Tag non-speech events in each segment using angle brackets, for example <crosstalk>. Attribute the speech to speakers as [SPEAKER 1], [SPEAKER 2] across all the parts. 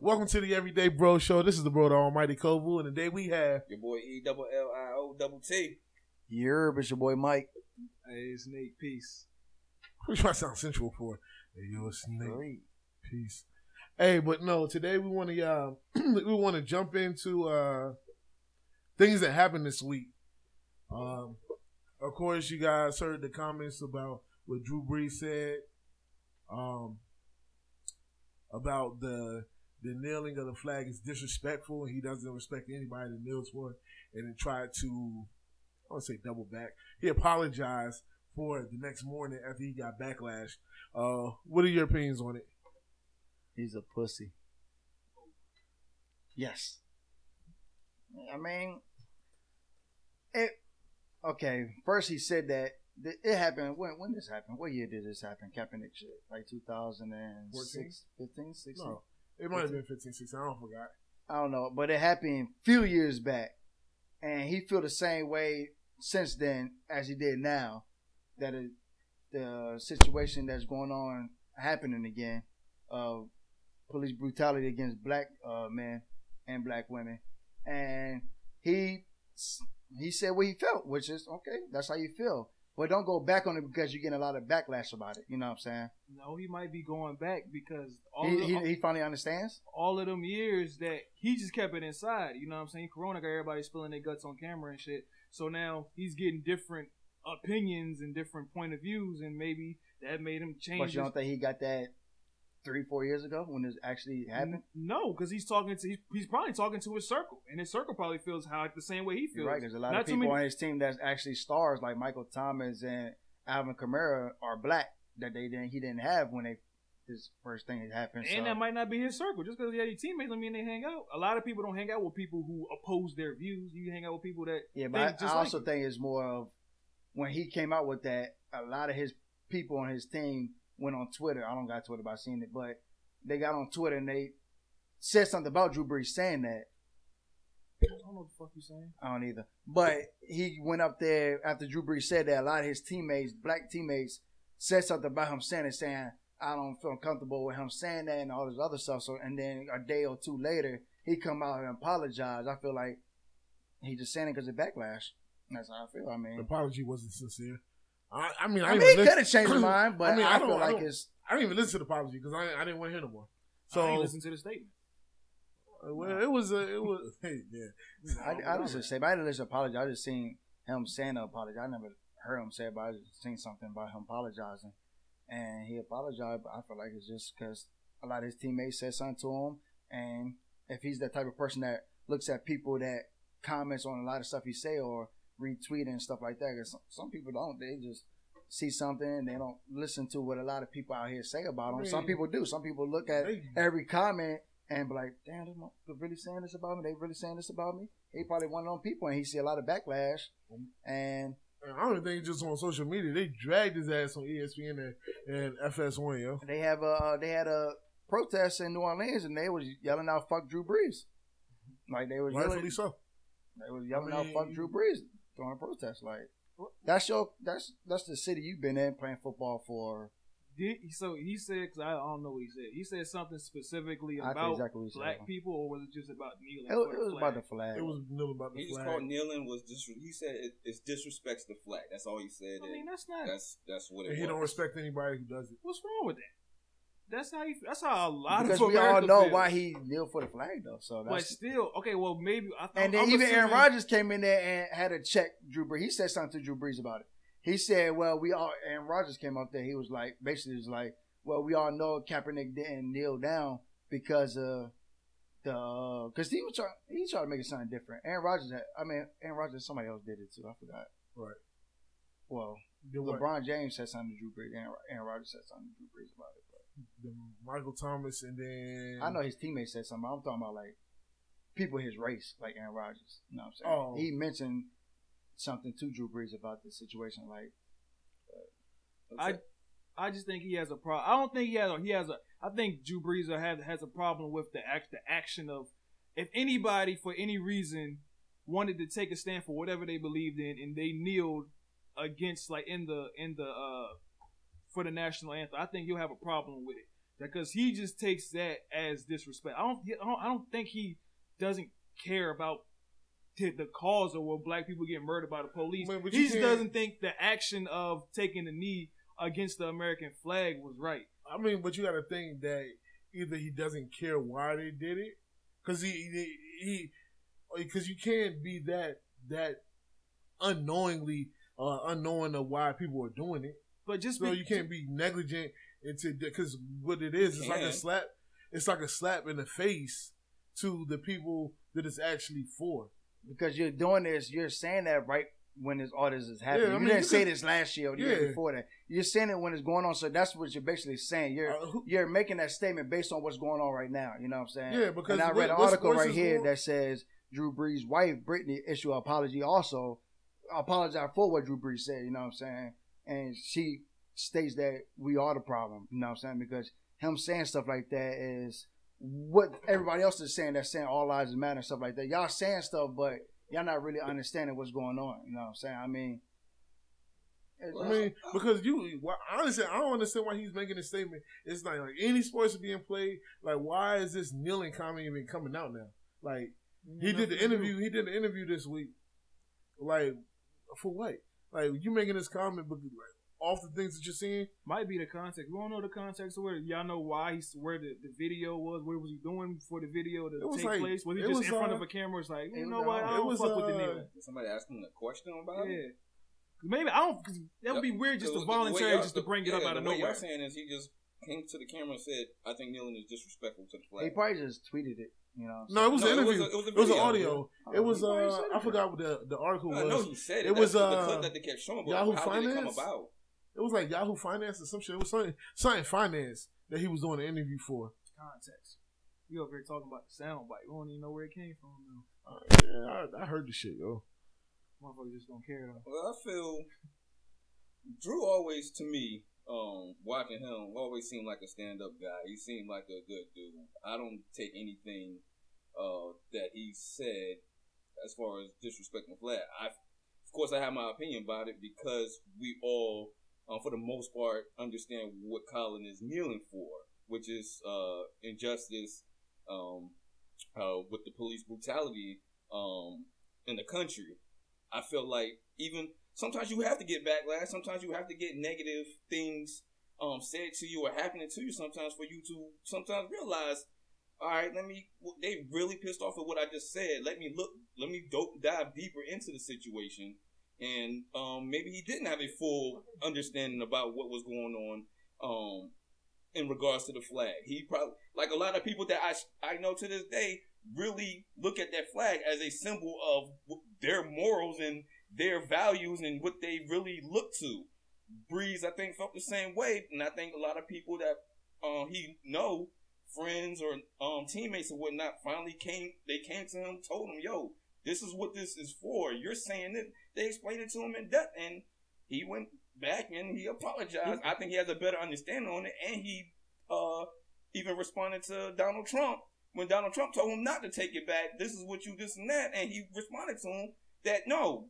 [SPEAKER 1] Welcome to the Everyday Bro Show. This is the bro, the Almighty Kovu, and today we have
[SPEAKER 2] Your boy E double L I O double T.
[SPEAKER 3] Yerb, it's your boy Mike.
[SPEAKER 2] Hey, Snake, peace.
[SPEAKER 1] we try to sound sensual for. Hey, yo, snake,
[SPEAKER 3] Great.
[SPEAKER 1] peace. Hey, but no, today we want to uh, <clears throat> we want to jump into uh, things that happened this week. Um, of course, you guys heard the comments about what Drew Brees said um, about the the kneeling of the flag is disrespectful, and he doesn't respect anybody that kneels for it, and then tried to, I want to say double back. He apologized for it the next morning after he got backlash. Uh, what are your opinions on it?
[SPEAKER 3] He's a pussy. Yes. I mean, it. Okay, first he said that th- it happened. When when this happened? What year did this happen? Kaepernick shit, like 2006, 15, 16.
[SPEAKER 1] No, it might have been 15, 16. I don't forgot.
[SPEAKER 3] I don't know, but it happened few years back, and he feel the same way since then as he did now. That it, the situation that's going on happening again of police brutality against black uh, men and black women, and he s- he said what he felt, which is okay. That's how you feel, but don't go back on it because you're getting a lot of backlash about it. You know what I'm saying?
[SPEAKER 4] No, he might be going back because all
[SPEAKER 3] he,
[SPEAKER 4] of,
[SPEAKER 3] he, he finally understands.
[SPEAKER 4] all of them years that he just kept it inside. You know what I'm saying? Corona got everybody spilling their guts on camera and shit. So now he's getting different opinions and different point of views, and maybe that made him change.
[SPEAKER 3] But you
[SPEAKER 4] his-
[SPEAKER 3] don't think he got that three, four years ago when this actually happened?
[SPEAKER 4] no, because he's talking to he's, he's probably talking to his circle, and his circle probably feels how the same way he
[SPEAKER 3] You're
[SPEAKER 4] feels.
[SPEAKER 3] right. There's a lot
[SPEAKER 4] Not
[SPEAKER 3] of
[SPEAKER 4] too
[SPEAKER 3] people
[SPEAKER 4] many-
[SPEAKER 3] on his team that's actually stars, like Michael Thomas and Alvin Kamara, are black that they didn't he didn't have when they this first thing had happened.
[SPEAKER 4] And
[SPEAKER 3] so.
[SPEAKER 4] that might not be his circle. Just because he had your teammates don't mean they hang out. A lot of people don't hang out with people who oppose their views. You hang out with people that
[SPEAKER 3] Yeah,
[SPEAKER 4] They
[SPEAKER 3] but I,
[SPEAKER 4] just
[SPEAKER 3] I
[SPEAKER 4] like
[SPEAKER 3] also
[SPEAKER 4] it.
[SPEAKER 3] think it's more of when he came out with that, a lot of his people on his team went on Twitter. I don't got Twitter, but I seen it. But they got on Twitter and they said something about Drew Brees saying that.
[SPEAKER 4] I don't know what the fuck you saying.
[SPEAKER 3] I don't either. But he went up there after Drew Brees said that a lot of his teammates, black teammates, said something about him saying it, saying, I don't feel comfortable with him saying that and all this other stuff. So and then a day or two later, he come out and apologize. I feel like he just saying it because of backlash. That's how I feel. I
[SPEAKER 1] The
[SPEAKER 3] mean,
[SPEAKER 1] apology wasn't sincere. I, I mean, I,
[SPEAKER 3] I
[SPEAKER 1] didn't
[SPEAKER 3] mean, he
[SPEAKER 1] even
[SPEAKER 3] could
[SPEAKER 1] listen,
[SPEAKER 3] have
[SPEAKER 1] <clears throat>
[SPEAKER 3] changed his mind, but
[SPEAKER 1] I
[SPEAKER 3] I,
[SPEAKER 1] mean, I
[SPEAKER 3] feel
[SPEAKER 1] don't- I
[SPEAKER 3] like
[SPEAKER 1] don't-
[SPEAKER 3] it's
[SPEAKER 1] I didn't even listen to the apology because I, I didn't want to hear no more.
[SPEAKER 4] I ain't
[SPEAKER 1] So
[SPEAKER 4] listen to the statement.
[SPEAKER 1] uh, well, it was a, it <laughs> was yeah.
[SPEAKER 3] I, I was just say, but I didn't listen to apology. I just seen him saying the apology. I never heard him say it, but I just seen something about him apologizing. And he apologized, but I feel like it's just because a lot of his teammates said something to him. And if he's the type of person that looks at people that comments on a lot of stuff he say or retweet and stuff like that, 'cause some, some people don't. They just see something and they don't listen to what a lot of people out here say about them. Some
[SPEAKER 1] Right.
[SPEAKER 3] people do. Some people look at
[SPEAKER 1] They-
[SPEAKER 3] every comment and be like, damn, this motherfucker really saying this about me? They really saying this about me? He probably one of them people, and he see a lot of backlash. And
[SPEAKER 1] I don't even think just on social media. They dragged his ass on E ESPN and, and FS1, yo.
[SPEAKER 3] they have a uh, they had a protest in New Orleans, and they was yelling out "fuck Drew Brees," like they was
[SPEAKER 1] Rightfully
[SPEAKER 3] yelling,
[SPEAKER 1] so.
[SPEAKER 3] they was yelling
[SPEAKER 1] I
[SPEAKER 3] out "fuck
[SPEAKER 1] mean-
[SPEAKER 3] Drew Brees" during a protest. Like that's your that's that's the city you've been in playing football for.
[SPEAKER 4] Did, so he said, because I don't know what he said. He said something specifically
[SPEAKER 3] I
[SPEAKER 4] about
[SPEAKER 3] think exactly what you
[SPEAKER 4] black
[SPEAKER 3] said.
[SPEAKER 4] people, or was it just about kneeling?
[SPEAKER 3] It, was- it
[SPEAKER 4] for the
[SPEAKER 3] was
[SPEAKER 4] flag?
[SPEAKER 3] about the flag.
[SPEAKER 1] It was kneeling about the
[SPEAKER 2] He just
[SPEAKER 1] flag.
[SPEAKER 2] called kneeling was just he said it, it's disrespects the flag. That's all he said.
[SPEAKER 4] I
[SPEAKER 2] and
[SPEAKER 4] mean, that's not.
[SPEAKER 2] that's that's what it
[SPEAKER 1] and he
[SPEAKER 2] was.
[SPEAKER 1] don't respect anybody who does it.
[SPEAKER 4] what's wrong with that? That's how. You, that's how a lot
[SPEAKER 3] because
[SPEAKER 4] of <laughs>
[SPEAKER 3] we all
[SPEAKER 4] America
[SPEAKER 3] know
[SPEAKER 4] feels.
[SPEAKER 3] why he kneeled for the flag though. So
[SPEAKER 4] But
[SPEAKER 3] that's
[SPEAKER 4] still, okay. Well, maybe. I thought,
[SPEAKER 3] And then
[SPEAKER 4] I'm
[SPEAKER 3] even Aaron
[SPEAKER 4] assuming-
[SPEAKER 3] Rodgers came in there and had to check Drew Brees. He said something to Drew Brees about it. He said, "Well, we all." Aaron Rodgers came up there. He was like, basically, was like, "Well, we all know Kaepernick didn't kneel down because of the because he was trying he tried to make it something different." Aaron Rodgers, had, I mean, Aaron Rodgers, somebody else did it too. I forgot.
[SPEAKER 1] Right.
[SPEAKER 3] Well,
[SPEAKER 1] Then what?
[SPEAKER 3] LeBron James said something to Drew Brees. Aaron, Aaron Rodgers said something to Drew Brees about it.
[SPEAKER 1] The Michael Thomas and then
[SPEAKER 3] I know his teammates said something. I'm talking about like people his race, like Aaron Rodgers. You know what I'm saying?
[SPEAKER 1] Oh.
[SPEAKER 3] He mentioned something to Drew Brees about this situation. Like,
[SPEAKER 4] I, I just think he has a problem. I don't think he has. A, he has a. I think Drew Brees has has a problem with the act, the action of, if anybody for any reason wanted to take a stand for whatever they believed in and they kneeled against like in the in the uh for the national anthem, I think you'll have a problem with it. because he just takes that as disrespect. I don't, I don't, I don't think he doesn't care about the, the cause of where black people get murdered by the police.
[SPEAKER 1] Man, but you
[SPEAKER 4] he just
[SPEAKER 1] can't-
[SPEAKER 4] doesn't think the action of taking the knee against the American flag was right.
[SPEAKER 1] I mean, but you got to think that either he doesn't care why they did it, because he he- he because you can't be that that unknowingly uh, unknowing of why people are doing it.
[SPEAKER 4] But just
[SPEAKER 1] So
[SPEAKER 4] be-
[SPEAKER 1] you can't be negligent into because what it is, it's like a
[SPEAKER 2] Can.
[SPEAKER 1] slap. It's like a slap in the face to the people that it's actually for.
[SPEAKER 3] because you're doing this, you're saying that right when this all this is happening.
[SPEAKER 1] Yeah, I
[SPEAKER 3] you
[SPEAKER 1] mean,
[SPEAKER 3] didn't
[SPEAKER 1] you
[SPEAKER 3] say
[SPEAKER 1] could-
[SPEAKER 3] this last year or the year
[SPEAKER 1] Yeah.
[SPEAKER 3] before that. You're saying it when it's going on. So that's what you're basically saying. You're
[SPEAKER 1] Uh, who-
[SPEAKER 3] you're making that statement based on what's going on right now. You know what I'm saying?
[SPEAKER 1] yeah, because
[SPEAKER 3] and I
[SPEAKER 1] what-
[SPEAKER 3] read an
[SPEAKER 1] what's-
[SPEAKER 3] article
[SPEAKER 1] what's
[SPEAKER 3] right
[SPEAKER 1] is
[SPEAKER 3] here
[SPEAKER 1] going-
[SPEAKER 3] that says Drew Brees' wife, Brittany, issue an apology also. Apologize for what Drew Brees said, you know what I'm saying? And she states that we are the problem, you know what I'm saying? Because him saying stuff like that is what everybody else is saying that's saying all lives matter and stuff like that. Y'all saying stuff, but y'all not really understanding what's going on, you know what I'm saying? I mean, it's-
[SPEAKER 1] I mean, because you well, honestly, I don't understand why he's making this statement. It's not like any sports are being played. Like, why is this kneeling comment even coming out now? Like, he did the interview. He did the interview this week. Like, for what? Like, you making this comment, but like, off the things that you're seeing.
[SPEAKER 4] Might be the context. We don't know the context of where y'all know why he's where the, the video was. Where was he doing for the video to
[SPEAKER 1] It was
[SPEAKER 4] take
[SPEAKER 1] like-
[SPEAKER 4] place? Was he
[SPEAKER 1] it
[SPEAKER 4] just
[SPEAKER 1] was,
[SPEAKER 4] in front
[SPEAKER 1] uh,
[SPEAKER 4] of a camera? It's like
[SPEAKER 3] it
[SPEAKER 4] you know
[SPEAKER 3] was,
[SPEAKER 4] what?
[SPEAKER 3] uh,
[SPEAKER 4] I
[SPEAKER 1] it
[SPEAKER 4] don't
[SPEAKER 1] was,
[SPEAKER 4] fuck with the
[SPEAKER 1] uh,
[SPEAKER 4] nigga.
[SPEAKER 2] Somebody asked him a question about it.
[SPEAKER 4] Yeah. 'Cause Maybe I don't. Cause that would be weird just
[SPEAKER 2] uh, The-
[SPEAKER 4] to
[SPEAKER 2] the way
[SPEAKER 4] voluntarily
[SPEAKER 2] y'all-
[SPEAKER 4] just to bring it
[SPEAKER 2] yeah,
[SPEAKER 4] up out of
[SPEAKER 2] the way
[SPEAKER 4] nowhere.
[SPEAKER 2] Y'all saying is he just came to the camera and said, "I think kneeling is disrespectful to the
[SPEAKER 3] he
[SPEAKER 2] flag."
[SPEAKER 3] probably just tweeted it, you know what
[SPEAKER 1] No, it was
[SPEAKER 2] No,
[SPEAKER 1] an
[SPEAKER 2] it was
[SPEAKER 1] interview.
[SPEAKER 2] a- it was a
[SPEAKER 1] It was an
[SPEAKER 2] video,
[SPEAKER 1] audio.
[SPEAKER 3] yeah.
[SPEAKER 1] It was.
[SPEAKER 3] Oh, he
[SPEAKER 1] Uh,
[SPEAKER 3] said it.
[SPEAKER 1] I forgot what the the article
[SPEAKER 2] I know
[SPEAKER 1] was.
[SPEAKER 2] he said it.
[SPEAKER 1] It
[SPEAKER 2] That's
[SPEAKER 1] was,
[SPEAKER 2] what
[SPEAKER 1] uh,
[SPEAKER 2] the clip that they kept showing. But
[SPEAKER 1] Yahoo
[SPEAKER 2] how did it come
[SPEAKER 1] Finance?
[SPEAKER 2] about?
[SPEAKER 1] It was like Yahoo Finance or some shit. It was something, something finance that he was doing an interview for.
[SPEAKER 4] Context. We over here talking about the soundbite. We don't even know where it came from. Though.
[SPEAKER 1] Uh, yeah, I, I heard the shit, yo.
[SPEAKER 4] Motherfuckers just don't care though.
[SPEAKER 2] Well, I feel Drew always to me, um, watching him, always seemed like a stand up guy. He seemed like a good dude. I don't take anything uh, that he said as far as disrespecting the flag. I, of course, I have my opinion about it because we all, um, for the most part, understand what Colin is kneeling for, which is uh, injustice um, uh, with the police brutality um, in the country. I feel like even sometimes you have to get backlash. Sometimes you have to get negative things um, said to you or happening to you. Sometimes for you to sometimes realize, all right, let me. They really pissed off at what I just said. Let me look. Let me dope, dive deeper into the situation. And um, maybe he didn't have a full understanding about what was going on um, in regards to the flag. He probably like a lot of people that I I know to this day really look at that flag as a symbol of w- their morals and their values and what they really look to. Breeze, I think, felt the same way, and I think a lot of people that um, he know, friends or um, teammates or whatnot, finally came. They came to him, told him, "Yo, this is what this is for." You're saying it. They explained it to him in depth, and he went back and he apologized. I think he has a better understanding on it, and he uh, even responded to Donald Trump when Donald Trump told him not to take it back, this is what you this and that, and he responded to him that no,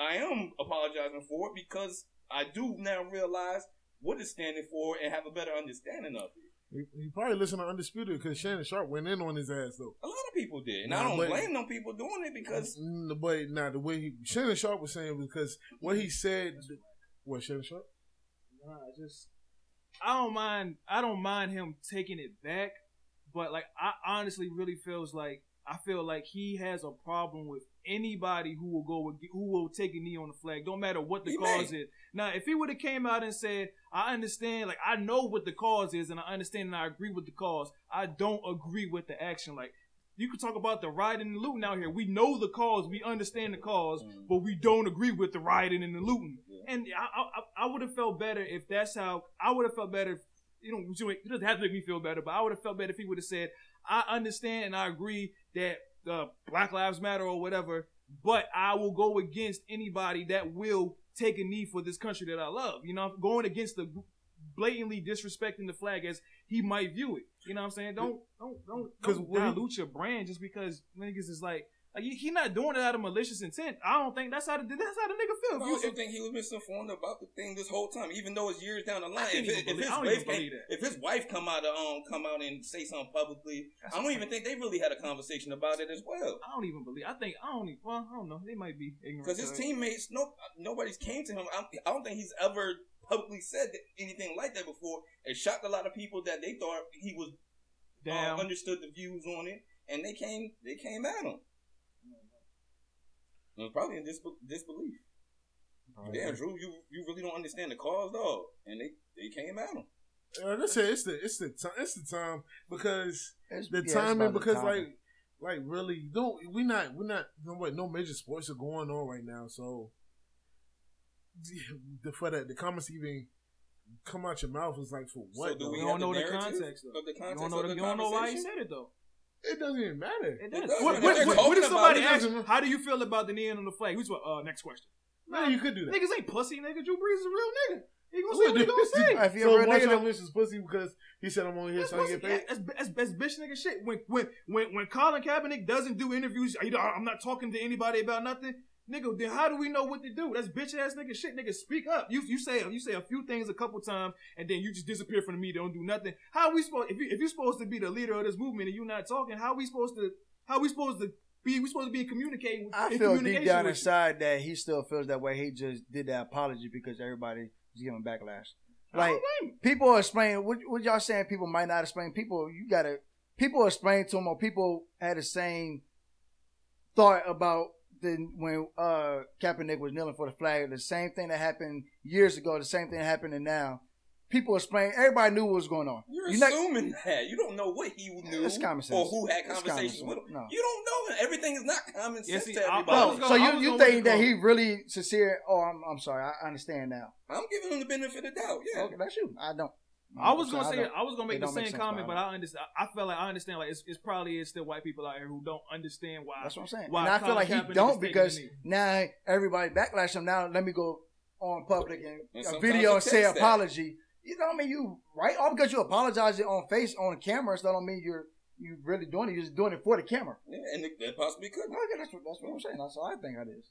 [SPEAKER 2] I am apologizing for it because I do now realize what it's standing for and have a better understanding of it.
[SPEAKER 1] He, he probably listened to Undisputed because Shannon Sharp went in on his ass though.
[SPEAKER 2] A lot of people did, and I
[SPEAKER 1] Yeah,
[SPEAKER 2] don't
[SPEAKER 1] but-
[SPEAKER 2] blame them people doing it because
[SPEAKER 1] Mm, but now the way he, Shannon Sharp was saying because what he said, what Shannon Sharp?
[SPEAKER 4] Nah, it's just I don't mind. I don't mind him taking it back, but like I honestly really feels like I feel like he has a problem with anybody who will go with, who will take a knee on the flag, don't matter what the
[SPEAKER 2] He
[SPEAKER 4] cause is. Now, if he would have came out and said, "I understand, like I know what the cause is, and I understand and I agree with the cause," I don't agree with the action, like. You could talk about the rioting and looting out here. We know the cause. We understand the cause but we don't agree with the rioting and the looting.
[SPEAKER 2] Yeah.
[SPEAKER 4] And I, I, I would have felt better if that's how I would have felt better. If, you know, you ain't- it doesn't have to make me feel better, but I would have felt better if he would have said, "I understand and I agree that uh, Black Lives Matter or whatever, but I will go against anybody that will take a knee for this country that I love." You know, going against the blatantly disrespecting the flag as he might view it. You know what I'm saying? Don't don't don't,
[SPEAKER 1] 'Cause
[SPEAKER 4] don't
[SPEAKER 1] what he-
[SPEAKER 4] dilute your brand just because niggas is like Like he, he not doing it out of malicious intent. I don't think that's how the, that's how the nigga feel.
[SPEAKER 2] I
[SPEAKER 4] If you-
[SPEAKER 2] also think he was misinformed about the thing this whole time, even though it's years down the line.
[SPEAKER 4] can't
[SPEAKER 2] If, his-
[SPEAKER 4] even
[SPEAKER 2] if
[SPEAKER 4] believe-
[SPEAKER 2] his
[SPEAKER 4] I don't
[SPEAKER 2] wife
[SPEAKER 4] even believe
[SPEAKER 2] came-
[SPEAKER 4] that.
[SPEAKER 2] if his wife come out of, um come out and say something publicly,
[SPEAKER 4] That's
[SPEAKER 2] I don't
[SPEAKER 4] crazy.
[SPEAKER 2] even think they really had a conversation about it as well.
[SPEAKER 4] I don't even believe. I think I don't even. Well, I don't know. They might be ignorant.
[SPEAKER 2] Because his
[SPEAKER 4] to it.
[SPEAKER 2] teammates, no, nobody's came to him. I, I don't think he's ever publicly said that, anything like that before. It shocked a lot of people that they thought he was uh,
[SPEAKER 4] down.
[SPEAKER 2] understood the views on it, and they came they came at him. It was probably in disbe- disbelief. Damn, Drew, you you really don't understand the cause, dog. And they they came at him.
[SPEAKER 1] Uh, let's say it's the it's the time it's the time because
[SPEAKER 3] It's- yeah,
[SPEAKER 1] the
[SPEAKER 3] it's
[SPEAKER 1] timing
[SPEAKER 3] about
[SPEAKER 1] because
[SPEAKER 3] timing.
[SPEAKER 1] like like really you don't we not we not no what no major sports are going on right now so <laughs> the for the, the comments even come out your mouth is like for what
[SPEAKER 2] so do
[SPEAKER 1] though?
[SPEAKER 2] we,
[SPEAKER 4] You
[SPEAKER 2] have
[SPEAKER 4] don't know the
[SPEAKER 2] narrative
[SPEAKER 4] context, though.
[SPEAKER 2] of the
[SPEAKER 4] You
[SPEAKER 2] context
[SPEAKER 4] don't know.
[SPEAKER 2] of
[SPEAKER 4] The,
[SPEAKER 2] the
[SPEAKER 4] you don't know why he
[SPEAKER 2] conversation?
[SPEAKER 4] said it though.
[SPEAKER 1] it doesn't even matter
[SPEAKER 4] It
[SPEAKER 2] It
[SPEAKER 4] does.
[SPEAKER 2] does.
[SPEAKER 4] What,
[SPEAKER 2] They're
[SPEAKER 4] what, what, what
[SPEAKER 2] talking
[SPEAKER 4] if somebody
[SPEAKER 1] about it.
[SPEAKER 4] asks, "How do you feel about the knee on the flag?" Who's uh next question?
[SPEAKER 1] no you could do that
[SPEAKER 4] Niggas ain't pussy, nigga. Drew Brees is a real nigga. He gonna
[SPEAKER 1] Who
[SPEAKER 4] say what
[SPEAKER 1] would
[SPEAKER 4] he
[SPEAKER 1] do
[SPEAKER 4] gonna
[SPEAKER 1] this?
[SPEAKER 4] say.
[SPEAKER 3] If you're a
[SPEAKER 1] so
[SPEAKER 3] real
[SPEAKER 1] why should
[SPEAKER 3] nigga,
[SPEAKER 1] I listen to pussy because he said I'm only here
[SPEAKER 4] That's,
[SPEAKER 1] so I
[SPEAKER 4] pussy,
[SPEAKER 1] get paid
[SPEAKER 4] that's, that's, that's bitch nigga shit. When when when when Colin Kaepernick doesn't do interviews, you know, I'm not talking to anybody about nothing, nigga. Then how do we know what to do? That's bitch ass nigga shit. Nigga, speak up. You you say you say a few things a couple times, and then you just disappear from the media, don't do nothing. How we supposed if you if you're supposed to be the leader of this movement and you're not talking? How we supposed to how we supposed to be we supposed to be communicating? with-
[SPEAKER 3] I
[SPEAKER 4] in
[SPEAKER 3] feel deep
[SPEAKER 4] communication
[SPEAKER 3] down
[SPEAKER 4] with you?
[SPEAKER 3] inside that he still feels that way. He just did that apology because everybody was giving backlash.
[SPEAKER 4] I don't
[SPEAKER 3] Like
[SPEAKER 4] blame him.
[SPEAKER 3] people are explaining what, what y'all saying. People might not explain. People, you gotta people explain to them or people had the same thought about the when uh Kaepernick was kneeling for the flag. The same thing that happened years ago. The same thing happening now. People explain. Everybody knew what was going on.
[SPEAKER 2] You're
[SPEAKER 3] You're not-
[SPEAKER 2] assuming that you don't know what he knew
[SPEAKER 3] That's common
[SPEAKER 2] or
[SPEAKER 3] sense.
[SPEAKER 2] who had
[SPEAKER 3] That's common
[SPEAKER 2] conversations
[SPEAKER 3] sense.
[SPEAKER 2] with him.
[SPEAKER 3] No.
[SPEAKER 2] You don't know. Everything is not common sense
[SPEAKER 4] Yeah, see,
[SPEAKER 2] to
[SPEAKER 4] I- I
[SPEAKER 2] everybody.
[SPEAKER 4] was
[SPEAKER 3] No,
[SPEAKER 4] gonna-
[SPEAKER 3] so
[SPEAKER 4] I
[SPEAKER 3] you,
[SPEAKER 4] was
[SPEAKER 3] you
[SPEAKER 4] gonna let
[SPEAKER 3] think
[SPEAKER 4] it
[SPEAKER 3] that
[SPEAKER 4] go.
[SPEAKER 3] he really sincere? Oh, I'm, I'm sorry. I I understand now.
[SPEAKER 2] I'm giving him the benefit of the doubt. Yeah.
[SPEAKER 3] Okay, that's you. I don't.
[SPEAKER 4] I was gonna
[SPEAKER 3] So
[SPEAKER 4] say
[SPEAKER 3] don't.
[SPEAKER 4] I was gonna make
[SPEAKER 3] it
[SPEAKER 4] the
[SPEAKER 3] don't make
[SPEAKER 4] same
[SPEAKER 3] sense,
[SPEAKER 4] comment,
[SPEAKER 3] but
[SPEAKER 4] but
[SPEAKER 3] I
[SPEAKER 4] I understand. I feel like I understand. Like it's, it's probably is still white people out here who don't understand why.
[SPEAKER 3] That's what I'm saying.
[SPEAKER 4] why
[SPEAKER 3] and I feel
[SPEAKER 4] Colin
[SPEAKER 3] like he
[SPEAKER 4] Kaepernick
[SPEAKER 3] don't
[SPEAKER 4] is taking
[SPEAKER 3] because
[SPEAKER 4] the knee.
[SPEAKER 3] now everybody backlash him. Now let me go on public and,
[SPEAKER 2] And
[SPEAKER 3] a
[SPEAKER 2] sometimes
[SPEAKER 3] video
[SPEAKER 2] it
[SPEAKER 3] and say
[SPEAKER 2] takes that.
[SPEAKER 3] apology. You know what I mean? You right? All because you apologizing on face on camera, so that don't mean you're you really doing it. You're just doing it for the camera.
[SPEAKER 2] Yeah, and it, that possibly could.
[SPEAKER 3] Okay, that's what that's what I'm saying. That's all I think it is.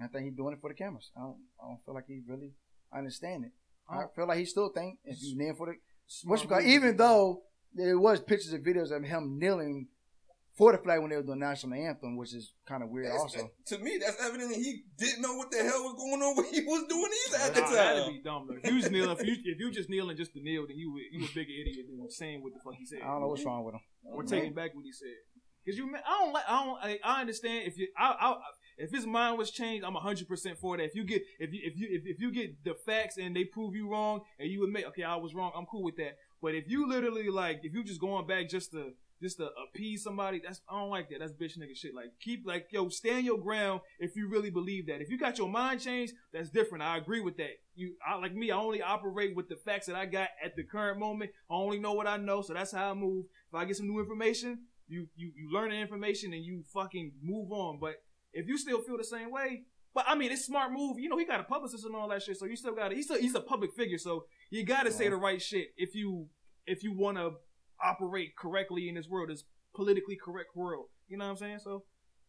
[SPEAKER 3] Uh, I think he's doing it for the cameras. I don't I don't feel like he really understand it. I feel like he still think if you kneel for the What's because even though there was pictures and videos of him kneeling for the flag when they were doing national anthem, which is kind of weird.
[SPEAKER 2] That's-
[SPEAKER 3] also,
[SPEAKER 2] to me, that's evident that he didn't know what the hell was going on. What he was doing either at the
[SPEAKER 4] Nah, that'd
[SPEAKER 2] time.
[SPEAKER 4] be dumb. though. If you was kneeling, if you if you just kneeling just to kneel, then you were- you a bigger idiot than saying what the fuck he said.
[SPEAKER 3] I don't know what's wrong with him.
[SPEAKER 4] Or taking back what he said. Cause you, ma- I don't like. I don't. I, I understand if you. I, I, if his mind was changed, I'm 100 percent for that. If you get, if you, if you, if, if you get the facts and they prove you wrong, and you admit, okay, I was wrong, I'm cool with that. But if you literally like, if you just going back just to just to appease somebody, that's I don't like that. That's bitch nigga shit. Like keep like yo, stand your ground if you really believe that. If you got your mind changed, that's different. I agree with that. You I like me, I only operate with the facts that I got at the current moment. I only know what I know, so that's how I move. If I get some new information, you you you learn the information and you fucking move on. But if you still feel the same way, but I mean, it's smart move. You know, he got a publicist and all that shit, so you still got to. He's still, he's a public figure, so you got to
[SPEAKER 3] Uh-huh.
[SPEAKER 4] say the right shit if you if you want to operate correctly in this world, this politically correct world. You know what I'm saying? So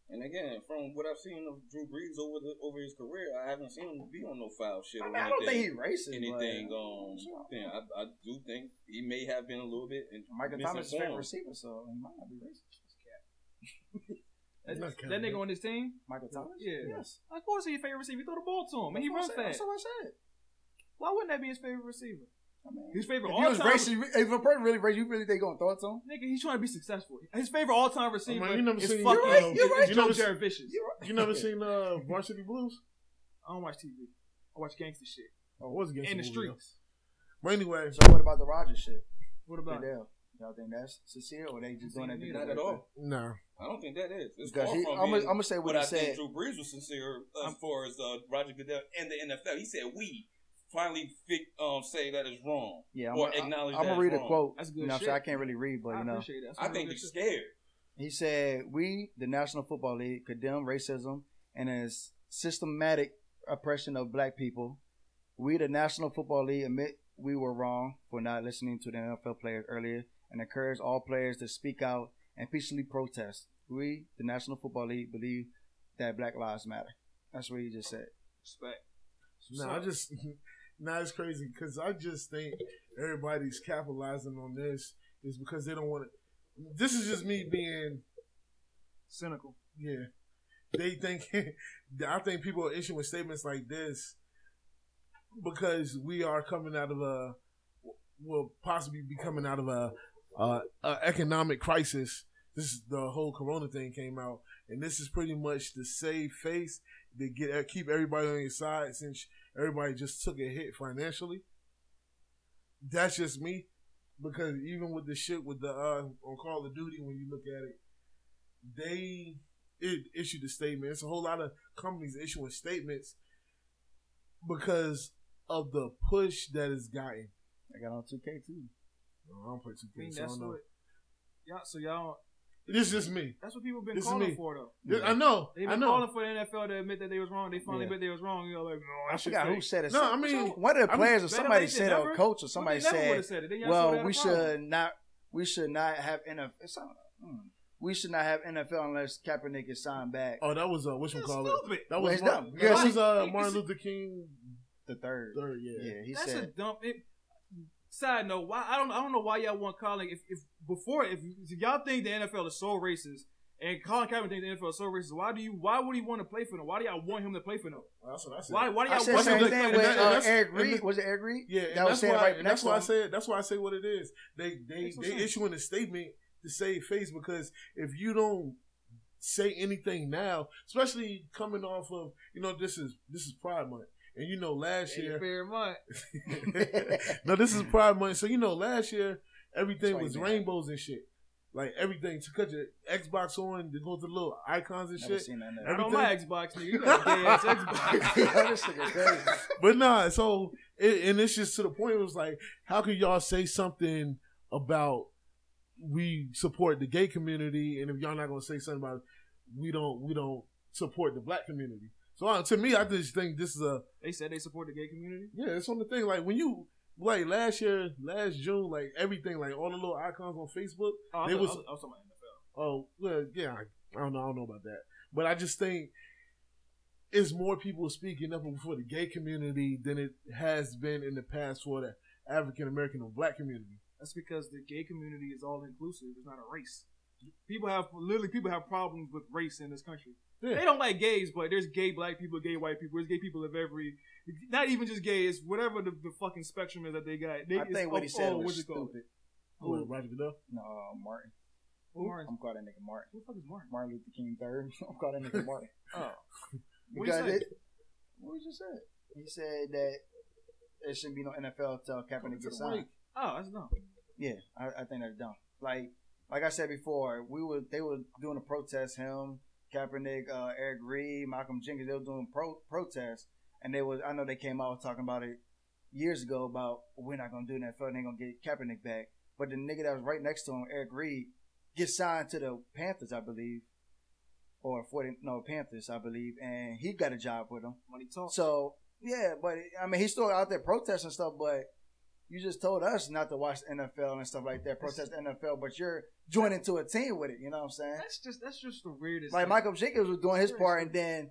[SPEAKER 2] And again, from what I've seen of Drew Brees over the over his career, I haven't seen him be on no foul shit
[SPEAKER 3] I,
[SPEAKER 2] or
[SPEAKER 3] mean, I
[SPEAKER 2] anything.
[SPEAKER 3] don't think
[SPEAKER 4] uh,
[SPEAKER 3] he's racist.
[SPEAKER 2] anything.
[SPEAKER 3] but,
[SPEAKER 2] um,
[SPEAKER 3] Sure.
[SPEAKER 2] thing. I, I do think he may have been a little bit in-
[SPEAKER 3] Michael Thomas is a favorite
[SPEAKER 2] misinformed.
[SPEAKER 3] receiver, so he might not be racist.
[SPEAKER 4] that,
[SPEAKER 1] Not
[SPEAKER 4] that
[SPEAKER 1] Kaepernick.
[SPEAKER 4] nigga on his team,
[SPEAKER 3] Michael Thomas.
[SPEAKER 4] Yeah.
[SPEAKER 3] Yes.
[SPEAKER 4] of course, he's your favorite receiver. You throw the ball to him, and he
[SPEAKER 3] That's
[SPEAKER 4] runs
[SPEAKER 3] what I said.
[SPEAKER 4] fast.
[SPEAKER 3] That's what I said.
[SPEAKER 4] Why wouldn't that be his favorite receiver?
[SPEAKER 3] I mean,
[SPEAKER 4] His favorite
[SPEAKER 3] if
[SPEAKER 4] all
[SPEAKER 3] you was
[SPEAKER 4] time.
[SPEAKER 3] racist, if a person really racist, you really think gonna throw it to him?
[SPEAKER 4] Nigga, he's trying to be successful. His favorite all-time receiver
[SPEAKER 1] Oh, you never
[SPEAKER 4] is
[SPEAKER 1] seen-
[SPEAKER 4] fucking
[SPEAKER 1] You're
[SPEAKER 3] right, you're
[SPEAKER 4] is-
[SPEAKER 3] right.
[SPEAKER 4] is
[SPEAKER 1] You never
[SPEAKER 4] Joe
[SPEAKER 1] seen-
[SPEAKER 4] Jared Vicious.
[SPEAKER 1] you never seen uh Varsity Blues
[SPEAKER 4] I don't watch TV. I watch gangster shit
[SPEAKER 1] oh it was against
[SPEAKER 4] in the
[SPEAKER 1] Louisville.
[SPEAKER 4] streets.
[SPEAKER 1] but anyway
[SPEAKER 3] So what about the Rogers shit?
[SPEAKER 4] What about it?
[SPEAKER 3] Fidel. Y'all think that's sincere, or they just doing
[SPEAKER 4] Not
[SPEAKER 3] that? to get
[SPEAKER 2] Not
[SPEAKER 3] away
[SPEAKER 2] at
[SPEAKER 3] from it?
[SPEAKER 2] all.
[SPEAKER 1] no
[SPEAKER 2] I don't think that is. It's
[SPEAKER 3] Because
[SPEAKER 2] far
[SPEAKER 3] he,
[SPEAKER 2] from
[SPEAKER 3] I'm
[SPEAKER 2] being
[SPEAKER 3] gonna say what,
[SPEAKER 2] what I
[SPEAKER 3] he
[SPEAKER 2] think
[SPEAKER 3] said.
[SPEAKER 2] Drew Brees was sincere as
[SPEAKER 4] I'm-
[SPEAKER 2] far as uh, Roger Goodell and the NFL. He said we finally fi- um, say that is wrong.
[SPEAKER 3] Yeah, I'm,
[SPEAKER 2] or
[SPEAKER 3] gonna-
[SPEAKER 2] acknowledge
[SPEAKER 3] I'm
[SPEAKER 2] that
[SPEAKER 3] gonna
[SPEAKER 2] is
[SPEAKER 3] read
[SPEAKER 2] wrong.
[SPEAKER 3] a quote.
[SPEAKER 4] That's good
[SPEAKER 3] You know,
[SPEAKER 4] shit.
[SPEAKER 3] so I can't really read, but
[SPEAKER 4] I
[SPEAKER 3] you know,
[SPEAKER 4] appreciate that.
[SPEAKER 2] I think they're scared.
[SPEAKER 3] he said, "We, the National Football League, condemn racism and its systematic oppression of black people. We, the National Football League, admit we were wrong for not listening to the NFL players earlier, and encourage all players to speak out and peacefully protest. We, the National Football League, believe that Black Lives Matter. That's what he just said.
[SPEAKER 2] Respect.
[SPEAKER 1] No, I just <laughs> now it's crazy because I just think everybody's capitalizing on this is because they don't want to. This is just me being
[SPEAKER 4] Cynical.
[SPEAKER 1] yeah. They think <laughs> I think people are issuing statements like this because we are coming out of a will possibly be coming out of a, a, a economic crisis. This is the whole Corona thing came out, and this is pretty much to save face to get uh, keep everybody on your side since everybody just took a hit financially. That's just me, because even with the shit with the uh, on Call of Duty, when you look at it, they it issued a statement. It's a whole lot of companies issuing statements because of the push that it's gotten.
[SPEAKER 3] I got on 2K too.
[SPEAKER 1] No, I don't play
[SPEAKER 4] I mean,
[SPEAKER 1] 2K, so I
[SPEAKER 4] that's
[SPEAKER 1] don't know.
[SPEAKER 4] what. Y'all, so y'all,
[SPEAKER 1] This is just me.
[SPEAKER 4] that's what people been
[SPEAKER 1] This is
[SPEAKER 4] calling
[SPEAKER 1] me.
[SPEAKER 4] for though.
[SPEAKER 1] Th- I know.
[SPEAKER 4] They've
[SPEAKER 1] I
[SPEAKER 4] been
[SPEAKER 1] know.
[SPEAKER 4] calling for the NFL to admit that they was wrong. They finally
[SPEAKER 3] Yeah.
[SPEAKER 4] admit they was wrong. You're like, no,
[SPEAKER 3] I forgot who said it.
[SPEAKER 1] No, I mean,
[SPEAKER 3] one of the
[SPEAKER 1] I mean,
[SPEAKER 3] players or
[SPEAKER 4] better
[SPEAKER 3] somebody
[SPEAKER 4] late than
[SPEAKER 3] said, or
[SPEAKER 4] never.
[SPEAKER 3] coach or somebody said,
[SPEAKER 4] said it. Then y'all
[SPEAKER 3] well,
[SPEAKER 4] solved that
[SPEAKER 3] we
[SPEAKER 4] problem.
[SPEAKER 3] should not, we should not have NFL. It's not, hmm. we should not have NFL unless Kaepernick is signed back
[SPEAKER 1] Oh, that was uh, what you
[SPEAKER 4] That's
[SPEAKER 1] call it?
[SPEAKER 4] stupid.
[SPEAKER 1] That
[SPEAKER 3] Well,
[SPEAKER 1] was
[SPEAKER 3] it's
[SPEAKER 1] Mar-
[SPEAKER 3] dumb.
[SPEAKER 1] that was
[SPEAKER 4] <laughs>
[SPEAKER 1] uh,
[SPEAKER 4] Because-
[SPEAKER 1] Martin Luther King
[SPEAKER 3] the third.
[SPEAKER 1] third. Yeah.
[SPEAKER 3] Yeah, he
[SPEAKER 4] That's a
[SPEAKER 3] said.
[SPEAKER 4] dumb. It, side note, why I don't I don't know why y'all want Colin. If, if before if, if y'all think the NFL is so racist and Colin Kaepernick thinks the NFL is so racist, why do you why would he want to play for them? Why do y'all want him to play for them?
[SPEAKER 1] That's what I said.
[SPEAKER 4] Why why do
[SPEAKER 3] I
[SPEAKER 4] y'all
[SPEAKER 3] said
[SPEAKER 1] why
[SPEAKER 3] the same
[SPEAKER 4] want him to
[SPEAKER 1] you-
[SPEAKER 3] thing
[SPEAKER 4] play
[SPEAKER 1] and
[SPEAKER 4] for
[SPEAKER 3] with
[SPEAKER 1] that-
[SPEAKER 4] them?
[SPEAKER 3] uh,
[SPEAKER 1] that's-
[SPEAKER 3] Eric
[SPEAKER 1] and
[SPEAKER 3] Reed.
[SPEAKER 1] the-
[SPEAKER 3] Was it Eric Reed?
[SPEAKER 1] Yeah, and
[SPEAKER 3] that was
[SPEAKER 1] that's
[SPEAKER 3] said
[SPEAKER 1] why.
[SPEAKER 3] right
[SPEAKER 1] and that's
[SPEAKER 3] next
[SPEAKER 1] why I
[SPEAKER 3] one.
[SPEAKER 1] said. That's why I say what it is. They they
[SPEAKER 4] That's what I'm
[SPEAKER 1] they
[SPEAKER 4] saying.
[SPEAKER 1] issuing a statement to save face because if you don't say anything now, especially coming off of you know this is this is Pride Month, and you know last
[SPEAKER 4] Ain't
[SPEAKER 1] year
[SPEAKER 3] <laughs>
[SPEAKER 4] fair much.
[SPEAKER 1] no, this is Pride Month. So you know, last year everything
[SPEAKER 3] That's why
[SPEAKER 1] was
[SPEAKER 3] you mad.
[SPEAKER 1] rainbows and shit. Like everything to cut your Xbox on, to go to the little icons and
[SPEAKER 3] Never
[SPEAKER 1] shit.
[SPEAKER 3] seen <laughs> that.
[SPEAKER 1] <laughs>
[SPEAKER 4] I
[SPEAKER 1] Every-
[SPEAKER 3] nigga.
[SPEAKER 4] don't like Xbox, nigga. You got a
[SPEAKER 1] <laughs>
[SPEAKER 4] gay ass Xbox.
[SPEAKER 3] Yeah, this nigga crazy.
[SPEAKER 1] But nah, so it, and it's just to the point. It was like, how can y'all say something about we support the gay community, and if y'all not gonna say something about we don't we don't support the black community? So uh, to me, I just think this is a
[SPEAKER 4] They said they support the gay community.
[SPEAKER 1] Yeah, it's on the thing. Like when you like last year, last June, like everything, like all the little icons on Facebook.
[SPEAKER 4] Oh, I
[SPEAKER 1] They
[SPEAKER 4] thought-
[SPEAKER 1] was-
[SPEAKER 4] I I talking about NFL.
[SPEAKER 1] Oh, well, yeah, I, I don't know, I don't know about that, but I just think it's more people speaking up for the gay community than it has been in the past for the African American or Black community.
[SPEAKER 4] That's because the gay community is all inclusive. It's not a race. People have literally people have problems with race in this country.
[SPEAKER 1] Yeah.
[SPEAKER 4] They don't like gays, but there's gay black people, gay white people, there's gay people of every, not even just gay. It's whatever the, the fucking spectrum is that they got. They,
[SPEAKER 3] I
[SPEAKER 4] it's
[SPEAKER 3] think what he
[SPEAKER 4] up-
[SPEAKER 3] said
[SPEAKER 4] oh,
[SPEAKER 3] was
[SPEAKER 4] what's it called?
[SPEAKER 3] stupid.
[SPEAKER 1] Who, Roger Goodell?
[SPEAKER 3] No, Martin.
[SPEAKER 4] Martin.
[SPEAKER 3] I'm calling that nigga Martin.
[SPEAKER 4] Who the fuck is Martin?
[SPEAKER 3] Martin Luther King third. <laughs> I'm calling
[SPEAKER 4] <laughs>
[SPEAKER 3] that nigga Martin. <laughs>
[SPEAKER 4] Oh, What he
[SPEAKER 3] Because
[SPEAKER 4] said?
[SPEAKER 3] it, what did you say? He said that there shouldn't be no NFL till Kaepernick gets signed.
[SPEAKER 4] oh, that's dumb.
[SPEAKER 3] Yeah, I, I think that's dumb. Like, like I said before, we were they were doing a protest. Him, Kaepernick, uh, Eric Reed, Malcolm Jenkins. They were doing pro protests, and they was I know they came out talking about it years ago about we're not gonna do an NFL. They ain't gonna get Kaepernick back. But the nigga that was right next to him, Eric Reed, gets signed to the Panthers, I believe, or forty no Panthers, I believe, and he got a job with them.
[SPEAKER 4] Money talks.
[SPEAKER 3] So yeah, but I mean, he's still out there protesting stuff. But you just told us not to watch the NFL and stuff like that, protest the NFL. But you're joining to a team with it. You know what I'm saying?
[SPEAKER 4] that's just that's just the weirdest.
[SPEAKER 3] Like
[SPEAKER 4] thing.
[SPEAKER 3] Michael Jenkins was doing his part, and then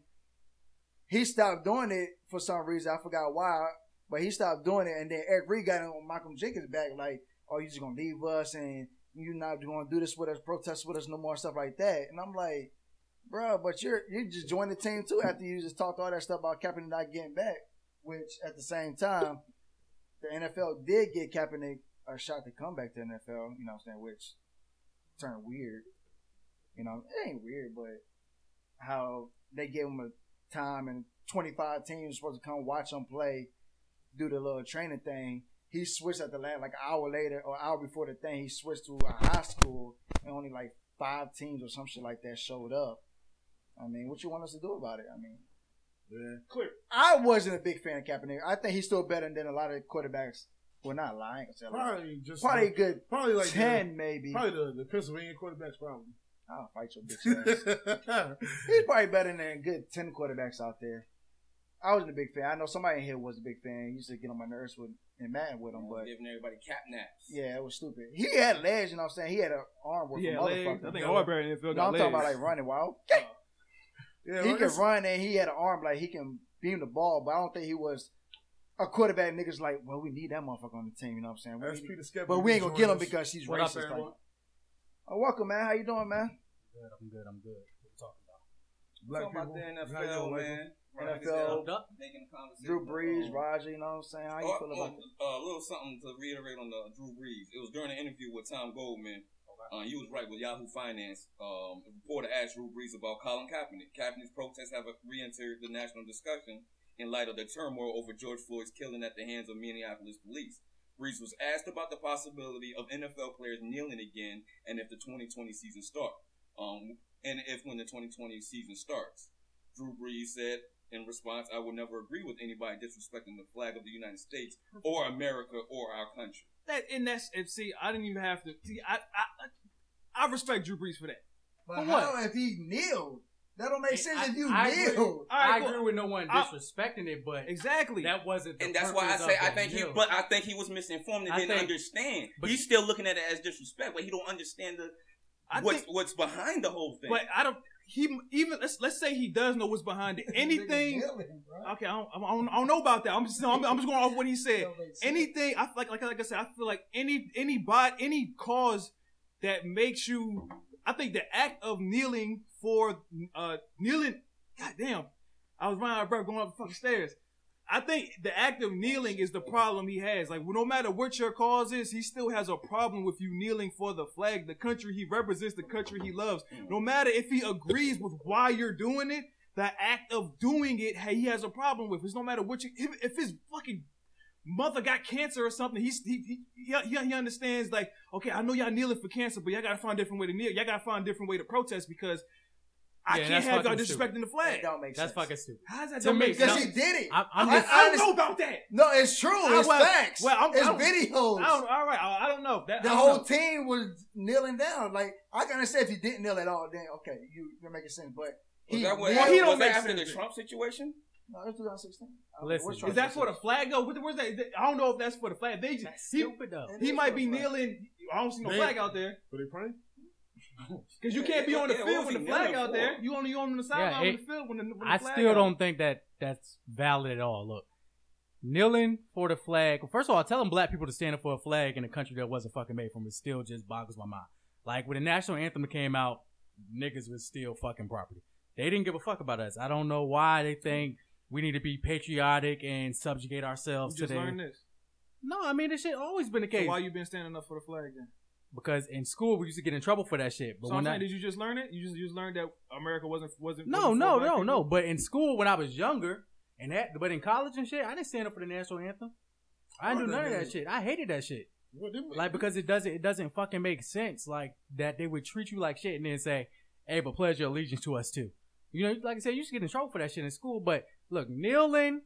[SPEAKER 3] he stopped doing it for some reason. I forgot why, but he stopped doing it, and then Eric Reed got on Michael Jenkins back, like, "Oh, you just gonna leave us, and you're not gonna do this with us, protest with us no more, stuff like that." And I'm like, "Bro, but you're you just joined the team too after you just talked all that stuff about Kaepernick not getting back." Which at the same time, the NFL did get Kaepernick a shot to come back to NFL. You know what I'm saying? Which turned weird. You know, it ain't weird, but how they gave him a time and 25 teams supposed to come watch him play, do the little training thing. He switched at the last, like an hour later or hour before the thing, he switched to a high school and only like five teams or some shit like that showed up. I mean, what you want us to do about it? I mean,
[SPEAKER 1] Yeah.
[SPEAKER 4] clear.
[SPEAKER 3] I wasn't a big fan of Kaepernick. I think he's still better than a lot of quarterbacks. Well, not lying.
[SPEAKER 1] Probably just
[SPEAKER 3] Probably a good
[SPEAKER 1] probably like
[SPEAKER 3] 10,
[SPEAKER 1] The,
[SPEAKER 3] maybe.
[SPEAKER 1] probably the, the Pennsylvania quarterbacks probably. <laughs>
[SPEAKER 3] I'll fight your bitch ass.
[SPEAKER 1] yeah,
[SPEAKER 3] He's probably better than a good ten quarterbacks out there. I wasn't a big fan. I know somebody in here was a big fan. He used to get on my nerves with and mad with him,
[SPEAKER 2] Always
[SPEAKER 3] but
[SPEAKER 2] giving everybody cap naps.
[SPEAKER 3] yeah, it was stupid. He had legs, you know what I'm saying? He had an arm worth
[SPEAKER 4] He
[SPEAKER 3] a
[SPEAKER 4] had legs. I
[SPEAKER 3] motherfucker.
[SPEAKER 4] think
[SPEAKER 3] No,
[SPEAKER 4] Arbery in the NFL
[SPEAKER 3] I'm
[SPEAKER 4] got
[SPEAKER 3] talking
[SPEAKER 4] legs.
[SPEAKER 3] about like running wild.
[SPEAKER 1] Yeah,
[SPEAKER 3] he
[SPEAKER 1] well,
[SPEAKER 3] could
[SPEAKER 1] it's-
[SPEAKER 3] run and he had an arm like he can beam the ball, but I don't think he was a quarterback. Niggas like, well, we need that motherfucker on the team. You know what I'm saying? We
[SPEAKER 1] that's
[SPEAKER 3] need-
[SPEAKER 1] Peter Skeptic.
[SPEAKER 3] but we ain't gonna get him because he's
[SPEAKER 5] What up,
[SPEAKER 3] racist.
[SPEAKER 5] everyone?
[SPEAKER 3] Like, oh, welcome, man. How you doing, man?
[SPEAKER 5] Good, I'm good, I'm good. What we talking about?
[SPEAKER 1] black
[SPEAKER 2] Talking about
[SPEAKER 1] people.
[SPEAKER 2] the
[SPEAKER 1] How you
[SPEAKER 2] NFL,
[SPEAKER 1] doing,
[SPEAKER 2] man.
[SPEAKER 3] Michael?
[SPEAKER 2] Niggas down
[SPEAKER 3] NFL,
[SPEAKER 5] Duck.
[SPEAKER 2] making the conversation.
[SPEAKER 3] Drew Brees,
[SPEAKER 2] Um,
[SPEAKER 3] Roger. You know what I'm saying? How you
[SPEAKER 2] Oh,
[SPEAKER 3] feel
[SPEAKER 2] oh,
[SPEAKER 3] about that?
[SPEAKER 2] uh, a little something to reiterate on the Drew Brees. It was during an interview with Tom Goldman. Uh, you was right with Yahoo Finance. Um, a reporter asked Drew Brees about Colin Kaepernick. Kaepernick's protests have uh, re-entered the national discussion in light of the turmoil over George Floyd's killing at the hands of Minneapolis police. Brees was asked about the possibility of NFL players kneeling again, and if the 2020 season start, um, and if when the 2020 season starts. Drew Brees said in response, "I will never agree with anybody disrespecting the flag of the United States or America or our country."
[SPEAKER 4] that and that's and see, I didn't even have to. See, I, I I I respect Drew Brees for that.
[SPEAKER 3] But
[SPEAKER 4] For what?
[SPEAKER 3] how if he kneeled? That don't make sense
[SPEAKER 5] I-
[SPEAKER 3] if you
[SPEAKER 5] I agree.
[SPEAKER 3] kneeled.
[SPEAKER 4] All right,
[SPEAKER 5] I
[SPEAKER 4] cool.
[SPEAKER 5] agree with no one
[SPEAKER 4] I-
[SPEAKER 5] disrespecting it, but
[SPEAKER 4] Exactly.
[SPEAKER 5] that wasn't. The
[SPEAKER 2] and that's why I
[SPEAKER 5] purpose
[SPEAKER 2] say
[SPEAKER 5] of
[SPEAKER 2] I
[SPEAKER 5] the
[SPEAKER 2] think he,
[SPEAKER 5] deal.
[SPEAKER 2] but I think he was misinformed and
[SPEAKER 5] I
[SPEAKER 2] didn't
[SPEAKER 5] think-
[SPEAKER 2] understand.
[SPEAKER 5] but-
[SPEAKER 2] He's still looking at it as disrespect, but he don't understand the
[SPEAKER 4] I
[SPEAKER 2] what's
[SPEAKER 4] think,
[SPEAKER 2] what's behind the whole thing.
[SPEAKER 4] but I don't. He even let's let's say he does know what's behind it.
[SPEAKER 3] <laughs>
[SPEAKER 4] Anything.
[SPEAKER 3] Kneeling, bro.
[SPEAKER 4] Okay, I don't, I don't, I don't know about that. I'm just I'm, I'm just going off what he said. anything I like like like I said, I feel like any any bot any cause that makes you I think the act of kneeling for uh kneeling God damn. I was running out of breath going up the fucking stairs. I think the act of kneeling is the problem he has. Like no matter what your cause is, he still has a problem with you kneeling for the flag, the country he represents, the country he loves. No matter if he agrees with why you're doing it, the act of doing it, he has a problem with. It's no matter what you, if, if his fucking mother got cancer or something, he's, he, he, he, he understands, like, okay, I know y'all kneeling for cancer, but y'all gotta find a different way to kneel. Y'all gotta find a different way to protest because I
[SPEAKER 5] Yeah,
[SPEAKER 4] can't
[SPEAKER 5] that's
[SPEAKER 4] have y'all
[SPEAKER 5] fucking stupid.
[SPEAKER 4] disrespecting the
[SPEAKER 3] That
[SPEAKER 4] flag.
[SPEAKER 3] don't make sense.
[SPEAKER 5] That's fucking stupid.
[SPEAKER 4] How's that
[SPEAKER 5] To
[SPEAKER 4] don't
[SPEAKER 5] me,
[SPEAKER 4] make
[SPEAKER 5] that's
[SPEAKER 3] Yes,
[SPEAKER 4] sense?
[SPEAKER 3] he did it.
[SPEAKER 5] I'm, I'm
[SPEAKER 4] I,
[SPEAKER 5] just.
[SPEAKER 4] I don't know about that.
[SPEAKER 3] no, it's true.
[SPEAKER 4] I
[SPEAKER 3] It's
[SPEAKER 4] was-
[SPEAKER 3] facts.
[SPEAKER 4] well, I'm-
[SPEAKER 3] it's
[SPEAKER 4] I'm-
[SPEAKER 3] videos.
[SPEAKER 4] I don't, all right, I, I don't know. That,
[SPEAKER 3] the
[SPEAKER 4] I don't
[SPEAKER 3] whole
[SPEAKER 4] know.
[SPEAKER 3] team was kneeling down. Like I can understand if you didn't kneel at all, then okay, you you're making sense. But
[SPEAKER 2] was
[SPEAKER 3] he
[SPEAKER 2] that what,
[SPEAKER 3] kneeled-
[SPEAKER 4] he don't
[SPEAKER 2] was that
[SPEAKER 4] make
[SPEAKER 2] after
[SPEAKER 4] sense.
[SPEAKER 2] the Trump situation?
[SPEAKER 3] No, it's 2016. I don't know
[SPEAKER 5] Listen,
[SPEAKER 3] what's
[SPEAKER 5] Is
[SPEAKER 4] Is
[SPEAKER 3] wrong
[SPEAKER 4] that
[SPEAKER 3] with
[SPEAKER 4] for the flag though? What the, where's that? I don't know if that's for the flag. They just,
[SPEAKER 5] That's
[SPEAKER 4] he,
[SPEAKER 5] stupid though.
[SPEAKER 3] It
[SPEAKER 4] he
[SPEAKER 3] is
[SPEAKER 4] might
[SPEAKER 3] for
[SPEAKER 4] be
[SPEAKER 3] the flag.
[SPEAKER 4] kneeling. I don't see no
[SPEAKER 1] They-
[SPEAKER 4] flag out there.
[SPEAKER 1] Were they praying?
[SPEAKER 4] Because you can't be
[SPEAKER 2] Yeah,
[SPEAKER 4] on the
[SPEAKER 2] yeah,
[SPEAKER 4] field
[SPEAKER 2] what
[SPEAKER 4] with
[SPEAKER 2] was
[SPEAKER 4] the
[SPEAKER 2] he
[SPEAKER 4] flag
[SPEAKER 2] kneeling
[SPEAKER 4] out there.
[SPEAKER 2] for?
[SPEAKER 4] You only on the sideline
[SPEAKER 5] Yeah,
[SPEAKER 4] with
[SPEAKER 5] it-
[SPEAKER 4] the field when the, when the
[SPEAKER 5] I
[SPEAKER 4] flag
[SPEAKER 5] still
[SPEAKER 4] out.
[SPEAKER 5] don't think that that's valid at all. Look, kneeling for the flag. Well, first of all, telling black people to stand up for a flag in a country that wasn't fucking made for them it still just boggles my mind. Like when the national anthem came out, niggas was still fucking property. They didn't give a fuck about us. I don't know why they think we need to be patriotic and subjugate
[SPEAKER 4] You
[SPEAKER 5] ourselves
[SPEAKER 4] just
[SPEAKER 5] today.
[SPEAKER 4] learned this.
[SPEAKER 5] No, I mean this shit always been the
[SPEAKER 4] So
[SPEAKER 5] case.
[SPEAKER 4] why you been standing up for the flag then?
[SPEAKER 5] because in school we used to get in trouble for that shit. But
[SPEAKER 4] so I'm
[SPEAKER 5] when
[SPEAKER 4] saying,
[SPEAKER 5] I,
[SPEAKER 4] did you just learn it? You just you just learned that America wasn't wasn't
[SPEAKER 5] No,
[SPEAKER 4] wasn't for
[SPEAKER 5] no,
[SPEAKER 4] black
[SPEAKER 5] no,
[SPEAKER 4] people?
[SPEAKER 5] no. But in school when I was younger, and that, but in college and shit, I didn't stand up for the national anthem. I didn't do none of that shit. I hated that shit.
[SPEAKER 1] What, didn't we-
[SPEAKER 5] Like because it doesn't, it doesn't fucking make sense. Like that they would treat you like shit and then say, "Hey, but pledge your allegiance to us too." You know, like I said, you used to get in trouble for that shit in school. But look, kneeling,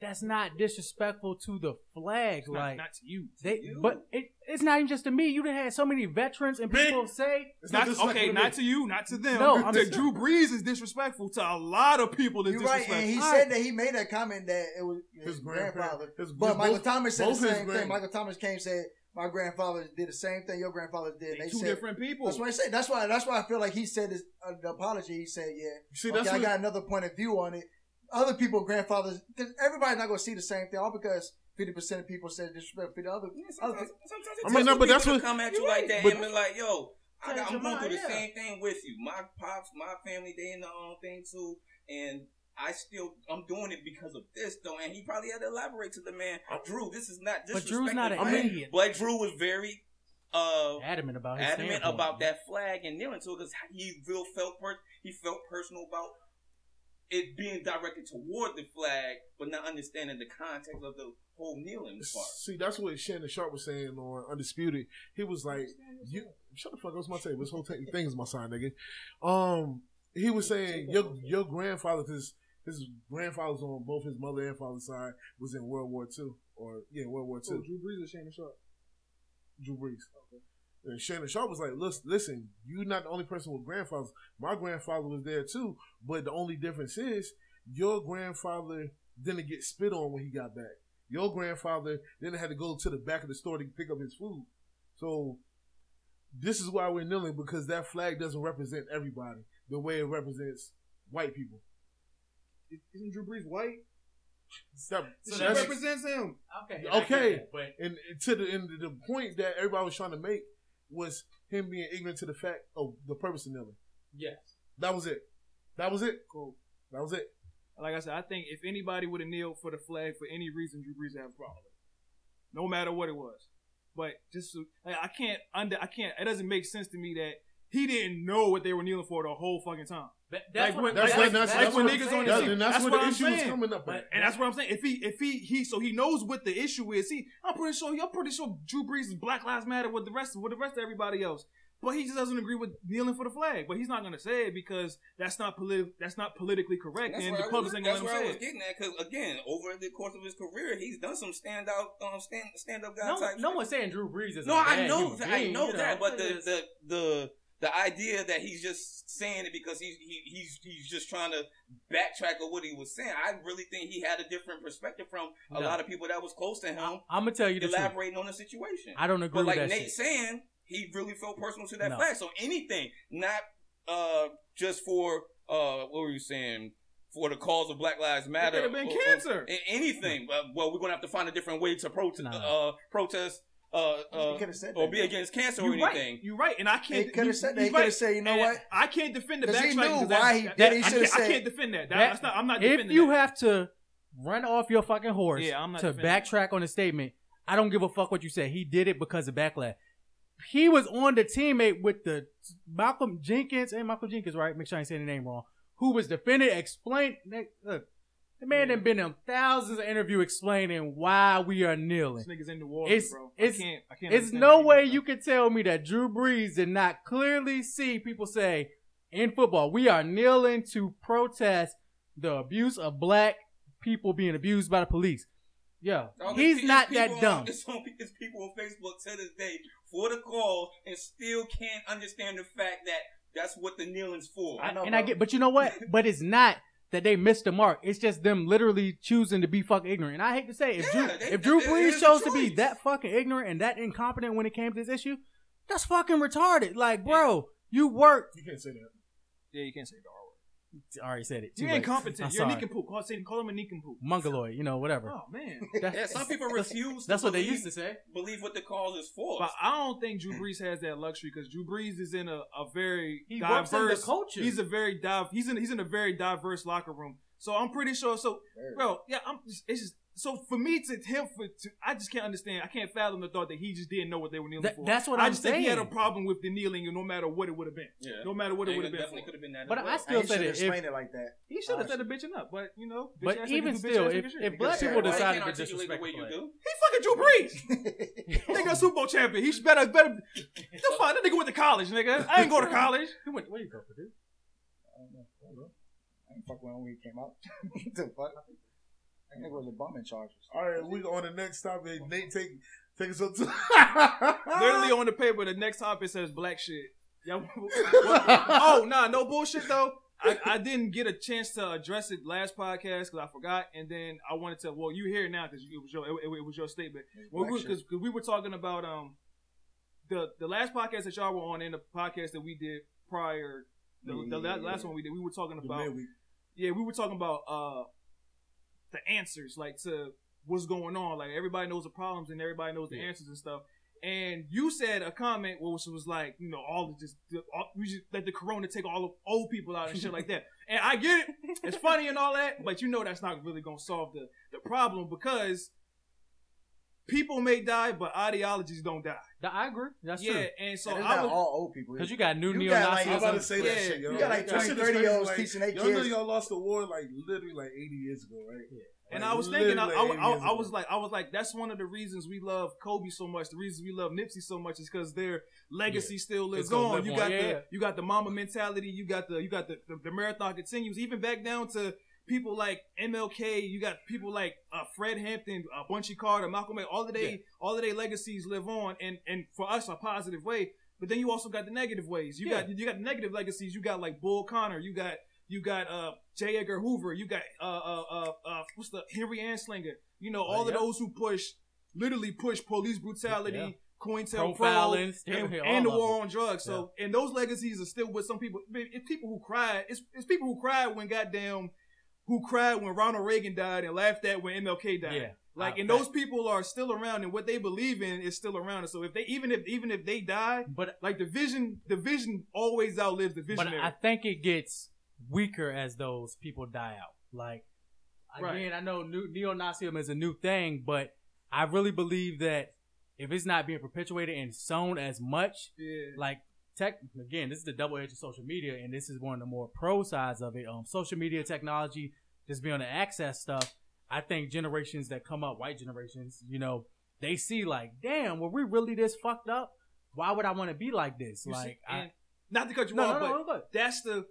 [SPEAKER 5] that's not disrespectful to the flag.
[SPEAKER 4] It's not,
[SPEAKER 5] Like
[SPEAKER 4] not to you.
[SPEAKER 5] they,
[SPEAKER 2] you.
[SPEAKER 5] but it, it's not even just to me. You done had so many veterans and
[SPEAKER 1] Me.
[SPEAKER 5] people say.
[SPEAKER 1] It's
[SPEAKER 4] Not,
[SPEAKER 1] disrespectful
[SPEAKER 4] okay,
[SPEAKER 1] to me.
[SPEAKER 4] not to you, not to them.
[SPEAKER 5] No, I'm
[SPEAKER 4] to
[SPEAKER 5] saying-
[SPEAKER 4] Drew Brees is disrespectful to a lot of people. That's
[SPEAKER 3] You're right,
[SPEAKER 4] disrespectful.
[SPEAKER 3] and he
[SPEAKER 5] All
[SPEAKER 3] said
[SPEAKER 5] right.
[SPEAKER 3] that he made that comment that it was his,
[SPEAKER 1] His
[SPEAKER 3] grandfather.
[SPEAKER 1] grandparent- his-
[SPEAKER 3] but
[SPEAKER 1] his
[SPEAKER 3] Michael
[SPEAKER 1] both-
[SPEAKER 3] Thomas said the
[SPEAKER 1] both his
[SPEAKER 3] same thing.
[SPEAKER 1] grand-
[SPEAKER 3] Michael Thomas came and said, "My grandfather did the same thing your grandfather did." And they
[SPEAKER 4] Two
[SPEAKER 3] said,
[SPEAKER 4] different people.
[SPEAKER 3] That's what I said. That's why. That's why I feel like he said his uh, the apology. He said, "Yeah,
[SPEAKER 1] See,
[SPEAKER 3] okay,
[SPEAKER 1] that's
[SPEAKER 3] I
[SPEAKER 1] what-
[SPEAKER 3] got another point of view on it." Other people, grandfathers, because everybody's not going to see the same thing. All because fifty percent of people said disrespect for the other.
[SPEAKER 2] Yeah,
[SPEAKER 3] other
[SPEAKER 2] sometimes, sometimes
[SPEAKER 1] I mean, no, but that's
[SPEAKER 2] people
[SPEAKER 1] what-
[SPEAKER 2] come at you
[SPEAKER 5] you're
[SPEAKER 2] like
[SPEAKER 5] right,
[SPEAKER 2] that
[SPEAKER 1] but-
[SPEAKER 2] and be like, "Yo, I
[SPEAKER 5] Tell
[SPEAKER 2] got, I'm going
[SPEAKER 5] Jamal,
[SPEAKER 2] through the
[SPEAKER 5] yeah.
[SPEAKER 2] same thing with you. My pops, my family, they in the own thing too, and I still, I'm doing it because of this though." And he probably had to elaborate to the man, Drew. This is not
[SPEAKER 5] But
[SPEAKER 2] disrespectful.
[SPEAKER 5] Drew's not an
[SPEAKER 2] man."
[SPEAKER 5] idiot.
[SPEAKER 2] But Drew was very uh,
[SPEAKER 5] Adamant about his
[SPEAKER 2] adamant
[SPEAKER 5] standpoint.
[SPEAKER 2] about that flag and kneeling to it because he real felt per- he felt personal about it being directed toward the flag, but not understanding the context of the whole kneeling part.
[SPEAKER 1] See, that's what Shannon Sharp was saying on Undisputed. He was like, "You shut the fuck up." It's my table. This whole t- thing is my sign, nigga. Um, he was saying your your grandfather, because his grandfather's on both his mother and father's side, was in World War II, or yeah, World War II.
[SPEAKER 4] Who, Drew Brees or Shannon Sharp.
[SPEAKER 1] Drew Brees. And Shannon Sharp was like, listen, listen, you're not the only person with grandfathers. My grandfather was there too, but the only difference is your grandfather Then it get spit on when he got back. Your grandfather then had to go to the back of the store to pick up his food. So this is why we're kneeling because that flag doesn't represent everybody the way it represents white people.
[SPEAKER 4] Isn't Drew Brees white?
[SPEAKER 1] That-
[SPEAKER 5] So
[SPEAKER 4] She
[SPEAKER 5] that's-
[SPEAKER 4] represents him.
[SPEAKER 5] Okay.
[SPEAKER 4] Oh,
[SPEAKER 1] I get Okay. that,
[SPEAKER 5] but
[SPEAKER 1] and to the and the point that everybody was trying to make was him being ignorant to the fact of the purpose of kneeling.
[SPEAKER 5] yes.
[SPEAKER 1] That was it. That was it.
[SPEAKER 4] Cool.
[SPEAKER 1] That was it.
[SPEAKER 4] Like I said, I think if anybody would have kneeled for the flag for any reason, Drew Brees would have a problem. with it. No matter what it was. But just to- like, I can't under I can't. It doesn't make sense to me that he didn't know what they were kneeling for the whole fucking time.
[SPEAKER 5] that's
[SPEAKER 4] Like
[SPEAKER 5] what,
[SPEAKER 4] when-
[SPEAKER 1] That's
[SPEAKER 4] like-
[SPEAKER 1] when-
[SPEAKER 4] that's-
[SPEAKER 1] that's
[SPEAKER 4] when
[SPEAKER 1] what-
[SPEAKER 4] niggas on the
[SPEAKER 1] That-
[SPEAKER 4] team.
[SPEAKER 1] and that's,
[SPEAKER 4] That's
[SPEAKER 1] where
[SPEAKER 4] what
[SPEAKER 1] the
[SPEAKER 4] I'm
[SPEAKER 1] issue was
[SPEAKER 4] saying.
[SPEAKER 1] coming up.
[SPEAKER 5] But-
[SPEAKER 1] at.
[SPEAKER 4] And that's what I'm saying. If he if he he so he knows what the issue is. He I'm pretty sure I'm pretty sure Drew Brees is Black Lives Matter with the rest with the rest of everybody else. But he just doesn't agree with kneeling for the flag. But he's not gonna say it because that's not politi- that's not politically correct,
[SPEAKER 2] That's
[SPEAKER 4] and
[SPEAKER 2] where
[SPEAKER 4] the
[SPEAKER 2] I
[SPEAKER 4] public
[SPEAKER 2] was-
[SPEAKER 4] ain't
[SPEAKER 2] that's
[SPEAKER 4] gonna
[SPEAKER 2] where
[SPEAKER 4] let
[SPEAKER 2] I
[SPEAKER 4] him
[SPEAKER 2] was
[SPEAKER 4] say it.
[SPEAKER 2] getting at because again, over the course of his career, he's done some standout, um, stand stand up guy
[SPEAKER 5] No,
[SPEAKER 2] type.
[SPEAKER 5] no
[SPEAKER 2] shit.
[SPEAKER 5] one's saying Drew Brees is.
[SPEAKER 2] No,
[SPEAKER 5] a
[SPEAKER 2] I
[SPEAKER 5] bad
[SPEAKER 2] know
[SPEAKER 5] human
[SPEAKER 2] that. I
[SPEAKER 5] being,
[SPEAKER 2] know
[SPEAKER 5] you
[SPEAKER 2] that. But the,
[SPEAKER 5] it's-
[SPEAKER 2] the the the idea that he's just saying it because he's he, he's he's just trying to backtrack of what he was saying. I really think he had a different perspective from a
[SPEAKER 5] No.
[SPEAKER 2] lot of people that was close to him,
[SPEAKER 5] I'm gonna tell you the truth.
[SPEAKER 2] elaborating on the situation.
[SPEAKER 5] I don't agree
[SPEAKER 2] But like
[SPEAKER 5] with that
[SPEAKER 2] Nate
[SPEAKER 5] shit.
[SPEAKER 2] saying, he really felt personal to that
[SPEAKER 5] No.
[SPEAKER 2] fact. So anything, not uh just for uh what were you saying for the cause of Black Lives
[SPEAKER 4] It
[SPEAKER 2] Matter.
[SPEAKER 4] could have been
[SPEAKER 2] or- or-
[SPEAKER 4] cancer.
[SPEAKER 2] a- anything. Uh, well, we're gonna have to find a different way to protest.
[SPEAKER 5] No, no.
[SPEAKER 2] Uh, protest. Uh, uh,
[SPEAKER 3] could have said that.
[SPEAKER 2] or be against cancer or
[SPEAKER 4] You're right.
[SPEAKER 2] anything.
[SPEAKER 4] You're right, and I
[SPEAKER 3] They
[SPEAKER 4] can't.
[SPEAKER 3] could
[SPEAKER 4] you-
[SPEAKER 3] have said that.
[SPEAKER 4] you're
[SPEAKER 3] They could
[SPEAKER 4] right.
[SPEAKER 3] have said, you know
[SPEAKER 4] And
[SPEAKER 3] what?
[SPEAKER 4] I can't defend the
[SPEAKER 3] 'Cause he
[SPEAKER 4] backtrack.
[SPEAKER 3] knew
[SPEAKER 4] 'cause
[SPEAKER 3] why he
[SPEAKER 4] that-
[SPEAKER 3] did it. He
[SPEAKER 4] I
[SPEAKER 3] shoulda
[SPEAKER 4] can't- I
[SPEAKER 3] said-
[SPEAKER 4] can't defend that. That-
[SPEAKER 5] That-
[SPEAKER 4] that's not, I'm not defending
[SPEAKER 5] if you
[SPEAKER 4] that.
[SPEAKER 5] have to run off your fucking horse
[SPEAKER 4] Yeah, I'm not
[SPEAKER 5] to
[SPEAKER 4] defending
[SPEAKER 5] backtrack on a statement, I don't give a fuck what you say. He did it because of backlash. He was on the teammate with the Malcolm Jenkins and Malcolm Jenkins, right? Make sure I ain't saying the name wrong. Who was defending? Explain. Nick, Look, the man done been in thousands of interview explaining why we are kneeling.
[SPEAKER 4] This niggas in New Orleans,
[SPEAKER 5] It's-
[SPEAKER 4] bro.
[SPEAKER 5] it's-
[SPEAKER 4] I can't. I can't
[SPEAKER 5] It's
[SPEAKER 4] understand
[SPEAKER 5] no
[SPEAKER 4] that.
[SPEAKER 5] way you can tell me that Drew Brees did not clearly see people say in football, we are kneeling to protest the abuse of black people being abused by the police. Yeah,
[SPEAKER 2] All these
[SPEAKER 5] he's
[SPEAKER 2] pe-
[SPEAKER 5] not
[SPEAKER 2] people
[SPEAKER 5] that
[SPEAKER 2] on- <laughs>
[SPEAKER 5] dumb.
[SPEAKER 2] It's on, it's people on Facebook to this day for the call and still can't understand the fact that that's what the kneeling's for.
[SPEAKER 5] I-
[SPEAKER 3] know,
[SPEAKER 5] and I
[SPEAKER 3] bro.
[SPEAKER 5] get, but you know
[SPEAKER 2] <laughs>
[SPEAKER 5] what? But it's not that they missed the mark. It's just them literally choosing to be fucking ignorant. And I hate to say, it, if
[SPEAKER 2] Yeah,
[SPEAKER 5] Drew,
[SPEAKER 2] they-
[SPEAKER 5] if Drew
[SPEAKER 2] it- it
[SPEAKER 5] Brees
[SPEAKER 2] is a
[SPEAKER 5] chose to be
[SPEAKER 2] choice.
[SPEAKER 5] that fucking ignorant and that incompetent when it came to this issue, that's fucking retarded. Like, bro, you worked.
[SPEAKER 1] You can't say that.
[SPEAKER 4] Yeah, you can't say the R word.
[SPEAKER 5] I already said it. Too
[SPEAKER 4] You're
[SPEAKER 5] late.
[SPEAKER 4] incompetent.
[SPEAKER 5] I'm
[SPEAKER 4] You're
[SPEAKER 5] sorry.
[SPEAKER 4] Nick and Poop. Call, say, call him a Nick and
[SPEAKER 5] <laughs>
[SPEAKER 4] Poop.
[SPEAKER 5] mongoloid, you know, whatever.
[SPEAKER 4] Oh man.
[SPEAKER 5] That's,
[SPEAKER 2] yeah, some people
[SPEAKER 5] that's-
[SPEAKER 2] refuse.
[SPEAKER 5] That's
[SPEAKER 2] to
[SPEAKER 5] what they
[SPEAKER 2] believe,
[SPEAKER 5] used to say.
[SPEAKER 2] believe what the cause is for.
[SPEAKER 4] But I don't think Drew Brees has that luxury because Drew Brees is in a, a very
[SPEAKER 5] He
[SPEAKER 4] diverse
[SPEAKER 5] works in the culture.
[SPEAKER 4] He's a very div. He's in he's in a very diverse locker room. So I'm pretty sure. So bro, yeah, I'm. Just, it's just so for me to him for to, I just can't understand. I can't fathom the thought that he just didn't know what they were kneeling
[SPEAKER 5] That-
[SPEAKER 4] for.
[SPEAKER 5] that's what
[SPEAKER 4] I
[SPEAKER 5] I'm
[SPEAKER 4] just think he had a
[SPEAKER 5] saying.
[SPEAKER 4] problem with the kneeling, and no matter what it would have been,
[SPEAKER 2] yeah,
[SPEAKER 4] no matter what
[SPEAKER 2] Yeah,
[SPEAKER 4] it would have been.
[SPEAKER 2] definitely
[SPEAKER 4] For.
[SPEAKER 2] could have been that. as
[SPEAKER 5] But
[SPEAKER 2] well.
[SPEAKER 5] I
[SPEAKER 3] He
[SPEAKER 5] still
[SPEAKER 3] should have
[SPEAKER 5] say that. If,
[SPEAKER 3] explained it like that.
[SPEAKER 4] He should have said a bitching up, but you know, bitch
[SPEAKER 5] But
[SPEAKER 4] ass niggas
[SPEAKER 5] even
[SPEAKER 4] do bitch
[SPEAKER 5] still,
[SPEAKER 4] ass
[SPEAKER 5] if-
[SPEAKER 4] nigga shit.
[SPEAKER 5] if
[SPEAKER 4] Nigga,
[SPEAKER 5] black
[SPEAKER 4] shit.
[SPEAKER 5] people
[SPEAKER 2] Why you
[SPEAKER 5] decide-
[SPEAKER 2] can't
[SPEAKER 5] to
[SPEAKER 2] articulate the way you
[SPEAKER 5] disrespect
[SPEAKER 2] do.
[SPEAKER 4] He fucking Drew Brees.
[SPEAKER 5] <laughs>
[SPEAKER 4] nigga, a Super Bowl champion. He should better better. The fuck, that nigga went to college, nigga. I ain't
[SPEAKER 5] <laughs>
[SPEAKER 4] go to college.
[SPEAKER 5] he went, where you go, dude?
[SPEAKER 3] I don't know. I don't know. I didn't fuck when we came out. <laughs> the fuck? I think it was a bum in charges.
[SPEAKER 1] All right, we on the next topic. Nate, take take us up to.
[SPEAKER 4] Literally on the paper, the next topic says black shit.
[SPEAKER 5] <laughs>
[SPEAKER 4] Y'all-
[SPEAKER 1] <laughs>
[SPEAKER 4] <laughs> oh nah, no bullshit though. I, I didn't get a chance to address it last podcast because I forgot, and then I wanted to. Well, you here now because it was your it, it was your statement. Well,
[SPEAKER 3] Black shit.
[SPEAKER 4] because we were talking about um the the last podcast that y'all were on and the podcast that we did prior the,
[SPEAKER 3] Yeah,
[SPEAKER 4] the
[SPEAKER 3] yeah,
[SPEAKER 4] la-
[SPEAKER 3] yeah,
[SPEAKER 4] last
[SPEAKER 3] yeah.
[SPEAKER 4] one we did we were talking
[SPEAKER 1] The
[SPEAKER 4] about
[SPEAKER 1] midweek.
[SPEAKER 4] yeah, we were talking about uh the answers, like to what's going on. Like everybody knows the problems and everybody knows the answers and stuff. And you said a comment which was like, you know, all of just the- all, we just let the corona take all of old people out and shit like that.
[SPEAKER 5] <laughs>
[SPEAKER 4] And I get it, it's funny and all that, but you know that's not really gonna solve the the problem because people may die, but ideologies don't die.
[SPEAKER 5] The, I agree. That's
[SPEAKER 4] yeah,
[SPEAKER 5] true.
[SPEAKER 4] and so
[SPEAKER 3] So it's
[SPEAKER 4] I
[SPEAKER 3] not
[SPEAKER 4] was
[SPEAKER 3] all old people.
[SPEAKER 5] Because you got new
[SPEAKER 3] You
[SPEAKER 5] neo
[SPEAKER 3] got, like-
[SPEAKER 1] I'm about to
[SPEAKER 5] Nazis.
[SPEAKER 1] say that
[SPEAKER 4] Yeah,
[SPEAKER 1] shit, yo.
[SPEAKER 4] you got,
[SPEAKER 3] like,
[SPEAKER 1] That shit
[SPEAKER 3] 20,
[SPEAKER 1] is
[SPEAKER 3] 30
[SPEAKER 1] crazy,
[SPEAKER 3] olds
[SPEAKER 1] like,
[SPEAKER 3] teaching they
[SPEAKER 1] Y'all know
[SPEAKER 3] kids.
[SPEAKER 1] y'all lost the war like literally like 80 years ago, right?
[SPEAKER 4] And
[SPEAKER 1] Like,
[SPEAKER 4] I was thinking, I, I,
[SPEAKER 1] literally 80
[SPEAKER 4] I-
[SPEAKER 1] years
[SPEAKER 4] I was
[SPEAKER 1] ago.
[SPEAKER 4] like, I was like, that's one of the reasons we love Kobe so much. The reasons we love Nipsey so much is because their legacy still lives
[SPEAKER 5] It's gonna
[SPEAKER 4] on.
[SPEAKER 5] live
[SPEAKER 4] you
[SPEAKER 5] on,
[SPEAKER 4] got
[SPEAKER 5] yeah.
[SPEAKER 4] the you got the mama mentality. You got the you got the, the, the marathon continues. Even back down to people like MLK. You got people like uh, Fred Hampton, uh, Bunchy Carter, Malcolm X. All of they
[SPEAKER 5] Yeah.
[SPEAKER 4] all of their legacies live on, and and for us, a positive way. But then you also got the negative ways. You got you got the negative legacies. You got like Bull Connor. You got You got uh J. Edgar Hoover. You got uh uh uh, uh what's the Henry Anslinger. You know all
[SPEAKER 5] Uh,
[SPEAKER 4] of
[SPEAKER 5] yeah.
[SPEAKER 4] those who push, literally push police brutality,
[SPEAKER 5] Yeah.
[SPEAKER 4] COINTELPRO,
[SPEAKER 5] Profiling,
[SPEAKER 4] and,
[SPEAKER 5] stereotype,
[SPEAKER 4] and the
[SPEAKER 5] all of
[SPEAKER 4] war on drugs. So, and those legacies are still with some people. I mean, It's people who cried. It's, it's people who cried when goddamn, who cried when Ronald Reagan died and laughed at when MLK died.
[SPEAKER 5] Yeah.
[SPEAKER 4] Like,
[SPEAKER 5] Uh,
[SPEAKER 4] and
[SPEAKER 5] fact.
[SPEAKER 4] those people are still around, and what they believe in is still around. And so, if they even if even if they die,
[SPEAKER 5] But
[SPEAKER 4] like the vision, the vision always outlives the
[SPEAKER 5] but
[SPEAKER 4] visionary.
[SPEAKER 5] I think it gets weaker as those people die out. Like again,
[SPEAKER 4] Right.
[SPEAKER 5] I know new, neo-Nazism is a new thing, but I really believe that if it's not being perpetuated and sown as much,
[SPEAKER 4] yeah,
[SPEAKER 5] like tech again, this is the double edge of social media, and this is one of the more pro sides of it. Um, social media technology, just being on the access stuff. I think generations that come up, white generations, you know, they see like, damn, were we really this fucked up? Why would I want to be like this?
[SPEAKER 4] You see-
[SPEAKER 5] like, I,
[SPEAKER 4] and not to cut you
[SPEAKER 5] no,
[SPEAKER 4] off,
[SPEAKER 5] no,
[SPEAKER 4] but
[SPEAKER 5] no, no, but
[SPEAKER 4] that's the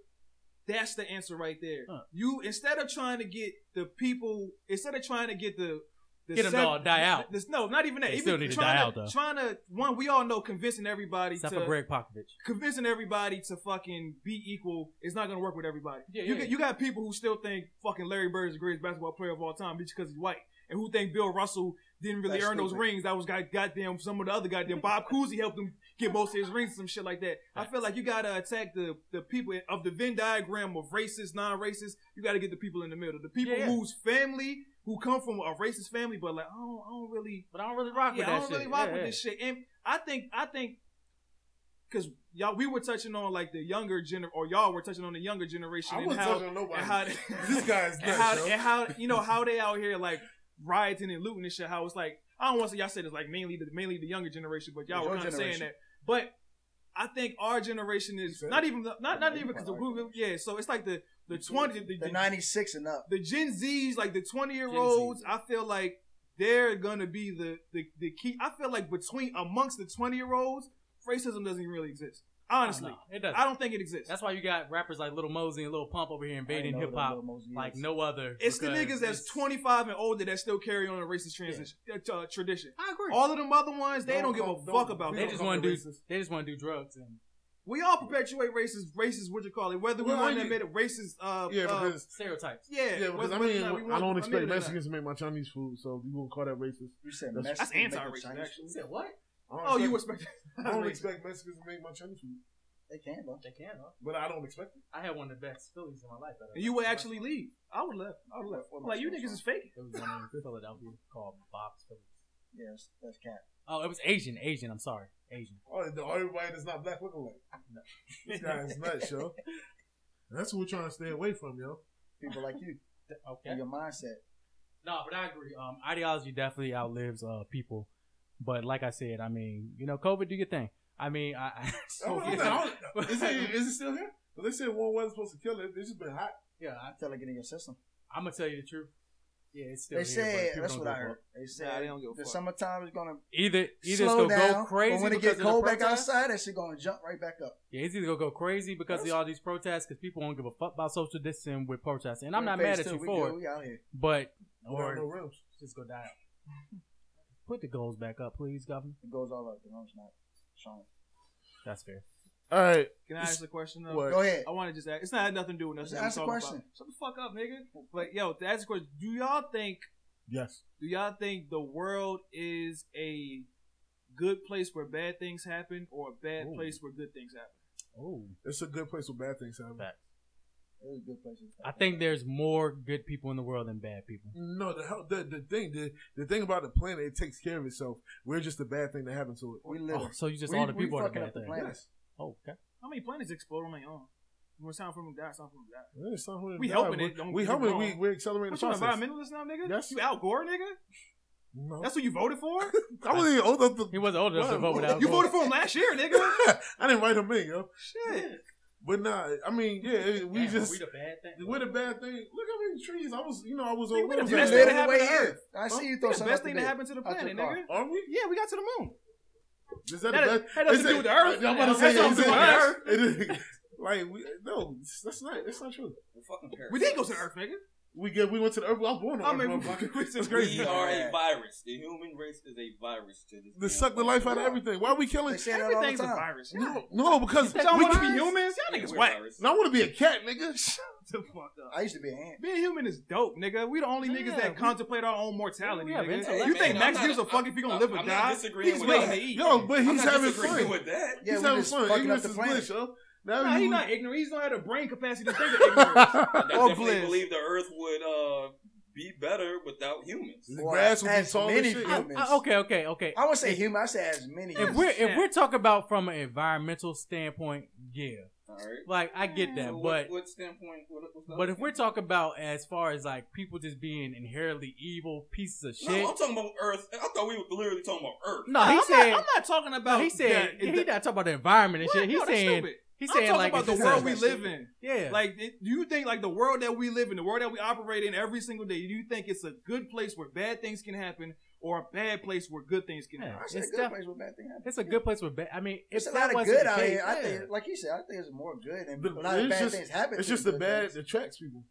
[SPEAKER 4] that's the answer right there.
[SPEAKER 5] Huh.
[SPEAKER 4] You instead of trying to get the people, instead of trying to get the, the
[SPEAKER 5] Get 'em to all die out.
[SPEAKER 4] This, no, not even that.
[SPEAKER 5] They
[SPEAKER 4] even
[SPEAKER 5] still need to
[SPEAKER 4] trying
[SPEAKER 5] die out, though.
[SPEAKER 4] Trying to one, we all know convincing everybody
[SPEAKER 5] except
[SPEAKER 4] to
[SPEAKER 5] for Greg Popovich.
[SPEAKER 4] convincing everybody to fucking be equal is not gonna work with everybody.
[SPEAKER 5] Yeah,
[SPEAKER 4] you
[SPEAKER 5] yeah.
[SPEAKER 4] Got, you got people who still think fucking Larry Bird is the greatest basketball player of all time just because he's white, and who think Bill Russell didn't really
[SPEAKER 3] That's
[SPEAKER 4] earn those
[SPEAKER 3] stupid.
[SPEAKER 4] rings. That was god- goddamn some of the other goddamn Bob Cousy helped him get most of his rings, some shit like that. I feel like you gotta attack the the people of the Venn diagram of racist, non-racist. You gotta get the people in the middle, the people
[SPEAKER 5] Yeah, yeah.
[SPEAKER 4] whose family who come from a racist family, but like I don't, I don't really
[SPEAKER 5] But I don't really rock with
[SPEAKER 4] yeah,
[SPEAKER 5] that
[SPEAKER 4] I don't
[SPEAKER 5] shit.
[SPEAKER 4] really rock
[SPEAKER 5] Yeah,
[SPEAKER 4] with
[SPEAKER 5] yeah.
[SPEAKER 4] this shit. And I think I think because y'all we were touching on like the younger gener or y'all were touching on the younger generation
[SPEAKER 1] I
[SPEAKER 4] and
[SPEAKER 1] wasn't
[SPEAKER 4] how
[SPEAKER 1] touching on nobody.
[SPEAKER 4] and how
[SPEAKER 1] <laughs> this guy's
[SPEAKER 4] and how
[SPEAKER 1] nuts, yo.
[SPEAKER 4] and how you know how they out here like rioting and looting and shit. How it's like I don't want to say y'all said it's like mainly the mainly the younger generation, but y'all
[SPEAKER 3] Your
[SPEAKER 4] were kind of saying
[SPEAKER 3] generation.
[SPEAKER 4] that. But I think our generation is
[SPEAKER 1] said
[SPEAKER 4] not even the- not not
[SPEAKER 3] Yeah,
[SPEAKER 4] even because the
[SPEAKER 3] our
[SPEAKER 4] group yeah. So it's like the the twenty the,
[SPEAKER 3] The
[SPEAKER 4] the,
[SPEAKER 3] ninety six and up.
[SPEAKER 4] the Gen Zs, like the twenty year olds, I feel like they're gonna be the, the the key. I feel like between amongst the twenty year olds, racism doesn't even really exist. Honestly,
[SPEAKER 5] No, it doesn't.
[SPEAKER 4] I don't think it exists.
[SPEAKER 5] That's why you got rappers like Little Mosey and Little Pump over here
[SPEAKER 3] I
[SPEAKER 5] invading
[SPEAKER 3] know
[SPEAKER 5] hip
[SPEAKER 3] them
[SPEAKER 5] hop
[SPEAKER 3] little Mosey
[SPEAKER 5] like
[SPEAKER 3] is.
[SPEAKER 5] no other.
[SPEAKER 4] it's the
[SPEAKER 5] because
[SPEAKER 4] niggas that's
[SPEAKER 5] it's-
[SPEAKER 4] twenty five and older that still carry on a racist transition uh, t- uh, tradition.
[SPEAKER 5] I agree.
[SPEAKER 4] All of them other ones, they don't,
[SPEAKER 1] Don't
[SPEAKER 4] give a
[SPEAKER 1] come-
[SPEAKER 4] fuck
[SPEAKER 1] don't-
[SPEAKER 4] about
[SPEAKER 1] we
[SPEAKER 5] they
[SPEAKER 1] don't
[SPEAKER 4] that.
[SPEAKER 5] just
[SPEAKER 1] call
[SPEAKER 5] want
[SPEAKER 1] it
[SPEAKER 5] to do.
[SPEAKER 1] racist.
[SPEAKER 5] They just want to do drugs and
[SPEAKER 4] We all perpetuate racist, racist, what you call it, whether we
[SPEAKER 1] Well, I
[SPEAKER 4] want to
[SPEAKER 1] get-
[SPEAKER 4] admit it, racist. Uh,
[SPEAKER 1] yeah,
[SPEAKER 4] uh,
[SPEAKER 1] because
[SPEAKER 5] stereotypes.
[SPEAKER 4] yeah,
[SPEAKER 1] yeah, because
[SPEAKER 4] whether-
[SPEAKER 1] I
[SPEAKER 4] whether or not we
[SPEAKER 1] mean, I
[SPEAKER 4] want-
[SPEAKER 1] don't
[SPEAKER 4] admit it or
[SPEAKER 1] expect
[SPEAKER 4] not.
[SPEAKER 1] Mexicans to make my Chinese food, so you won't call that racist.
[SPEAKER 3] You said
[SPEAKER 1] That's-
[SPEAKER 3] Mexicans
[SPEAKER 4] That's
[SPEAKER 3] make up
[SPEAKER 4] anti-racist.
[SPEAKER 3] Chinese
[SPEAKER 4] Actually.
[SPEAKER 3] food.
[SPEAKER 5] said what?
[SPEAKER 1] I don't
[SPEAKER 4] Oh, you
[SPEAKER 1] expect-
[SPEAKER 4] expect?
[SPEAKER 1] I don't expect Mexicans to make my Chinese food,
[SPEAKER 3] They can though.
[SPEAKER 5] They can. Though.
[SPEAKER 1] but I don't expect it.
[SPEAKER 5] I had one of the best Phillies in my life.
[SPEAKER 4] And you would actually leave. I would left. I would left. Like you niggas is fake.
[SPEAKER 5] There was one in Philadelphia called Bob's Phillies.
[SPEAKER 3] Yes, that's cat.
[SPEAKER 5] Oh, it was Asian. Asian. I'm sorry. Asian.
[SPEAKER 1] Oh, the- everybody that's not black looking like. This guy's nuts,
[SPEAKER 4] <laughs>
[SPEAKER 1] yo. And that's what we're trying to stay away from, yo.
[SPEAKER 3] People like you and
[SPEAKER 5] Okay.
[SPEAKER 3] your mindset.
[SPEAKER 5] No, but I agree. Um, ideology definitely outlives uh people. But like I said, I mean, you know, COVID, do your thing. I mean, I. I <laughs>
[SPEAKER 1] Oh, I'm not- I don't- is, it, is it still here? Well, they said warm weather's supposed to kill it. It's just been hot.
[SPEAKER 5] yeah, I,
[SPEAKER 3] Until they get in your system.
[SPEAKER 5] I'm gonna tell you the truth. Yeah, it's still
[SPEAKER 3] They
[SPEAKER 5] here, but
[SPEAKER 3] said
[SPEAKER 5] people
[SPEAKER 3] that's
[SPEAKER 5] don't
[SPEAKER 3] what I
[SPEAKER 5] give a fuck.
[SPEAKER 3] heard. They said
[SPEAKER 4] they don't give a
[SPEAKER 3] the
[SPEAKER 4] fuck.
[SPEAKER 3] summertime is gonna
[SPEAKER 5] Either either
[SPEAKER 3] slow
[SPEAKER 5] it's gonna
[SPEAKER 3] down.
[SPEAKER 5] go crazy
[SPEAKER 3] but when it
[SPEAKER 5] because
[SPEAKER 3] gets
[SPEAKER 5] of the
[SPEAKER 3] cold back
[SPEAKER 5] protests.
[SPEAKER 3] outside, that shit gonna jump right back up.
[SPEAKER 5] Yeah, it's either gonna go crazy because of all these protests because people won't give a fuck about social distancing with protests, and I'm
[SPEAKER 3] We're
[SPEAKER 5] not
[SPEAKER 3] in
[SPEAKER 5] mad
[SPEAKER 3] phase
[SPEAKER 5] at
[SPEAKER 3] two.
[SPEAKER 5] you
[SPEAKER 3] We
[SPEAKER 5] for
[SPEAKER 3] good.
[SPEAKER 5] it,
[SPEAKER 3] We out here.
[SPEAKER 5] but
[SPEAKER 1] We don't have no
[SPEAKER 5] or
[SPEAKER 1] rims.
[SPEAKER 5] just go die. Out. <laughs> Put the goals back up, please, governor.
[SPEAKER 3] It goes all up. The room's not showing.
[SPEAKER 5] That's fair.
[SPEAKER 1] All right.
[SPEAKER 4] Can I ask a question though?
[SPEAKER 1] What?
[SPEAKER 3] Go ahead.
[SPEAKER 4] I want to just ask. It's not had nothing to do with nothing.
[SPEAKER 3] Just ask
[SPEAKER 4] I'm
[SPEAKER 3] a
[SPEAKER 4] talking
[SPEAKER 3] question.
[SPEAKER 4] about. Shut the fuck up, nigga. But yo, to ask a question, do y'all think?
[SPEAKER 1] Yes.
[SPEAKER 4] Do y'all think the world is a good place where bad things happen, or a bad
[SPEAKER 5] Ooh.
[SPEAKER 4] place where good things happen?
[SPEAKER 5] Oh,
[SPEAKER 1] It's a good place where bad things happen.
[SPEAKER 5] Fact.
[SPEAKER 3] It was a good place.
[SPEAKER 5] I think there's more good people in the world than bad people.
[SPEAKER 1] No, the, hell- the the thing the, the thing about the planet, it takes care of itself. We're just a bad thing that happened to it.
[SPEAKER 3] we live.
[SPEAKER 5] Oh, so you just
[SPEAKER 3] We-
[SPEAKER 5] all the
[SPEAKER 3] we
[SPEAKER 5] people are the
[SPEAKER 3] fucking
[SPEAKER 5] bad
[SPEAKER 3] up the
[SPEAKER 5] thing.
[SPEAKER 3] planet.
[SPEAKER 1] Yes.
[SPEAKER 5] Oh, okay.
[SPEAKER 4] How many planets explode on their own? More time for them to die, time for them to die.
[SPEAKER 1] Yeah, it's not who-
[SPEAKER 4] We
[SPEAKER 1] nah,
[SPEAKER 4] helping
[SPEAKER 1] we-
[SPEAKER 4] it, don't
[SPEAKER 1] We
[SPEAKER 4] get me
[SPEAKER 1] helping. it. We
[SPEAKER 4] wrong.
[SPEAKER 1] we're accelerating
[SPEAKER 4] What
[SPEAKER 1] the
[SPEAKER 4] you
[SPEAKER 1] process.
[SPEAKER 4] environmentalist now, nigga?
[SPEAKER 1] Yes.
[SPEAKER 4] You Al Gore, nigga?
[SPEAKER 1] No.
[SPEAKER 4] That's who you voted for?
[SPEAKER 1] I wasn't even old
[SPEAKER 4] <laughs>
[SPEAKER 1] enough
[SPEAKER 5] He
[SPEAKER 1] to.
[SPEAKER 5] wasn't old enough to
[SPEAKER 1] Well,
[SPEAKER 5] vote without.
[SPEAKER 4] you
[SPEAKER 5] going.
[SPEAKER 4] voted for him last year, nigga.
[SPEAKER 1] <laughs> I didn't write him in, yo.
[SPEAKER 4] Shit.
[SPEAKER 1] But nah, I mean, yeah, it- we
[SPEAKER 5] Damn,
[SPEAKER 1] just
[SPEAKER 5] we the bad thing.
[SPEAKER 1] What a bad thing. Look how many trees. I was, you know, I was
[SPEAKER 4] Nigga,
[SPEAKER 1] over.
[SPEAKER 4] we the
[SPEAKER 1] I was
[SPEAKER 3] We
[SPEAKER 4] best
[SPEAKER 1] like,
[SPEAKER 4] thing
[SPEAKER 3] live
[SPEAKER 4] that
[SPEAKER 3] in the way
[SPEAKER 4] happened to
[SPEAKER 3] here. I see you throw
[SPEAKER 4] the
[SPEAKER 3] something
[SPEAKER 4] best
[SPEAKER 3] out
[SPEAKER 4] thing
[SPEAKER 3] the
[SPEAKER 4] that
[SPEAKER 3] bed.
[SPEAKER 4] happened to the
[SPEAKER 3] Out your
[SPEAKER 4] planet,
[SPEAKER 3] car.
[SPEAKER 4] nigga.
[SPEAKER 1] Are we?
[SPEAKER 4] Yeah, we got to the moon.
[SPEAKER 1] Is that,
[SPEAKER 4] That-
[SPEAKER 1] the best?
[SPEAKER 4] that doesn't
[SPEAKER 1] is
[SPEAKER 4] do with the earth.
[SPEAKER 1] I'm about to say
[SPEAKER 4] That's
[SPEAKER 1] is <laughs> it,
[SPEAKER 4] not
[SPEAKER 1] it is- Like we, no, that's not. That's not true.
[SPEAKER 2] Well, fucking Paris.
[SPEAKER 4] We did go to the Earth, nigga.
[SPEAKER 1] We get we went to the earth. I was born
[SPEAKER 4] I
[SPEAKER 1] on
[SPEAKER 4] mean,
[SPEAKER 1] Earth, motherfucker. <laughs>
[SPEAKER 4] <laughs> it's
[SPEAKER 2] We
[SPEAKER 4] crazy.
[SPEAKER 2] are a virus. The human race is a virus to this.
[SPEAKER 1] They
[SPEAKER 2] damn
[SPEAKER 1] suck the
[SPEAKER 2] planet.
[SPEAKER 1] life out of everything. Why are we killing?
[SPEAKER 3] They say that all the
[SPEAKER 4] Everything's a
[SPEAKER 3] time.
[SPEAKER 4] virus.
[SPEAKER 1] No, no, because we
[SPEAKER 4] Y'all want to be
[SPEAKER 1] can't-
[SPEAKER 4] humans? Y'all
[SPEAKER 2] Yeah,
[SPEAKER 4] niggas
[SPEAKER 2] we're
[SPEAKER 4] whack.
[SPEAKER 2] virus.
[SPEAKER 1] No, I want to be a cat,
[SPEAKER 4] <laughs>
[SPEAKER 1] nigga.
[SPEAKER 4] Shut the fuck up.
[SPEAKER 3] I used to be an ant.
[SPEAKER 4] Being human is dope, nigga. We the only niggas
[SPEAKER 5] Yeah,
[SPEAKER 4] that
[SPEAKER 5] we-
[SPEAKER 4] contemplate our own mortality,
[SPEAKER 5] Yeah, we
[SPEAKER 4] nigga.
[SPEAKER 5] have intellect.
[SPEAKER 4] you
[SPEAKER 2] Hey,
[SPEAKER 4] think
[SPEAKER 2] man,
[SPEAKER 4] Max
[SPEAKER 2] I'm
[SPEAKER 4] gives a
[SPEAKER 2] not-
[SPEAKER 4] fuck if he gonna
[SPEAKER 2] I'm-
[SPEAKER 4] live or
[SPEAKER 2] I'm not
[SPEAKER 4] die?
[SPEAKER 2] disagreeing
[SPEAKER 4] He's
[SPEAKER 2] with
[SPEAKER 4] waiting
[SPEAKER 2] that.
[SPEAKER 4] to eat.
[SPEAKER 1] Yo, but
[SPEAKER 2] I'm
[SPEAKER 1] he's
[SPEAKER 2] not
[SPEAKER 1] having
[SPEAKER 2] disagreeing
[SPEAKER 1] fun.
[SPEAKER 2] with that.
[SPEAKER 3] Yeah,
[SPEAKER 1] he's
[SPEAKER 3] we
[SPEAKER 1] having
[SPEAKER 3] just
[SPEAKER 1] fun.
[SPEAKER 3] fucking up
[SPEAKER 1] Ignorance
[SPEAKER 3] the
[SPEAKER 1] is
[SPEAKER 3] planet.
[SPEAKER 1] bliss, yo. Now
[SPEAKER 4] Nah, he
[SPEAKER 1] you-
[SPEAKER 4] not ignorant. He's not had a brain capacity to think of ignorance.
[SPEAKER 2] I
[SPEAKER 4] Or
[SPEAKER 2] definitely
[SPEAKER 4] bliss.
[SPEAKER 2] believe the Earth would uh, be better without humans.
[SPEAKER 1] The
[SPEAKER 3] Or
[SPEAKER 1] grass will be
[SPEAKER 3] as
[SPEAKER 1] tall
[SPEAKER 3] many
[SPEAKER 1] as shit.
[SPEAKER 3] people.
[SPEAKER 5] I- I- okay, okay, okay.
[SPEAKER 3] I wouldn't say human. I say as many.
[SPEAKER 5] If
[SPEAKER 3] as-
[SPEAKER 5] we're if we're talking about from an environmental standpoint, yeah,
[SPEAKER 2] All right.
[SPEAKER 5] like I get that,
[SPEAKER 2] So
[SPEAKER 5] but
[SPEAKER 2] what, what standpoint? What, what's the
[SPEAKER 5] but
[SPEAKER 2] other
[SPEAKER 5] if we're
[SPEAKER 2] standpoint?
[SPEAKER 5] talking about as far as like people just being inherently evil pieces of shit,
[SPEAKER 2] no, I'm talking about Earth. I thought we were literally talking about Earth.
[SPEAKER 5] no, he
[SPEAKER 4] I'm
[SPEAKER 5] said
[SPEAKER 4] not, I'm not talking about.
[SPEAKER 5] no, he said
[SPEAKER 4] that-
[SPEAKER 5] he not talking about the environment and
[SPEAKER 4] What?
[SPEAKER 5] shit. He's
[SPEAKER 4] No, that's
[SPEAKER 5] saying
[SPEAKER 4] stupid.
[SPEAKER 5] he's
[SPEAKER 4] I'm
[SPEAKER 5] saying
[SPEAKER 4] talking
[SPEAKER 5] like
[SPEAKER 4] about the
[SPEAKER 5] it's-
[SPEAKER 4] world we live in.
[SPEAKER 5] Yeah,
[SPEAKER 4] Like, it- do you think like the world that we live in, the world that we operate in every single day? Do you think it's a good place where bad things can happen, or a bad place where good things can
[SPEAKER 5] Yeah.
[SPEAKER 4] happen?
[SPEAKER 3] I say
[SPEAKER 5] It's
[SPEAKER 3] a good
[SPEAKER 5] def-
[SPEAKER 3] place where bad things happen.
[SPEAKER 5] it's a good place with. Ba- I mean, if
[SPEAKER 3] It's a
[SPEAKER 5] that
[SPEAKER 3] lot of
[SPEAKER 5] wasn't
[SPEAKER 3] good
[SPEAKER 5] the
[SPEAKER 3] out
[SPEAKER 5] case,
[SPEAKER 3] here. I
[SPEAKER 5] yeah.
[SPEAKER 3] think, like you said, I think it's more good and
[SPEAKER 1] The-
[SPEAKER 3] a lot of
[SPEAKER 1] it's
[SPEAKER 3] bad
[SPEAKER 1] just-
[SPEAKER 3] things happen.
[SPEAKER 1] It's
[SPEAKER 3] to
[SPEAKER 1] just the
[SPEAKER 3] good
[SPEAKER 1] bad
[SPEAKER 3] things.
[SPEAKER 1] that attracts people.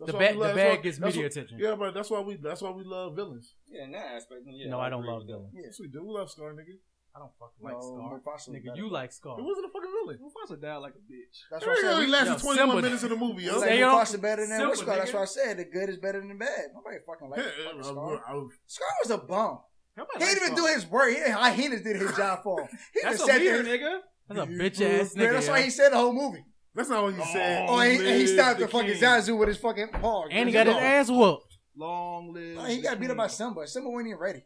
[SPEAKER 1] That's
[SPEAKER 5] the
[SPEAKER 1] why we
[SPEAKER 5] bad the
[SPEAKER 1] love- that's
[SPEAKER 5] bad
[SPEAKER 1] why-
[SPEAKER 5] gets
[SPEAKER 1] that's
[SPEAKER 5] media
[SPEAKER 1] why-
[SPEAKER 5] attention.
[SPEAKER 1] Yeah, but that's why we that's why we love villains.
[SPEAKER 2] Yeah, in that aspect. Yeah,
[SPEAKER 5] no, I don't
[SPEAKER 2] agree
[SPEAKER 5] love
[SPEAKER 2] with that.
[SPEAKER 5] villains.
[SPEAKER 1] Yes, we do. We love Scar, nigga.
[SPEAKER 5] I don't fucking
[SPEAKER 3] No,
[SPEAKER 5] like Scar.
[SPEAKER 3] Mufasa was
[SPEAKER 5] Nigga,
[SPEAKER 3] better.
[SPEAKER 5] you like Scar.
[SPEAKER 1] It wasn't a fucking villain.
[SPEAKER 4] Mufasa died like a bitch.
[SPEAKER 3] That's what I
[SPEAKER 1] It
[SPEAKER 3] said.
[SPEAKER 1] only
[SPEAKER 3] We,
[SPEAKER 1] lasted
[SPEAKER 5] yo,
[SPEAKER 1] 21
[SPEAKER 5] Simba-
[SPEAKER 1] minutes in the movie,
[SPEAKER 3] we
[SPEAKER 1] yo.
[SPEAKER 3] like
[SPEAKER 5] Say, yo,
[SPEAKER 3] Mufasa better than
[SPEAKER 5] simple,
[SPEAKER 3] what Scar. That's
[SPEAKER 5] nigga.
[SPEAKER 3] why I said the good is better than the bad. Nobody fucking
[SPEAKER 1] <laughs> Yeah,
[SPEAKER 3] like fucking Scar.
[SPEAKER 1] I- I-
[SPEAKER 3] Scar was a bum.
[SPEAKER 4] Nobody
[SPEAKER 3] He
[SPEAKER 4] likes
[SPEAKER 3] didn't even
[SPEAKER 4] Scar.
[SPEAKER 3] do his work. He didn't, hyenas did his job for him. He
[SPEAKER 4] That's
[SPEAKER 3] just
[SPEAKER 4] a
[SPEAKER 3] sat
[SPEAKER 4] leader,
[SPEAKER 3] there.
[SPEAKER 4] nigga.
[SPEAKER 5] That's a
[SPEAKER 1] You
[SPEAKER 5] bitch
[SPEAKER 1] good,
[SPEAKER 5] ass
[SPEAKER 3] Man,
[SPEAKER 5] nigga.
[SPEAKER 3] that's
[SPEAKER 5] yo.
[SPEAKER 3] why he said the whole movie.
[SPEAKER 1] That's not what he said.
[SPEAKER 3] Oh, he, he
[SPEAKER 1] Live
[SPEAKER 3] stopped the,
[SPEAKER 1] the
[SPEAKER 3] fucking
[SPEAKER 1] king.
[SPEAKER 3] Zazu with his fucking paw.
[SPEAKER 5] And he got his
[SPEAKER 3] No.
[SPEAKER 5] ass whooped.
[SPEAKER 4] Long live.
[SPEAKER 3] Oh, He got beat up by
[SPEAKER 4] by.
[SPEAKER 3] Simba. Simba wasn't even ready.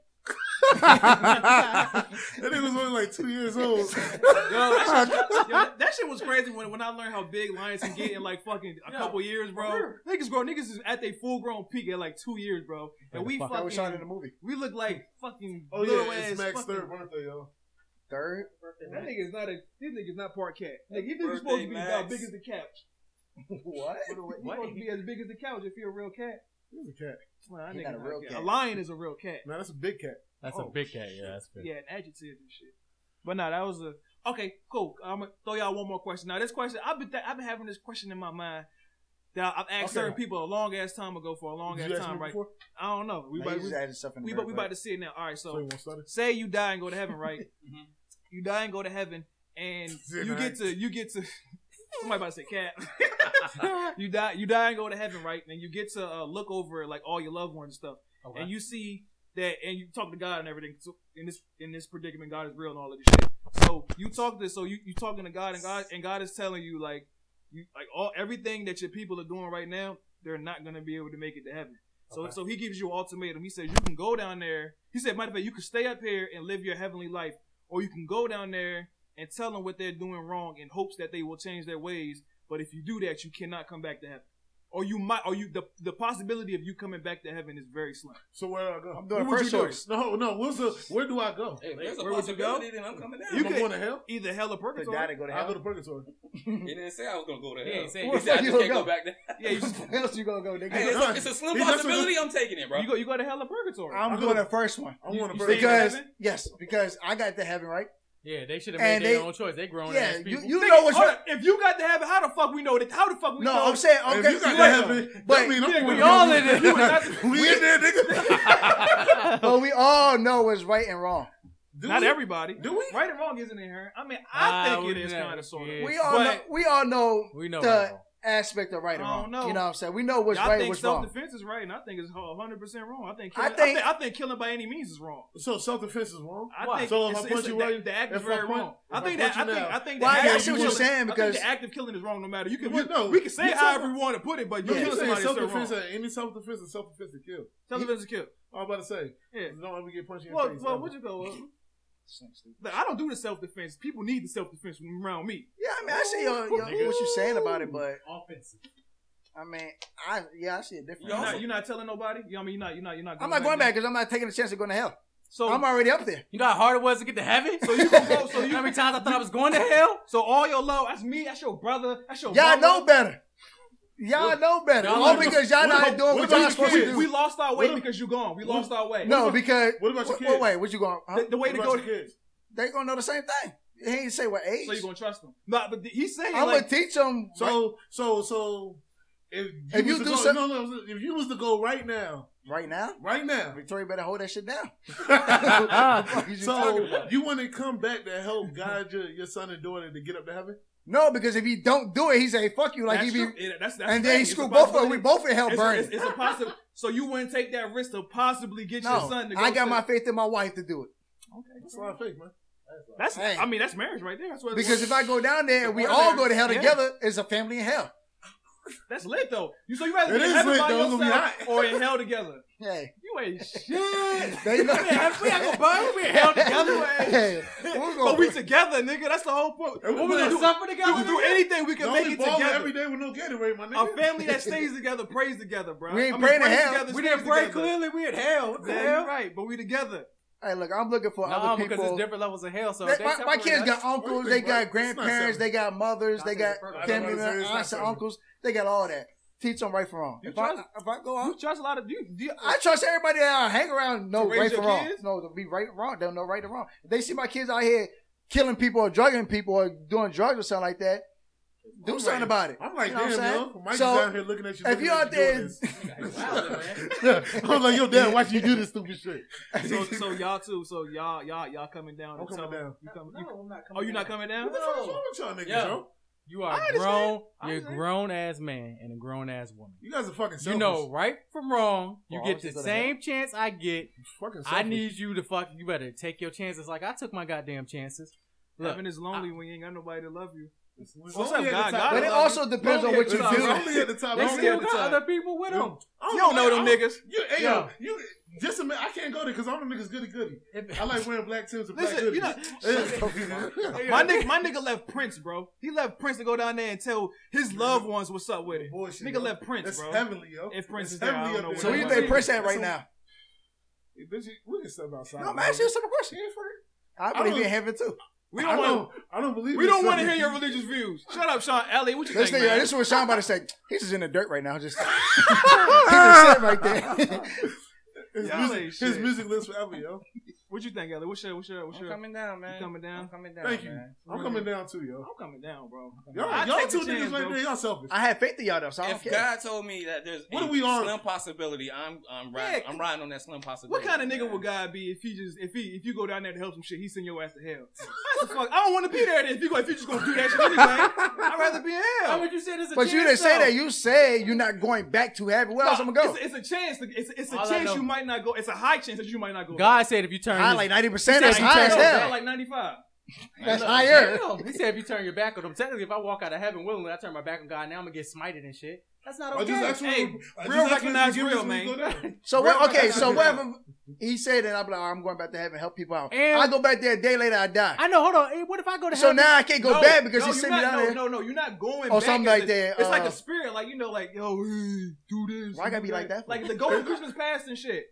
[SPEAKER 1] that nigga was only like two years old.
[SPEAKER 4] Yo, that
[SPEAKER 3] <laughs>
[SPEAKER 4] shit, yo, that- that shit was crazy when, when I learned how big lions can get in like fucking a
[SPEAKER 5] Yeah.
[SPEAKER 4] couple years, bro. Niggas grow, niggas is at their full grown peak at like two years, bro. And we
[SPEAKER 5] Yeah, fuck.
[SPEAKER 3] That was shot in
[SPEAKER 4] fucking,
[SPEAKER 3] the movie.
[SPEAKER 4] we look like fucking
[SPEAKER 1] Oh
[SPEAKER 4] little
[SPEAKER 1] yeah,
[SPEAKER 4] ass.
[SPEAKER 1] it's Mac's
[SPEAKER 4] fucking-
[SPEAKER 1] third birthday, yo.
[SPEAKER 3] Third.
[SPEAKER 4] That nigga's not a. This nigga's not part cat. Nigga,
[SPEAKER 2] Happy
[SPEAKER 4] you nigga's supposed to be
[SPEAKER 2] birthday,
[SPEAKER 4] about
[SPEAKER 2] Max.
[SPEAKER 4] big as the couch.
[SPEAKER 3] What?
[SPEAKER 4] You're supposed to be as big as the couch if you're a real cat.
[SPEAKER 1] He's a cat.
[SPEAKER 4] Well, that
[SPEAKER 3] You're
[SPEAKER 4] nigga's
[SPEAKER 3] not a
[SPEAKER 4] not a
[SPEAKER 3] real
[SPEAKER 4] cat.
[SPEAKER 3] cat.
[SPEAKER 4] A lion is a real cat.
[SPEAKER 1] Now that's a big cat.
[SPEAKER 5] That's
[SPEAKER 4] Oh,
[SPEAKER 5] a big cat. Yeah, that's big.
[SPEAKER 4] Yeah, an adjective and shit. But nah, that was a okay. Cool. I'm gonna throw y'all one more question. Now this question, I've been th- I've been having this question in my mind that I've asked
[SPEAKER 1] Okay.
[SPEAKER 4] certain people a long ass time ago for a long
[SPEAKER 1] Did
[SPEAKER 4] ass
[SPEAKER 1] you ask
[SPEAKER 4] time,
[SPEAKER 1] me
[SPEAKER 4] right?
[SPEAKER 1] before?
[SPEAKER 4] I don't know. We
[SPEAKER 3] Nah,
[SPEAKER 4] about,
[SPEAKER 3] you
[SPEAKER 4] we,
[SPEAKER 3] just added stuff in the
[SPEAKER 4] we,
[SPEAKER 3] very
[SPEAKER 4] about, we
[SPEAKER 3] back.
[SPEAKER 4] about to see it now. All right,
[SPEAKER 1] So
[SPEAKER 4] so
[SPEAKER 1] you won't stutter?
[SPEAKER 4] say you die and go to heaven, right?
[SPEAKER 2] Mhm.
[SPEAKER 4] You die and go to heaven, and
[SPEAKER 1] Yeah,
[SPEAKER 4] you
[SPEAKER 1] nah.
[SPEAKER 4] get to you get to. <laughs> Somebody about to say cat.
[SPEAKER 3] <laughs>
[SPEAKER 4] you die you die and go to heaven, right? And you get to uh, look over like all your loved ones and stuff
[SPEAKER 5] Okay.
[SPEAKER 4] and you see that, and you talk to God and everything. So in this in this predicament, God is real and all of this shit. So you talk to, so you you talking to God and God and God is telling you like you like all everything that your people are doing right now, they're not gonna be able to make it to heaven. So
[SPEAKER 5] Okay.
[SPEAKER 4] so he gives you an ultimatum. He says you can go down there. He said, matter of fact, you can stay up here and live your heavenly life, or you can go down there and tell them what they're doing wrong in hopes that they will change their ways. But if you do that, you cannot come back to heaven. Or you might, or you the, the possibility of you coming back to heaven is very slim.
[SPEAKER 1] So where do I go?
[SPEAKER 3] I'm doing
[SPEAKER 1] What would
[SPEAKER 3] first
[SPEAKER 1] you do?
[SPEAKER 3] choice.
[SPEAKER 1] No, no. What's the? Where do I go?
[SPEAKER 2] Hey, if there's a
[SPEAKER 4] Where would you go?
[SPEAKER 2] possibility, then I'm coming down.
[SPEAKER 1] You
[SPEAKER 4] You
[SPEAKER 1] am
[SPEAKER 4] could-
[SPEAKER 1] going to hell?
[SPEAKER 4] either hell or
[SPEAKER 3] The
[SPEAKER 4] purgatory.
[SPEAKER 3] guy to go to
[SPEAKER 1] I go
[SPEAKER 3] hell.
[SPEAKER 1] to purgatory.
[SPEAKER 2] He didn't say I was gonna go to
[SPEAKER 5] He
[SPEAKER 2] hell.
[SPEAKER 5] ain't say
[SPEAKER 2] He
[SPEAKER 5] it.
[SPEAKER 2] said
[SPEAKER 5] <laughs>
[SPEAKER 2] I
[SPEAKER 3] You
[SPEAKER 2] just can't
[SPEAKER 3] gonna
[SPEAKER 2] go back there.
[SPEAKER 3] <laughs>
[SPEAKER 4] yeah, you,
[SPEAKER 3] Where else you gonna go, nigga?
[SPEAKER 2] Hey, it's, a, it's a slim
[SPEAKER 1] He just-
[SPEAKER 2] possibility. I'm taking it, bro.
[SPEAKER 4] you go you go to hell or purgatory.
[SPEAKER 1] I'm,
[SPEAKER 3] I'm
[SPEAKER 1] doing
[SPEAKER 3] doing
[SPEAKER 1] going
[SPEAKER 3] the first one.
[SPEAKER 1] I'm going to
[SPEAKER 4] you
[SPEAKER 1] purgatory.
[SPEAKER 4] say-
[SPEAKER 3] Because
[SPEAKER 4] heaven?
[SPEAKER 3] yes, because I got to heaven, right?
[SPEAKER 5] Yeah, they should have made
[SPEAKER 3] And
[SPEAKER 5] their
[SPEAKER 3] they-
[SPEAKER 5] own choice. They grown
[SPEAKER 3] yeah,
[SPEAKER 5] ass
[SPEAKER 3] you-
[SPEAKER 5] Oh, people.
[SPEAKER 3] you-
[SPEAKER 4] Nigga,
[SPEAKER 3] know what's
[SPEAKER 4] hold
[SPEAKER 3] right.
[SPEAKER 4] up. If you got to heaven, how the fuck we know that? How the fuck we
[SPEAKER 3] No,
[SPEAKER 4] know?
[SPEAKER 3] I'm saying
[SPEAKER 1] If
[SPEAKER 3] okay.
[SPEAKER 1] you got
[SPEAKER 3] you
[SPEAKER 1] to
[SPEAKER 3] right.
[SPEAKER 1] heaven,
[SPEAKER 3] But
[SPEAKER 1] that mean I'm going
[SPEAKER 5] we
[SPEAKER 1] to
[SPEAKER 5] all
[SPEAKER 1] hell.
[SPEAKER 5] in
[SPEAKER 3] <laughs>
[SPEAKER 5] it.
[SPEAKER 1] You ain't- We in there, nigga.
[SPEAKER 3] but we all know what's right and wrong.
[SPEAKER 1] Do
[SPEAKER 4] Not
[SPEAKER 1] we?
[SPEAKER 4] everybody.
[SPEAKER 1] Do we?
[SPEAKER 4] Right and wrong isn't in here. I mean, I
[SPEAKER 5] I
[SPEAKER 4] think
[SPEAKER 5] would
[SPEAKER 4] it is
[SPEAKER 5] never
[SPEAKER 4] kind of sort of.
[SPEAKER 5] guess.
[SPEAKER 3] We all know.
[SPEAKER 4] But-
[SPEAKER 3] We all know
[SPEAKER 5] we know.
[SPEAKER 3] the-
[SPEAKER 5] that.
[SPEAKER 3] aspect of right and
[SPEAKER 4] I
[SPEAKER 3] wrong.
[SPEAKER 4] don't know.
[SPEAKER 3] You know what I'm saying? We know what's
[SPEAKER 4] I
[SPEAKER 3] right and
[SPEAKER 4] think
[SPEAKER 3] what's wrong.
[SPEAKER 4] self-defense is right, and I think it's 100 percent wrong. I think
[SPEAKER 3] I
[SPEAKER 4] killing, I think, I
[SPEAKER 3] think-
[SPEAKER 4] think killing by any means is wrong.
[SPEAKER 1] So self defense is wrong.
[SPEAKER 4] I
[SPEAKER 5] Why?
[SPEAKER 4] think
[SPEAKER 1] So if
[SPEAKER 4] it's-
[SPEAKER 1] I
[SPEAKER 4] it's
[SPEAKER 1] punch
[SPEAKER 4] a-
[SPEAKER 1] you
[SPEAKER 4] that-
[SPEAKER 1] right-
[SPEAKER 4] the act
[SPEAKER 1] if
[SPEAKER 4] is
[SPEAKER 1] I
[SPEAKER 4] very
[SPEAKER 1] punch-
[SPEAKER 4] wrong.
[SPEAKER 1] if
[SPEAKER 4] I
[SPEAKER 1] I
[SPEAKER 4] think
[SPEAKER 1] punch
[SPEAKER 4] that I
[SPEAKER 1] you
[SPEAKER 4] think
[SPEAKER 1] now-
[SPEAKER 4] I think
[SPEAKER 3] Well, I
[SPEAKER 4] that
[SPEAKER 3] guess what you're saying,
[SPEAKER 4] I
[SPEAKER 3] because-
[SPEAKER 4] think the act of killing is wrong no matter. You can
[SPEAKER 1] Well,
[SPEAKER 4] you-
[SPEAKER 1] no.
[SPEAKER 4] we can say
[SPEAKER 1] You're
[SPEAKER 4] however
[SPEAKER 1] talking-
[SPEAKER 4] we want to put it, but you
[SPEAKER 1] You
[SPEAKER 4] killing
[SPEAKER 1] saying
[SPEAKER 4] somebody is
[SPEAKER 1] self
[SPEAKER 4] still wrong.
[SPEAKER 1] defense? Any self defense is self defense to kill.
[SPEAKER 3] uh,
[SPEAKER 4] Self-defense is kill.
[SPEAKER 1] I was about to say,
[SPEAKER 4] Yeah.
[SPEAKER 1] don't ever get punched in your
[SPEAKER 4] Well,
[SPEAKER 1] face.
[SPEAKER 4] well,
[SPEAKER 1] ever.
[SPEAKER 4] what you go? with? Like, I don't do the self defense. People need the self defense around me.
[SPEAKER 3] Yeah, I mean, I see your, your, what you're saying about it, but
[SPEAKER 5] Offensive.
[SPEAKER 3] I mean, I yeah, I see a difference.
[SPEAKER 4] You're
[SPEAKER 2] also-
[SPEAKER 4] not, you're not telling nobody. You know, what I mean, you're not, you're not, you're not.
[SPEAKER 3] I'm not going back because I'm not taking a chance of going to hell.
[SPEAKER 4] So,
[SPEAKER 3] I'm already up there.
[SPEAKER 5] You know how hard it was to get to heaven.
[SPEAKER 4] so you can go. So you,
[SPEAKER 5] how many times I thought I was going to hell?
[SPEAKER 4] so all your love. That's me. That's your brother. That's your.
[SPEAKER 3] Y'all
[SPEAKER 4] mama.
[SPEAKER 3] know better. Y'all know better.
[SPEAKER 5] y'all
[SPEAKER 3] All
[SPEAKER 5] know-
[SPEAKER 3] because y'all
[SPEAKER 1] what
[SPEAKER 3] not
[SPEAKER 1] about-
[SPEAKER 3] doing
[SPEAKER 1] what
[SPEAKER 3] what
[SPEAKER 1] about
[SPEAKER 3] y'all
[SPEAKER 1] your
[SPEAKER 3] supposed
[SPEAKER 1] kids?
[SPEAKER 3] to
[SPEAKER 4] We
[SPEAKER 3] do.
[SPEAKER 4] lost our way
[SPEAKER 1] What-
[SPEAKER 4] because you gone. We
[SPEAKER 1] what-
[SPEAKER 4] lost our way.
[SPEAKER 3] No, because
[SPEAKER 1] What about your
[SPEAKER 3] wait,
[SPEAKER 1] kids?
[SPEAKER 3] wait, wait, what you going? Huh?
[SPEAKER 4] the, the way
[SPEAKER 1] What
[SPEAKER 4] to
[SPEAKER 1] about
[SPEAKER 4] go.
[SPEAKER 1] your kids?
[SPEAKER 3] They gonna know the same thing. He ain't say what age.
[SPEAKER 4] So you gonna trust them? No, but he's saying
[SPEAKER 3] I'm
[SPEAKER 4] like
[SPEAKER 3] gonna teach them.
[SPEAKER 1] So, so, so, If you,
[SPEAKER 3] If you
[SPEAKER 1] was to
[SPEAKER 3] do
[SPEAKER 1] go,
[SPEAKER 3] some-
[SPEAKER 1] no, no, if you was to go right now,
[SPEAKER 3] Right now,
[SPEAKER 1] right
[SPEAKER 3] <laughs>
[SPEAKER 1] now. <laughs>
[SPEAKER 3] Victoria better hold that shit
[SPEAKER 4] <laughs>
[SPEAKER 3] down. What the
[SPEAKER 1] so
[SPEAKER 3] fuck is you talking about?
[SPEAKER 1] you want to come back to help guide your, your son and daughter to get up to heaven?
[SPEAKER 3] No, because if he don't do it, he say fuck you. Like
[SPEAKER 4] that's
[SPEAKER 3] he be,
[SPEAKER 4] true. It- that's- that's
[SPEAKER 3] and
[SPEAKER 4] the
[SPEAKER 3] then
[SPEAKER 4] thing.
[SPEAKER 3] he
[SPEAKER 4] It's
[SPEAKER 3] screw
[SPEAKER 4] a
[SPEAKER 3] both of us. We
[SPEAKER 4] possibility.
[SPEAKER 3] both in hell
[SPEAKER 4] It's,
[SPEAKER 3] burning.
[SPEAKER 4] it's, it's a possible. So you wouldn't take that risk to possibly get your
[SPEAKER 3] no,
[SPEAKER 4] son to go.
[SPEAKER 3] I got
[SPEAKER 4] to-
[SPEAKER 3] my faith in my wife to do it.
[SPEAKER 1] That's a lot of faith, man. That's a lot.
[SPEAKER 4] That's.
[SPEAKER 3] Hey.
[SPEAKER 4] I mean, that's marriage right there. That's what
[SPEAKER 3] Because if I go down there and we
[SPEAKER 4] Well,
[SPEAKER 3] all
[SPEAKER 4] there-
[SPEAKER 3] go to hell
[SPEAKER 4] yeah.
[SPEAKER 3] together, it's a family in hell.
[SPEAKER 4] that's lit though. You so you rather
[SPEAKER 1] It
[SPEAKER 4] be in
[SPEAKER 1] is
[SPEAKER 4] heaven
[SPEAKER 1] lit,
[SPEAKER 4] by
[SPEAKER 1] though. It's gonna be
[SPEAKER 4] yourself or in hell together?
[SPEAKER 3] Hey,
[SPEAKER 4] You
[SPEAKER 3] <laughs>
[SPEAKER 4] ain't shit.
[SPEAKER 3] They know-
[SPEAKER 4] we ain't
[SPEAKER 3] <laughs>
[SPEAKER 4] gonna burn. We in hell together. we ain't
[SPEAKER 3] hey,
[SPEAKER 4] shit.
[SPEAKER 3] we're
[SPEAKER 4] but we
[SPEAKER 3] going.
[SPEAKER 4] together, nigga. That's the whole point.
[SPEAKER 1] And we
[SPEAKER 4] What we gonna
[SPEAKER 1] gonna
[SPEAKER 4] do? Suffer together. Do, do anything we
[SPEAKER 1] The
[SPEAKER 4] can make
[SPEAKER 1] only
[SPEAKER 4] it
[SPEAKER 1] baller
[SPEAKER 4] together.
[SPEAKER 1] every day with no Gatorade, my
[SPEAKER 4] A
[SPEAKER 1] nigga.
[SPEAKER 4] family that stays together prays together, bro.
[SPEAKER 3] We ain't praying to hell.
[SPEAKER 5] We didn't pray
[SPEAKER 4] clearly. We in hell. What
[SPEAKER 5] the hell?
[SPEAKER 4] Right, but we together.
[SPEAKER 3] Hey, look, I'm looking for
[SPEAKER 5] No,
[SPEAKER 3] other
[SPEAKER 5] because it's
[SPEAKER 3] people.
[SPEAKER 5] different levels of hell. So
[SPEAKER 3] They-
[SPEAKER 5] if they
[SPEAKER 3] my, my
[SPEAKER 5] separate
[SPEAKER 3] kids
[SPEAKER 5] us-
[SPEAKER 3] got
[SPEAKER 1] What
[SPEAKER 3] uncles,
[SPEAKER 1] do you
[SPEAKER 3] they
[SPEAKER 1] think, bro?
[SPEAKER 3] got
[SPEAKER 1] It's not
[SPEAKER 3] grandparents, they got mothers, they got
[SPEAKER 5] I
[SPEAKER 1] don't
[SPEAKER 3] family
[SPEAKER 1] know, it's- it's
[SPEAKER 3] members,
[SPEAKER 1] not
[SPEAKER 3] aunts and
[SPEAKER 1] separate.
[SPEAKER 3] uncles. They got all that. Teach them right from wrong.
[SPEAKER 4] You
[SPEAKER 3] If I,
[SPEAKER 4] trust-
[SPEAKER 3] if I go out,
[SPEAKER 4] You trust a lot of you. do you
[SPEAKER 3] I trust everybody that I hang around know
[SPEAKER 4] To raise
[SPEAKER 3] right
[SPEAKER 4] your
[SPEAKER 3] from wrong.
[SPEAKER 4] kids?
[SPEAKER 3] No, to be right and wrong. They'll know right and wrong. If they see my kids out here killing people or drugging people or doing drugs or something like that, do
[SPEAKER 1] I'm
[SPEAKER 3] something
[SPEAKER 1] like-
[SPEAKER 3] about it.
[SPEAKER 1] I'm like,
[SPEAKER 3] You know what
[SPEAKER 1] damn,
[SPEAKER 3] I'm saying?
[SPEAKER 1] yo. Mike's
[SPEAKER 3] So,
[SPEAKER 1] down here looking at you.
[SPEAKER 3] if
[SPEAKER 1] looking
[SPEAKER 3] <laughs> you
[SPEAKER 1] at
[SPEAKER 3] out there,
[SPEAKER 1] doing this. <laughs> I'm like, yo, dad, why you do this stupid
[SPEAKER 3] <laughs>
[SPEAKER 1] shit? <laughs>
[SPEAKER 4] so, so y'all too. So y'all y'all y'all coming down.
[SPEAKER 1] I'm
[SPEAKER 4] to
[SPEAKER 1] coming
[SPEAKER 4] tell-
[SPEAKER 1] down.
[SPEAKER 4] You coming, you,
[SPEAKER 6] No, I'm not coming.
[SPEAKER 4] oh, you not coming down?
[SPEAKER 1] What the fuck is wrong with y'all niggas,
[SPEAKER 5] Yeah.
[SPEAKER 1] yo?
[SPEAKER 5] You
[SPEAKER 4] I
[SPEAKER 5] are
[SPEAKER 4] understand.
[SPEAKER 5] grown.
[SPEAKER 4] I
[SPEAKER 5] You're a
[SPEAKER 4] understand.
[SPEAKER 5] grown ass man and a grown ass woman.
[SPEAKER 1] You guys are fucking selfish.
[SPEAKER 5] You know right from wrong. You
[SPEAKER 3] Well, I
[SPEAKER 5] get
[SPEAKER 3] was
[SPEAKER 5] the
[SPEAKER 3] just gonna
[SPEAKER 5] same chance I get.
[SPEAKER 1] Fucking
[SPEAKER 5] I
[SPEAKER 1] selfish.
[SPEAKER 5] need you to fuck. You better take your chances. Like I took my goddamn chances. Look,
[SPEAKER 4] Heaven is lonely when you ain't got nobody to love you.
[SPEAKER 1] It's
[SPEAKER 4] What's
[SPEAKER 1] only
[SPEAKER 4] up,
[SPEAKER 1] at the
[SPEAKER 4] God?
[SPEAKER 1] top.
[SPEAKER 4] God
[SPEAKER 3] but it
[SPEAKER 4] love
[SPEAKER 3] also depends on
[SPEAKER 4] Lonely
[SPEAKER 3] what
[SPEAKER 4] at
[SPEAKER 3] you
[SPEAKER 1] It's
[SPEAKER 4] the top.
[SPEAKER 3] do.
[SPEAKER 1] only at the top.
[SPEAKER 5] they
[SPEAKER 1] Only
[SPEAKER 5] still
[SPEAKER 1] at the
[SPEAKER 5] got
[SPEAKER 1] top.
[SPEAKER 5] other people with them.
[SPEAKER 1] I
[SPEAKER 4] You don't know them
[SPEAKER 1] I
[SPEAKER 4] niggas.
[SPEAKER 1] You, hey,
[SPEAKER 5] Yeah.
[SPEAKER 1] yo, you just a minute. I can't go there because all them niggas goody goody. I like wearing black Timbs and black
[SPEAKER 4] Listen, you know,
[SPEAKER 3] <laughs>
[SPEAKER 1] hoodies.
[SPEAKER 4] <laughs> my nigga, my nigga left Prince, bro. He left Prince to go down there and tell his loved ones what's up with it.
[SPEAKER 1] Bullshit,
[SPEAKER 4] Nigga
[SPEAKER 1] yo.
[SPEAKER 4] left Prince,
[SPEAKER 1] That's
[SPEAKER 4] bro.
[SPEAKER 1] heavenly, yo.
[SPEAKER 4] If Prince
[SPEAKER 1] That's
[SPEAKER 4] is there, I
[SPEAKER 1] heavenly
[SPEAKER 4] don't
[SPEAKER 1] up
[SPEAKER 4] know
[SPEAKER 3] So
[SPEAKER 1] there.
[SPEAKER 3] where you
[SPEAKER 4] where
[SPEAKER 3] think
[SPEAKER 4] it
[SPEAKER 3] Prince
[SPEAKER 4] is.
[SPEAKER 3] at right
[SPEAKER 1] So-
[SPEAKER 3] now?
[SPEAKER 1] Hey, bitch, you- we can step outside.
[SPEAKER 3] No, I'm asking you a simple question.
[SPEAKER 1] Yeah, for real.
[SPEAKER 3] I
[SPEAKER 1] I
[SPEAKER 3] believe
[SPEAKER 1] don't-
[SPEAKER 3] in heaven too.
[SPEAKER 4] We
[SPEAKER 1] I
[SPEAKER 4] don't want.
[SPEAKER 1] I don't believe.
[SPEAKER 4] We
[SPEAKER 1] in
[SPEAKER 4] don't want to
[SPEAKER 1] something.
[SPEAKER 4] hear your religious views. Shut up, Sean Elliott. What you
[SPEAKER 3] This thing,
[SPEAKER 4] think,
[SPEAKER 3] yeah,
[SPEAKER 4] man?
[SPEAKER 3] this is what Sean about to say. He's just in the dirt right now. Just, <laughs> He just sitting right there.
[SPEAKER 1] <laughs>
[SPEAKER 3] <laughs>
[SPEAKER 1] His,
[SPEAKER 4] Y'all ain't
[SPEAKER 1] music, his
[SPEAKER 4] shit.
[SPEAKER 1] music lives forever, yo.
[SPEAKER 4] What you think, Ellie? What's your, what's your, what's your? I'm
[SPEAKER 6] coming down, man.
[SPEAKER 4] You coming down?
[SPEAKER 6] I'm coming down.
[SPEAKER 1] Thank you.
[SPEAKER 6] man.
[SPEAKER 1] I'm coming down too, yo.
[SPEAKER 4] coming down, bro. I
[SPEAKER 1] Y'all, y'all
[SPEAKER 4] take
[SPEAKER 1] two
[SPEAKER 4] the chance,
[SPEAKER 1] niggas right
[SPEAKER 4] bro.
[SPEAKER 1] there, y'all selfish.
[SPEAKER 3] I had faith in y'all though, so I don't
[SPEAKER 2] If
[SPEAKER 3] care.
[SPEAKER 2] God told me that there's
[SPEAKER 1] What
[SPEAKER 2] a
[SPEAKER 1] are we on?
[SPEAKER 2] slim possibility, I'm I'm riding I'm riding on that slim
[SPEAKER 4] What
[SPEAKER 2] possibility.
[SPEAKER 4] kind of nigga would God be if he just if he if you go down there to help some shit, he send your ass to
[SPEAKER 5] <laughs>
[SPEAKER 4] hell? What the fuck? I don't want to be there if you go if you just gonna do that shit anyway. I'd rather be in
[SPEAKER 5] How
[SPEAKER 4] hell.
[SPEAKER 5] would you say this?
[SPEAKER 3] But you didn't say that. You said you're not going back to heaven. Where else I'm gonna go?
[SPEAKER 4] It's, it's a chance. to- It's, it's a
[SPEAKER 5] All I
[SPEAKER 4] chance
[SPEAKER 5] know-
[SPEAKER 4] you might not go. It's a high chance that you might not go.
[SPEAKER 5] God said if you turn.
[SPEAKER 3] High
[SPEAKER 5] his- <laughs>
[SPEAKER 3] like ninety percent.
[SPEAKER 5] said
[SPEAKER 3] That's
[SPEAKER 5] he
[SPEAKER 3] high
[SPEAKER 5] turned
[SPEAKER 3] as
[SPEAKER 5] his
[SPEAKER 4] Hell,
[SPEAKER 3] hell.
[SPEAKER 4] like ninety five.
[SPEAKER 3] That's higher.
[SPEAKER 5] Damn. He said if you turn your back on them, technically if I walk out of heaven willingly, I turn my back on God. Now I'm gonna get smited and shit. That's not
[SPEAKER 1] I
[SPEAKER 5] okay.
[SPEAKER 1] just actually, I
[SPEAKER 4] Hey, real
[SPEAKER 1] just actually
[SPEAKER 4] recognize
[SPEAKER 1] give us
[SPEAKER 4] real,
[SPEAKER 1] when we
[SPEAKER 4] man.
[SPEAKER 1] go down.
[SPEAKER 3] So what,
[SPEAKER 1] Real
[SPEAKER 3] okay, so
[SPEAKER 1] recognize
[SPEAKER 3] whatever he said, and I'm like, "Oh, I'm going back to heaven, help people out.
[SPEAKER 5] And-
[SPEAKER 3] I go back there a day later, I die.
[SPEAKER 5] I know. Hold on. Hey, what if I go to
[SPEAKER 3] so
[SPEAKER 5] heaven?
[SPEAKER 3] now I can't go
[SPEAKER 4] No,
[SPEAKER 3] back because
[SPEAKER 4] no,
[SPEAKER 3] he
[SPEAKER 4] you're
[SPEAKER 3] sent me
[SPEAKER 4] not-
[SPEAKER 3] down
[SPEAKER 4] no,
[SPEAKER 3] there.
[SPEAKER 4] No, no, you're not going.
[SPEAKER 3] Or
[SPEAKER 4] back
[SPEAKER 3] something
[SPEAKER 4] as
[SPEAKER 3] like
[SPEAKER 4] a-
[SPEAKER 3] that,
[SPEAKER 4] It's like
[SPEAKER 3] uh,
[SPEAKER 4] a spirit, like you know, like yo, <laughs> hey, do this.
[SPEAKER 3] Why I gotta
[SPEAKER 4] do
[SPEAKER 3] be like that for?
[SPEAKER 4] <laughs> Like the golden Christmas past and shit.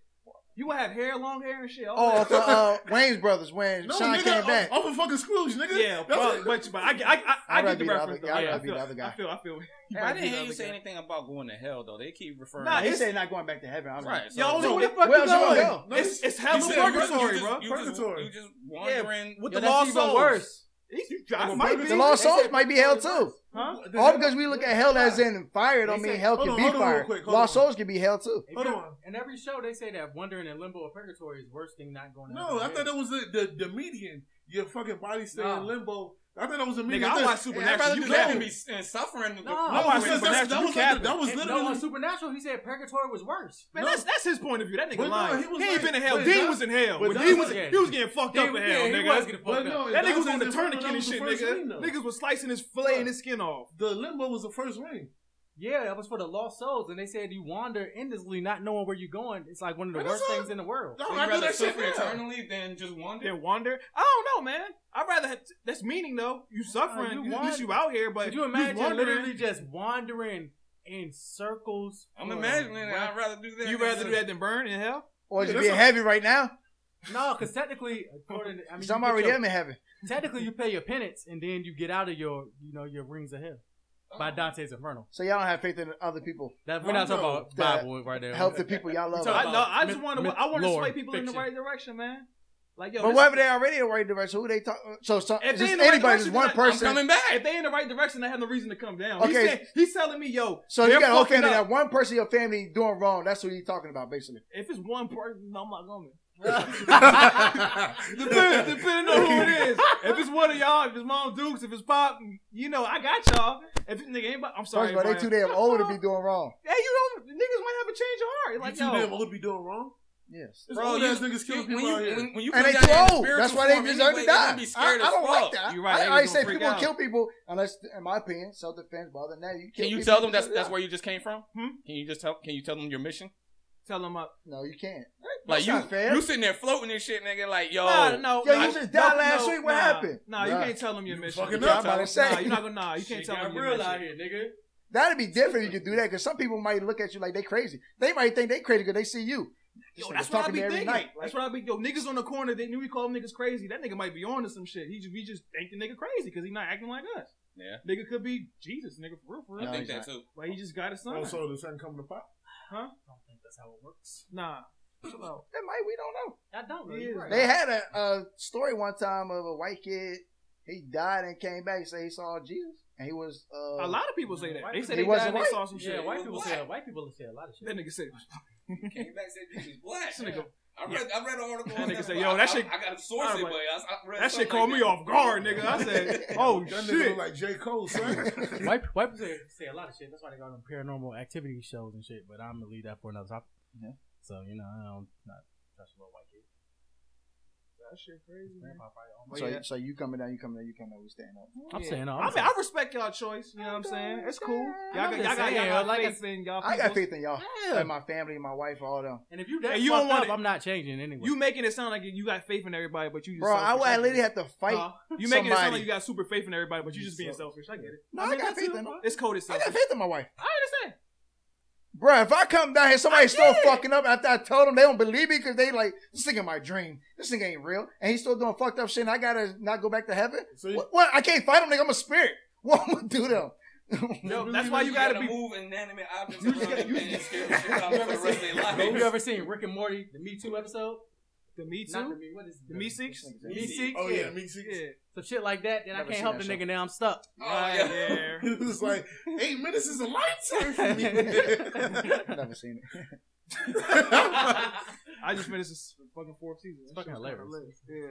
[SPEAKER 4] You would have hair, long hair and shit. all
[SPEAKER 3] Oh,
[SPEAKER 4] that.
[SPEAKER 3] for uh, Wayne's brothers when
[SPEAKER 1] No,
[SPEAKER 3] Sean
[SPEAKER 1] nigga, oh,
[SPEAKER 3] came back.
[SPEAKER 1] Off, off of fucking Scrooge, nigga.
[SPEAKER 4] Yeah,
[SPEAKER 1] That's
[SPEAKER 4] probably,
[SPEAKER 1] what-
[SPEAKER 4] but, but I, I, I, I
[SPEAKER 3] I'd rather
[SPEAKER 4] get the
[SPEAKER 3] be the other
[SPEAKER 4] reference.
[SPEAKER 3] guy.
[SPEAKER 4] though.
[SPEAKER 3] I'd
[SPEAKER 4] Yeah, I
[SPEAKER 3] rather be
[SPEAKER 4] feel,
[SPEAKER 3] the other guy.
[SPEAKER 4] I feel, I feel.
[SPEAKER 2] Hey, I didn't hear you say anything about going to hell though. They keep referring.
[SPEAKER 4] Nah,
[SPEAKER 3] he
[SPEAKER 4] it's-
[SPEAKER 3] said not going back to heaven. I'm like,
[SPEAKER 2] right. So,
[SPEAKER 4] Yo, only
[SPEAKER 1] So
[SPEAKER 4] where the
[SPEAKER 3] where
[SPEAKER 4] fuck you
[SPEAKER 3] else you gonna
[SPEAKER 4] going?
[SPEAKER 3] go?
[SPEAKER 1] No,
[SPEAKER 4] It's, it's hell
[SPEAKER 1] you
[SPEAKER 4] and
[SPEAKER 1] said purgatory,
[SPEAKER 4] purgatory,
[SPEAKER 2] you
[SPEAKER 4] bro.
[SPEAKER 2] just, you just-
[SPEAKER 1] Purgatory.
[SPEAKER 2] you just wandering.
[SPEAKER 4] with
[SPEAKER 5] Yo,
[SPEAKER 4] the
[SPEAKER 5] that's
[SPEAKER 4] lost
[SPEAKER 5] even
[SPEAKER 4] souls.
[SPEAKER 5] worse.
[SPEAKER 4] These- you-
[SPEAKER 1] Well,
[SPEAKER 4] I might
[SPEAKER 1] purgatory-
[SPEAKER 4] be.
[SPEAKER 3] the lost
[SPEAKER 4] They
[SPEAKER 3] souls
[SPEAKER 4] said-
[SPEAKER 3] might be hell too.
[SPEAKER 4] Huh?
[SPEAKER 3] All because we look at hell as in fire, don't
[SPEAKER 5] They
[SPEAKER 3] mean
[SPEAKER 5] say-
[SPEAKER 3] hell
[SPEAKER 1] hold
[SPEAKER 3] can
[SPEAKER 1] on,
[SPEAKER 3] be
[SPEAKER 1] hold on real
[SPEAKER 3] fire.
[SPEAKER 1] quick, hold
[SPEAKER 3] Lost
[SPEAKER 1] on.
[SPEAKER 3] souls can be hell too.
[SPEAKER 5] If
[SPEAKER 1] Hold
[SPEAKER 5] you're-
[SPEAKER 1] on.
[SPEAKER 5] In every show, they say that wondering in limbo or purgatory is worse than not going. to
[SPEAKER 1] No, I
[SPEAKER 5] heaven.
[SPEAKER 1] thought that was the, the, the median. Your fucking body stay
[SPEAKER 5] Nah.
[SPEAKER 1] in limbo. I thought that was a
[SPEAKER 4] Nigga,
[SPEAKER 1] median.
[SPEAKER 4] I watch
[SPEAKER 2] Hey, I'd
[SPEAKER 4] Supernatural.
[SPEAKER 2] rather
[SPEAKER 4] You
[SPEAKER 2] do that than
[SPEAKER 4] capping
[SPEAKER 2] be s- and suffering.
[SPEAKER 5] No,
[SPEAKER 1] I
[SPEAKER 5] I
[SPEAKER 1] watch
[SPEAKER 5] watch
[SPEAKER 1] that, that,
[SPEAKER 4] Supernatural,
[SPEAKER 1] was
[SPEAKER 4] you
[SPEAKER 1] like, the-
[SPEAKER 4] capping.
[SPEAKER 1] that was
[SPEAKER 5] And no,
[SPEAKER 1] literally.
[SPEAKER 5] on Supernatural, he said purgatory was worse.
[SPEAKER 4] Man,
[SPEAKER 1] No.
[SPEAKER 4] that's that's his point of view. That nigga
[SPEAKER 1] But no,
[SPEAKER 4] lying.
[SPEAKER 1] he
[SPEAKER 4] He,
[SPEAKER 1] was
[SPEAKER 4] ain't
[SPEAKER 1] like-
[SPEAKER 4] been in hell.
[SPEAKER 1] but
[SPEAKER 4] Dean
[SPEAKER 1] that-
[SPEAKER 4] was in hell.
[SPEAKER 1] but
[SPEAKER 4] When
[SPEAKER 1] that
[SPEAKER 4] Dean
[SPEAKER 1] was-
[SPEAKER 4] was he was getting fucked up in
[SPEAKER 5] yeah,
[SPEAKER 4] hell,
[SPEAKER 5] he
[SPEAKER 4] nigga.
[SPEAKER 5] was getting fucked
[SPEAKER 1] but
[SPEAKER 5] up.
[SPEAKER 1] no, that
[SPEAKER 4] that nigga was on
[SPEAKER 1] in
[SPEAKER 4] the
[SPEAKER 1] front,
[SPEAKER 4] tourniquet
[SPEAKER 1] that
[SPEAKER 4] and
[SPEAKER 1] was the
[SPEAKER 4] shit,
[SPEAKER 1] first
[SPEAKER 4] nigga.
[SPEAKER 1] ring, though.
[SPEAKER 4] Niggas was slicing his fillet and his skin off.
[SPEAKER 1] The limbo was the first
[SPEAKER 3] <laughs>
[SPEAKER 1] ring.
[SPEAKER 5] Yeah, that was for the lost souls, and they said you wander endlessly, not knowing where you're going. It's like one of the
[SPEAKER 1] Man,
[SPEAKER 5] worst
[SPEAKER 1] that's all-
[SPEAKER 5] things in the world.
[SPEAKER 1] No,
[SPEAKER 2] You'd
[SPEAKER 1] I do
[SPEAKER 2] rather
[SPEAKER 1] that shit
[SPEAKER 2] suffer
[SPEAKER 1] now.
[SPEAKER 2] eternally than just wander.
[SPEAKER 4] Then wander. I don't know, man. I'd rather have, that's meaning though. You suffering.
[SPEAKER 5] you
[SPEAKER 4] you, at
[SPEAKER 5] want-
[SPEAKER 4] least you out here, but
[SPEAKER 5] Could you imagine
[SPEAKER 4] wandering.
[SPEAKER 5] literally just wandering in circles?
[SPEAKER 2] I'm
[SPEAKER 5] for the
[SPEAKER 2] imagining. it.
[SPEAKER 5] rest-
[SPEAKER 2] I'd rather do that.
[SPEAKER 4] You
[SPEAKER 2] than
[SPEAKER 4] rather
[SPEAKER 2] just-
[SPEAKER 4] do that than burn in hell?
[SPEAKER 3] Or
[SPEAKER 1] Yeah,
[SPEAKER 3] just
[SPEAKER 1] that's
[SPEAKER 3] be in
[SPEAKER 1] a-
[SPEAKER 3] heaven right now.
[SPEAKER 5] No, because technically, according to, I mean,
[SPEAKER 3] So I'm
[SPEAKER 5] you get
[SPEAKER 3] already
[SPEAKER 5] your-
[SPEAKER 3] am in heaven.
[SPEAKER 5] technically you pay your penance and then you get out of your, you know, your rings of hell by Dante's Inferno.
[SPEAKER 3] So y'all don't have faith in other people.
[SPEAKER 5] That, we're not talking about
[SPEAKER 3] That
[SPEAKER 5] Bible right there. <laughs>
[SPEAKER 3] Help the people y'all love.
[SPEAKER 5] Talk
[SPEAKER 4] I,
[SPEAKER 5] about
[SPEAKER 4] no, I
[SPEAKER 5] myth-
[SPEAKER 4] just want to.
[SPEAKER 5] myth-
[SPEAKER 4] I want to
[SPEAKER 5] lore,
[SPEAKER 4] sway people in the
[SPEAKER 5] fiction.
[SPEAKER 4] right direction, man. Like yo,
[SPEAKER 3] but
[SPEAKER 4] this-
[SPEAKER 3] whatever they already in the right direction, who they talk? So, so
[SPEAKER 4] If they
[SPEAKER 3] just
[SPEAKER 4] in the right
[SPEAKER 3] anybody, just
[SPEAKER 4] direction,
[SPEAKER 3] one
[SPEAKER 4] I'm
[SPEAKER 5] I'm
[SPEAKER 3] person.
[SPEAKER 5] coming back.
[SPEAKER 4] if they in the right direction, they have no reason to come down.
[SPEAKER 3] Okay.
[SPEAKER 4] He's, saying, he's telling me, yo,
[SPEAKER 3] So you
[SPEAKER 4] they're
[SPEAKER 3] got a whole
[SPEAKER 4] fucking
[SPEAKER 3] family.
[SPEAKER 4] up.
[SPEAKER 3] That one person in your family doing wrong. That's what you're talking about, basically.
[SPEAKER 4] if it's one person, no, I'm not going. Depend,
[SPEAKER 1] Depends.
[SPEAKER 4] depending on who it is. If it's one of y'all, if it's Mom Dukes, if it's Pop, you know, I got y'all. If it's nigga, anybody, I'm sorry.
[SPEAKER 3] First of all, they
[SPEAKER 4] Brian.
[SPEAKER 3] too damn old to be doing wrong.
[SPEAKER 4] Hey, you don't. Niggas might have a change of heart. Like,
[SPEAKER 1] you two
[SPEAKER 4] yo,
[SPEAKER 1] damn old be doing wrong.
[SPEAKER 3] Yes.
[SPEAKER 1] There's
[SPEAKER 2] Bro,
[SPEAKER 1] old
[SPEAKER 2] you-
[SPEAKER 1] ass niggas
[SPEAKER 2] you-
[SPEAKER 1] killing
[SPEAKER 2] when
[SPEAKER 1] people
[SPEAKER 2] you-
[SPEAKER 1] out here.
[SPEAKER 2] when- when you
[SPEAKER 3] and
[SPEAKER 2] put
[SPEAKER 3] they
[SPEAKER 2] that
[SPEAKER 3] too
[SPEAKER 2] in
[SPEAKER 3] old.
[SPEAKER 2] spiritual
[SPEAKER 3] That's why they
[SPEAKER 2] form,
[SPEAKER 3] deserve
[SPEAKER 2] anyway, they
[SPEAKER 3] to
[SPEAKER 2] gonna
[SPEAKER 3] die.
[SPEAKER 2] be
[SPEAKER 3] I,
[SPEAKER 2] scared
[SPEAKER 3] I
[SPEAKER 2] as
[SPEAKER 3] don't
[SPEAKER 2] fuck.
[SPEAKER 3] like that.
[SPEAKER 4] You're right,
[SPEAKER 3] I,
[SPEAKER 4] they
[SPEAKER 3] I
[SPEAKER 4] gonna
[SPEAKER 3] always say
[SPEAKER 4] freak
[SPEAKER 3] people
[SPEAKER 4] out.
[SPEAKER 3] kill people unless, in my opinion, self defense. But other than that, you
[SPEAKER 6] Can
[SPEAKER 3] kill
[SPEAKER 6] you
[SPEAKER 3] people,
[SPEAKER 6] tell them that's
[SPEAKER 3] kill-
[SPEAKER 6] that's where you just came from?
[SPEAKER 4] Hmm?
[SPEAKER 6] Can you just tell? Can you tell them your mission?
[SPEAKER 4] tell them up.
[SPEAKER 3] No, you can't.
[SPEAKER 6] Like
[SPEAKER 3] That's
[SPEAKER 6] you,
[SPEAKER 3] not fair.
[SPEAKER 6] you sitting there floating and shit, nigga. Like
[SPEAKER 5] Oh.
[SPEAKER 6] yo,
[SPEAKER 4] Nah, no,
[SPEAKER 3] Yo,
[SPEAKER 4] no,
[SPEAKER 3] you just died
[SPEAKER 4] no,
[SPEAKER 3] last
[SPEAKER 4] no,
[SPEAKER 3] week. What
[SPEAKER 4] nah,
[SPEAKER 3] happened?
[SPEAKER 4] Nah, you
[SPEAKER 3] Nah.
[SPEAKER 4] can't tell them your
[SPEAKER 1] You
[SPEAKER 4] mission.
[SPEAKER 1] fucking
[SPEAKER 4] You can't
[SPEAKER 1] up,
[SPEAKER 4] tell
[SPEAKER 3] I was
[SPEAKER 4] them-
[SPEAKER 3] saying.
[SPEAKER 4] Nah, you're not gonna. Nah, you can't
[SPEAKER 5] Shit
[SPEAKER 4] tell
[SPEAKER 5] got
[SPEAKER 4] them your
[SPEAKER 5] real out
[SPEAKER 4] mission.
[SPEAKER 5] here, nigga.
[SPEAKER 3] That'd be different. if You could do that because some people might look at you like they crazy. They might think they crazy because they see you. This
[SPEAKER 4] Yo,
[SPEAKER 3] nigga's
[SPEAKER 4] that's what I
[SPEAKER 3] talking
[SPEAKER 4] be
[SPEAKER 3] to every
[SPEAKER 4] thinking.
[SPEAKER 3] night.
[SPEAKER 4] That's what I be. Yo, niggas on the corner. They knew we call them niggas crazy. That nigga might be on to some shit. He just, we just think the nigga crazy because he not acting like us.
[SPEAKER 6] Yeah.
[SPEAKER 4] Nigga could be Jesus. Nigga for real, for real.
[SPEAKER 3] No,
[SPEAKER 6] I think
[SPEAKER 3] he's
[SPEAKER 6] that too.
[SPEAKER 4] Like he just got his son.
[SPEAKER 1] Oh, so does something come to pop?
[SPEAKER 5] I don't think that's how it works.
[SPEAKER 4] nah. Chill out.
[SPEAKER 3] That might we don't know.
[SPEAKER 5] I don't.
[SPEAKER 4] know, you right.
[SPEAKER 3] They had a, a story one time of a white kid. He died and came back and said he saw Jesus, and he was uh,
[SPEAKER 4] A lot of people say that. They
[SPEAKER 3] He
[SPEAKER 4] say they died
[SPEAKER 3] wasn't
[SPEAKER 4] and they
[SPEAKER 3] white?
[SPEAKER 4] saw some shit.
[SPEAKER 5] Yeah, white people
[SPEAKER 2] What?
[SPEAKER 5] say white people say a lot of
[SPEAKER 4] That
[SPEAKER 5] shit.
[SPEAKER 4] nigga said,
[SPEAKER 2] Came back said this is black.
[SPEAKER 4] this nigga,
[SPEAKER 2] I read I read an article.
[SPEAKER 4] That
[SPEAKER 2] on
[SPEAKER 4] nigga
[SPEAKER 2] that.
[SPEAKER 4] said, yo, that shit-
[SPEAKER 2] I, I got a source
[SPEAKER 4] I'm
[SPEAKER 2] it,
[SPEAKER 4] like,
[SPEAKER 2] but I, I read
[SPEAKER 4] that
[SPEAKER 2] something
[SPEAKER 4] shit caught
[SPEAKER 2] like
[SPEAKER 4] me
[SPEAKER 2] that.
[SPEAKER 4] off guard, nigga. I said, oh
[SPEAKER 1] That nigga
[SPEAKER 4] shit.
[SPEAKER 1] look like J. Cole,
[SPEAKER 4] <laughs>
[SPEAKER 1] son.
[SPEAKER 5] White, white people say, say a lot of shit. That's why they got them paranormal activity shows and shit. But I'm gonna leave that for another topic.
[SPEAKER 3] Yeah.
[SPEAKER 5] So you know, I don't not trust a little white kid.
[SPEAKER 4] That shit crazy. man.
[SPEAKER 5] Grandpa probably owned
[SPEAKER 4] But
[SPEAKER 3] oh, So,
[SPEAKER 4] Oh, yeah.
[SPEAKER 3] so you coming down, you coming down, you coming down. We staying up.
[SPEAKER 5] I'm saying, no, I'm
[SPEAKER 4] I mean,
[SPEAKER 5] saying-
[SPEAKER 4] I respect y'all choice. You know what I'm saying? It's cool.
[SPEAKER 5] I'm
[SPEAKER 4] Y'all got, y'all
[SPEAKER 5] just
[SPEAKER 4] got, y'all
[SPEAKER 5] saying,
[SPEAKER 4] got
[SPEAKER 5] like I
[SPEAKER 4] faith in y'all.
[SPEAKER 3] I got
[SPEAKER 4] people.
[SPEAKER 3] faith in y'all,
[SPEAKER 5] Yeah.
[SPEAKER 3] and my family, my wife, all them.
[SPEAKER 5] And if you that
[SPEAKER 4] And you
[SPEAKER 5] fucked
[SPEAKER 4] don't want
[SPEAKER 5] up,
[SPEAKER 4] it-
[SPEAKER 5] I'm not changing anyway.
[SPEAKER 4] You making it sound like you got faith in everybody, but you just
[SPEAKER 3] Bro, I
[SPEAKER 4] selfish. Uh,
[SPEAKER 3] would
[SPEAKER 4] get
[SPEAKER 3] literally
[SPEAKER 4] it.
[SPEAKER 3] have to fight.
[SPEAKER 4] Huh? You making it sound like
[SPEAKER 3] somebody.
[SPEAKER 4] you got super faith in everybody, but you just being selfish. I get it.
[SPEAKER 3] No,
[SPEAKER 5] mean,
[SPEAKER 3] I got
[SPEAKER 5] that's
[SPEAKER 3] faith
[SPEAKER 5] it,
[SPEAKER 3] in
[SPEAKER 5] bro.
[SPEAKER 3] them.
[SPEAKER 4] It's cold as
[SPEAKER 3] I
[SPEAKER 4] selfish.
[SPEAKER 3] got faith in my wife.
[SPEAKER 4] I understand.
[SPEAKER 3] Bro, if I come down here, somebody still
[SPEAKER 4] get it.
[SPEAKER 3] fucking up after I told them they don't believe me because they like this nigga my dream. This nigga ain't real, and he's still doing fucked up shit. and I gotta not go back to heaven.
[SPEAKER 1] So you-
[SPEAKER 3] What? what? I can't fight him, nigga. I'm a spirit. <laughs> What I'm gonna do to them?
[SPEAKER 4] Yo, that's why you gotta be.
[SPEAKER 2] move inanimate objects
[SPEAKER 4] You just
[SPEAKER 2] around
[SPEAKER 4] gotta-
[SPEAKER 2] and
[SPEAKER 4] you-
[SPEAKER 2] and scare the shit out
[SPEAKER 5] you
[SPEAKER 2] of them
[SPEAKER 5] ever
[SPEAKER 2] for the rest
[SPEAKER 5] seen,
[SPEAKER 2] of
[SPEAKER 5] Have
[SPEAKER 2] their
[SPEAKER 5] you
[SPEAKER 2] life.
[SPEAKER 5] ever seen Rick and Morty, the Me Too episode?
[SPEAKER 4] The Me
[SPEAKER 5] Not the
[SPEAKER 4] Too.
[SPEAKER 5] Me, what is it?
[SPEAKER 4] The Me Seeks?
[SPEAKER 5] The Me Seeks?
[SPEAKER 1] Oh yeah,
[SPEAKER 5] yeah.
[SPEAKER 1] me too.
[SPEAKER 4] Yeah.
[SPEAKER 5] Some shit like that, then I
[SPEAKER 3] Never
[SPEAKER 5] can't
[SPEAKER 3] seen
[SPEAKER 5] help the
[SPEAKER 3] that
[SPEAKER 5] nigga now. I'm stuck.
[SPEAKER 2] Oh,
[SPEAKER 4] Right,
[SPEAKER 2] yeah.
[SPEAKER 4] <laughs>
[SPEAKER 1] <laughs>
[SPEAKER 4] yeah.
[SPEAKER 1] It was like eight minutes is a lifetime for
[SPEAKER 3] <laughs>
[SPEAKER 1] me.
[SPEAKER 3] I've <laughs> never seen it.
[SPEAKER 4] I just finished this fucking fourth season. It's
[SPEAKER 5] fucking hilarious.
[SPEAKER 4] Yeah.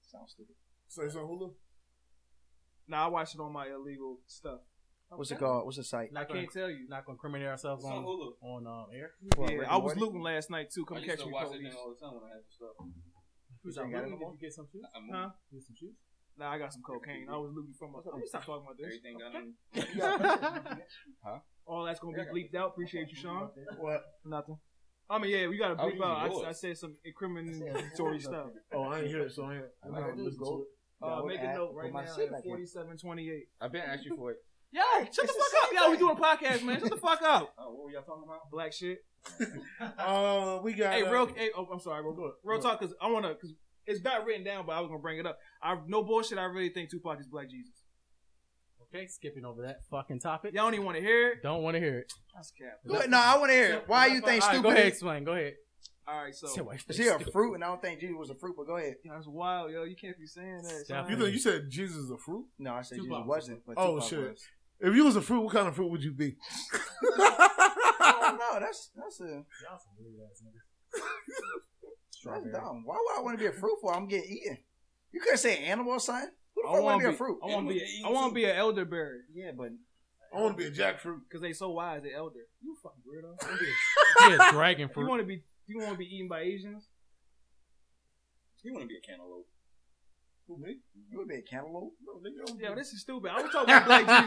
[SPEAKER 3] Sounds stupid.
[SPEAKER 1] so it's on Hulu.
[SPEAKER 4] Nah, I watched it on my illegal stuff.
[SPEAKER 3] What's it called? What's the site?
[SPEAKER 5] Not
[SPEAKER 4] I
[SPEAKER 5] gonna,
[SPEAKER 4] can't tell you.
[SPEAKER 5] not gonna criminate ourselves
[SPEAKER 2] It's on
[SPEAKER 5] on
[SPEAKER 2] Hulu.
[SPEAKER 5] on um, air.
[SPEAKER 3] What,
[SPEAKER 4] yeah,
[SPEAKER 3] Rick
[SPEAKER 4] I
[SPEAKER 3] and
[SPEAKER 4] was
[SPEAKER 2] Morty?
[SPEAKER 3] Morty?
[SPEAKER 4] looking last night
[SPEAKER 2] I
[SPEAKER 4] too. Come
[SPEAKER 2] used
[SPEAKER 4] catch
[SPEAKER 2] to
[SPEAKER 4] me,
[SPEAKER 2] watch that
[SPEAKER 4] police.
[SPEAKER 2] thing all the time when I had the stuff.
[SPEAKER 5] Who's
[SPEAKER 3] ain't
[SPEAKER 5] on
[SPEAKER 3] got
[SPEAKER 5] Hulu?
[SPEAKER 3] it no
[SPEAKER 5] Did
[SPEAKER 3] more?
[SPEAKER 5] you get some shoes?
[SPEAKER 2] I moved
[SPEAKER 4] Huh?
[SPEAKER 5] You Get some shoes?
[SPEAKER 4] Nah, I got some cocaine. I was looking for my. I'm gonna stop talking about this.
[SPEAKER 2] everything down on
[SPEAKER 5] <laughs>
[SPEAKER 4] All that's gonna be bleeped out. Appreciate you, Sean.
[SPEAKER 1] What?
[SPEAKER 4] Nothing. I mean, yeah, we gotta
[SPEAKER 2] How
[SPEAKER 4] bleep
[SPEAKER 2] you
[SPEAKER 4] out.
[SPEAKER 2] do it?
[SPEAKER 4] I, I said some incriminatory stuff.
[SPEAKER 1] Oh, I ain't hear it, so I ain't. I'm
[SPEAKER 3] I
[SPEAKER 1] not
[SPEAKER 3] gotta
[SPEAKER 1] listening
[SPEAKER 3] go.
[SPEAKER 1] to
[SPEAKER 4] Uh,
[SPEAKER 3] Yeah,
[SPEAKER 4] make
[SPEAKER 3] I-
[SPEAKER 4] a note
[SPEAKER 3] put
[SPEAKER 4] right now.
[SPEAKER 3] my shit back
[SPEAKER 4] At
[SPEAKER 3] in.
[SPEAKER 4] Forty-seven twenty-eight.
[SPEAKER 6] I've been asking you for it.
[SPEAKER 4] Yo, shut the
[SPEAKER 3] it's the
[SPEAKER 4] fuck up.
[SPEAKER 3] same
[SPEAKER 4] Yo, we
[SPEAKER 3] thing.
[SPEAKER 4] doing podcast, man. Shut the fuck up.
[SPEAKER 2] Oh, what were y'all talking about?
[SPEAKER 4] <laughs> Black shit.
[SPEAKER 1] it. Uh, we got.
[SPEAKER 4] Hey,
[SPEAKER 1] uh,
[SPEAKER 4] real. Hey, oh, I'm sorry, bro.
[SPEAKER 1] Go ahead.
[SPEAKER 4] Real
[SPEAKER 1] Go
[SPEAKER 4] talk, because I want to, because it's not written down, but I was gonna bring it up. I no bullshit. I really think Tupac is Black Jesus.
[SPEAKER 5] Okay, skipping over that fucking topic.
[SPEAKER 4] Y'all don't even want to hear it.
[SPEAKER 5] Don't want to hear it.
[SPEAKER 4] That's cap.
[SPEAKER 3] Go ahead. No, I want to hear it. Why you
[SPEAKER 5] All
[SPEAKER 3] think
[SPEAKER 5] right,
[SPEAKER 3] stupid?
[SPEAKER 5] Go ahead,
[SPEAKER 3] is-
[SPEAKER 5] explain. Go ahead.
[SPEAKER 4] All right, so
[SPEAKER 5] Say why you think
[SPEAKER 3] Is he a
[SPEAKER 5] stupid.
[SPEAKER 3] fruit? And I don't think Jesus was a fruit, but go ahead.
[SPEAKER 4] Yeah, that's wild, yo. You can't be saying that. son.
[SPEAKER 1] You think you said Jesus is a fruit?
[SPEAKER 3] No, I said
[SPEAKER 5] Tupac.
[SPEAKER 3] Jesus wasn't. But
[SPEAKER 1] Oh,
[SPEAKER 3] Tupac
[SPEAKER 1] shit.
[SPEAKER 3] Was.
[SPEAKER 1] If you was a fruit, what kind of fruit would you be?
[SPEAKER 3] Oh no, that's that's a
[SPEAKER 5] Y'all some weird ass niggas.
[SPEAKER 3] that's dumb. Why would I want to be a fruit for? I'm getting eaten. You could say an animal or something. Who the fuck
[SPEAKER 4] I
[SPEAKER 3] want
[SPEAKER 4] wanna
[SPEAKER 3] to be
[SPEAKER 4] be-
[SPEAKER 3] a fruit?
[SPEAKER 4] I want to be.
[SPEAKER 2] Animals
[SPEAKER 4] I want
[SPEAKER 2] eat
[SPEAKER 4] to be an elderberry
[SPEAKER 3] Yeah, but
[SPEAKER 1] I want to be a jackfruit.
[SPEAKER 4] because they so wise. They elder. You fucking weirdo. You wanna be- <laughs>
[SPEAKER 5] He a dragon
[SPEAKER 4] You
[SPEAKER 5] fruit.
[SPEAKER 4] want to be? You want to be eaten by Asians?
[SPEAKER 2] You want to be a cantaloupe.
[SPEAKER 1] Who me?
[SPEAKER 3] you would be a cantaloupe.
[SPEAKER 1] No, nigga.
[SPEAKER 3] <laughs>
[SPEAKER 1] I'm
[SPEAKER 4] Yo, this is stupid. I was talking about Black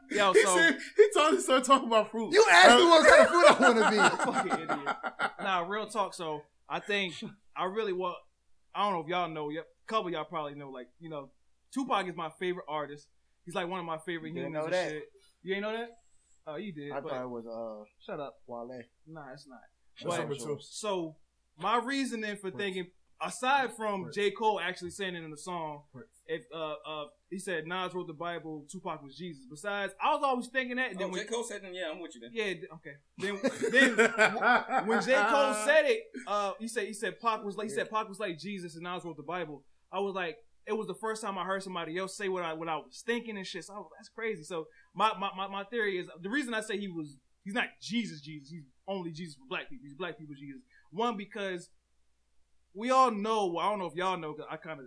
[SPEAKER 4] Jesus. Yo,
[SPEAKER 1] he
[SPEAKER 4] so
[SPEAKER 1] said he told he started talking about fruit. Uh,
[SPEAKER 3] You asked me what kind of fruit I
[SPEAKER 1] <laughs>
[SPEAKER 3] want to be.
[SPEAKER 4] fucking idiot. Nah, real talk. So I think I really well. I don't know if y'all know. Yep, couple of y'all probably know. Like you know, Tupac is my favorite artist. He's like one of my favorite
[SPEAKER 3] You didn't
[SPEAKER 4] humans.
[SPEAKER 3] know
[SPEAKER 4] and
[SPEAKER 3] that.
[SPEAKER 4] Shit. You ain't know that? Oh, you did.
[SPEAKER 3] I
[SPEAKER 4] but
[SPEAKER 3] thought it was uh
[SPEAKER 4] shut up.
[SPEAKER 3] Wale.
[SPEAKER 4] Nah, it's not.
[SPEAKER 1] That's
[SPEAKER 4] But
[SPEAKER 1] number two.
[SPEAKER 4] So my reasoning for thinking, aside from J. Cole actually saying it in the song, if uh uh he said Nas wrote the Bible, Tupac was Jesus. Besides, I was always thinking that. And then
[SPEAKER 2] Oh,
[SPEAKER 4] when
[SPEAKER 2] J. Cole said, then, yeah, I'm with you then.
[SPEAKER 4] yeah, th- okay.
[SPEAKER 1] <laughs>
[SPEAKER 4] Then then when J Cole said it, uh, he said he said Pac was like he said Pac was like Jesus and Nas wrote the Bible. I was like, it was the first time I heard somebody else say what I what I was thinking and shit. So I was, that's crazy. So my, my my my theory is the reason I say he was he's not Jesus Jesus. He's only Jesus for black people. He's black people Jesus. One because we all know. Well, I don't know if y'all know. 'cause I kind of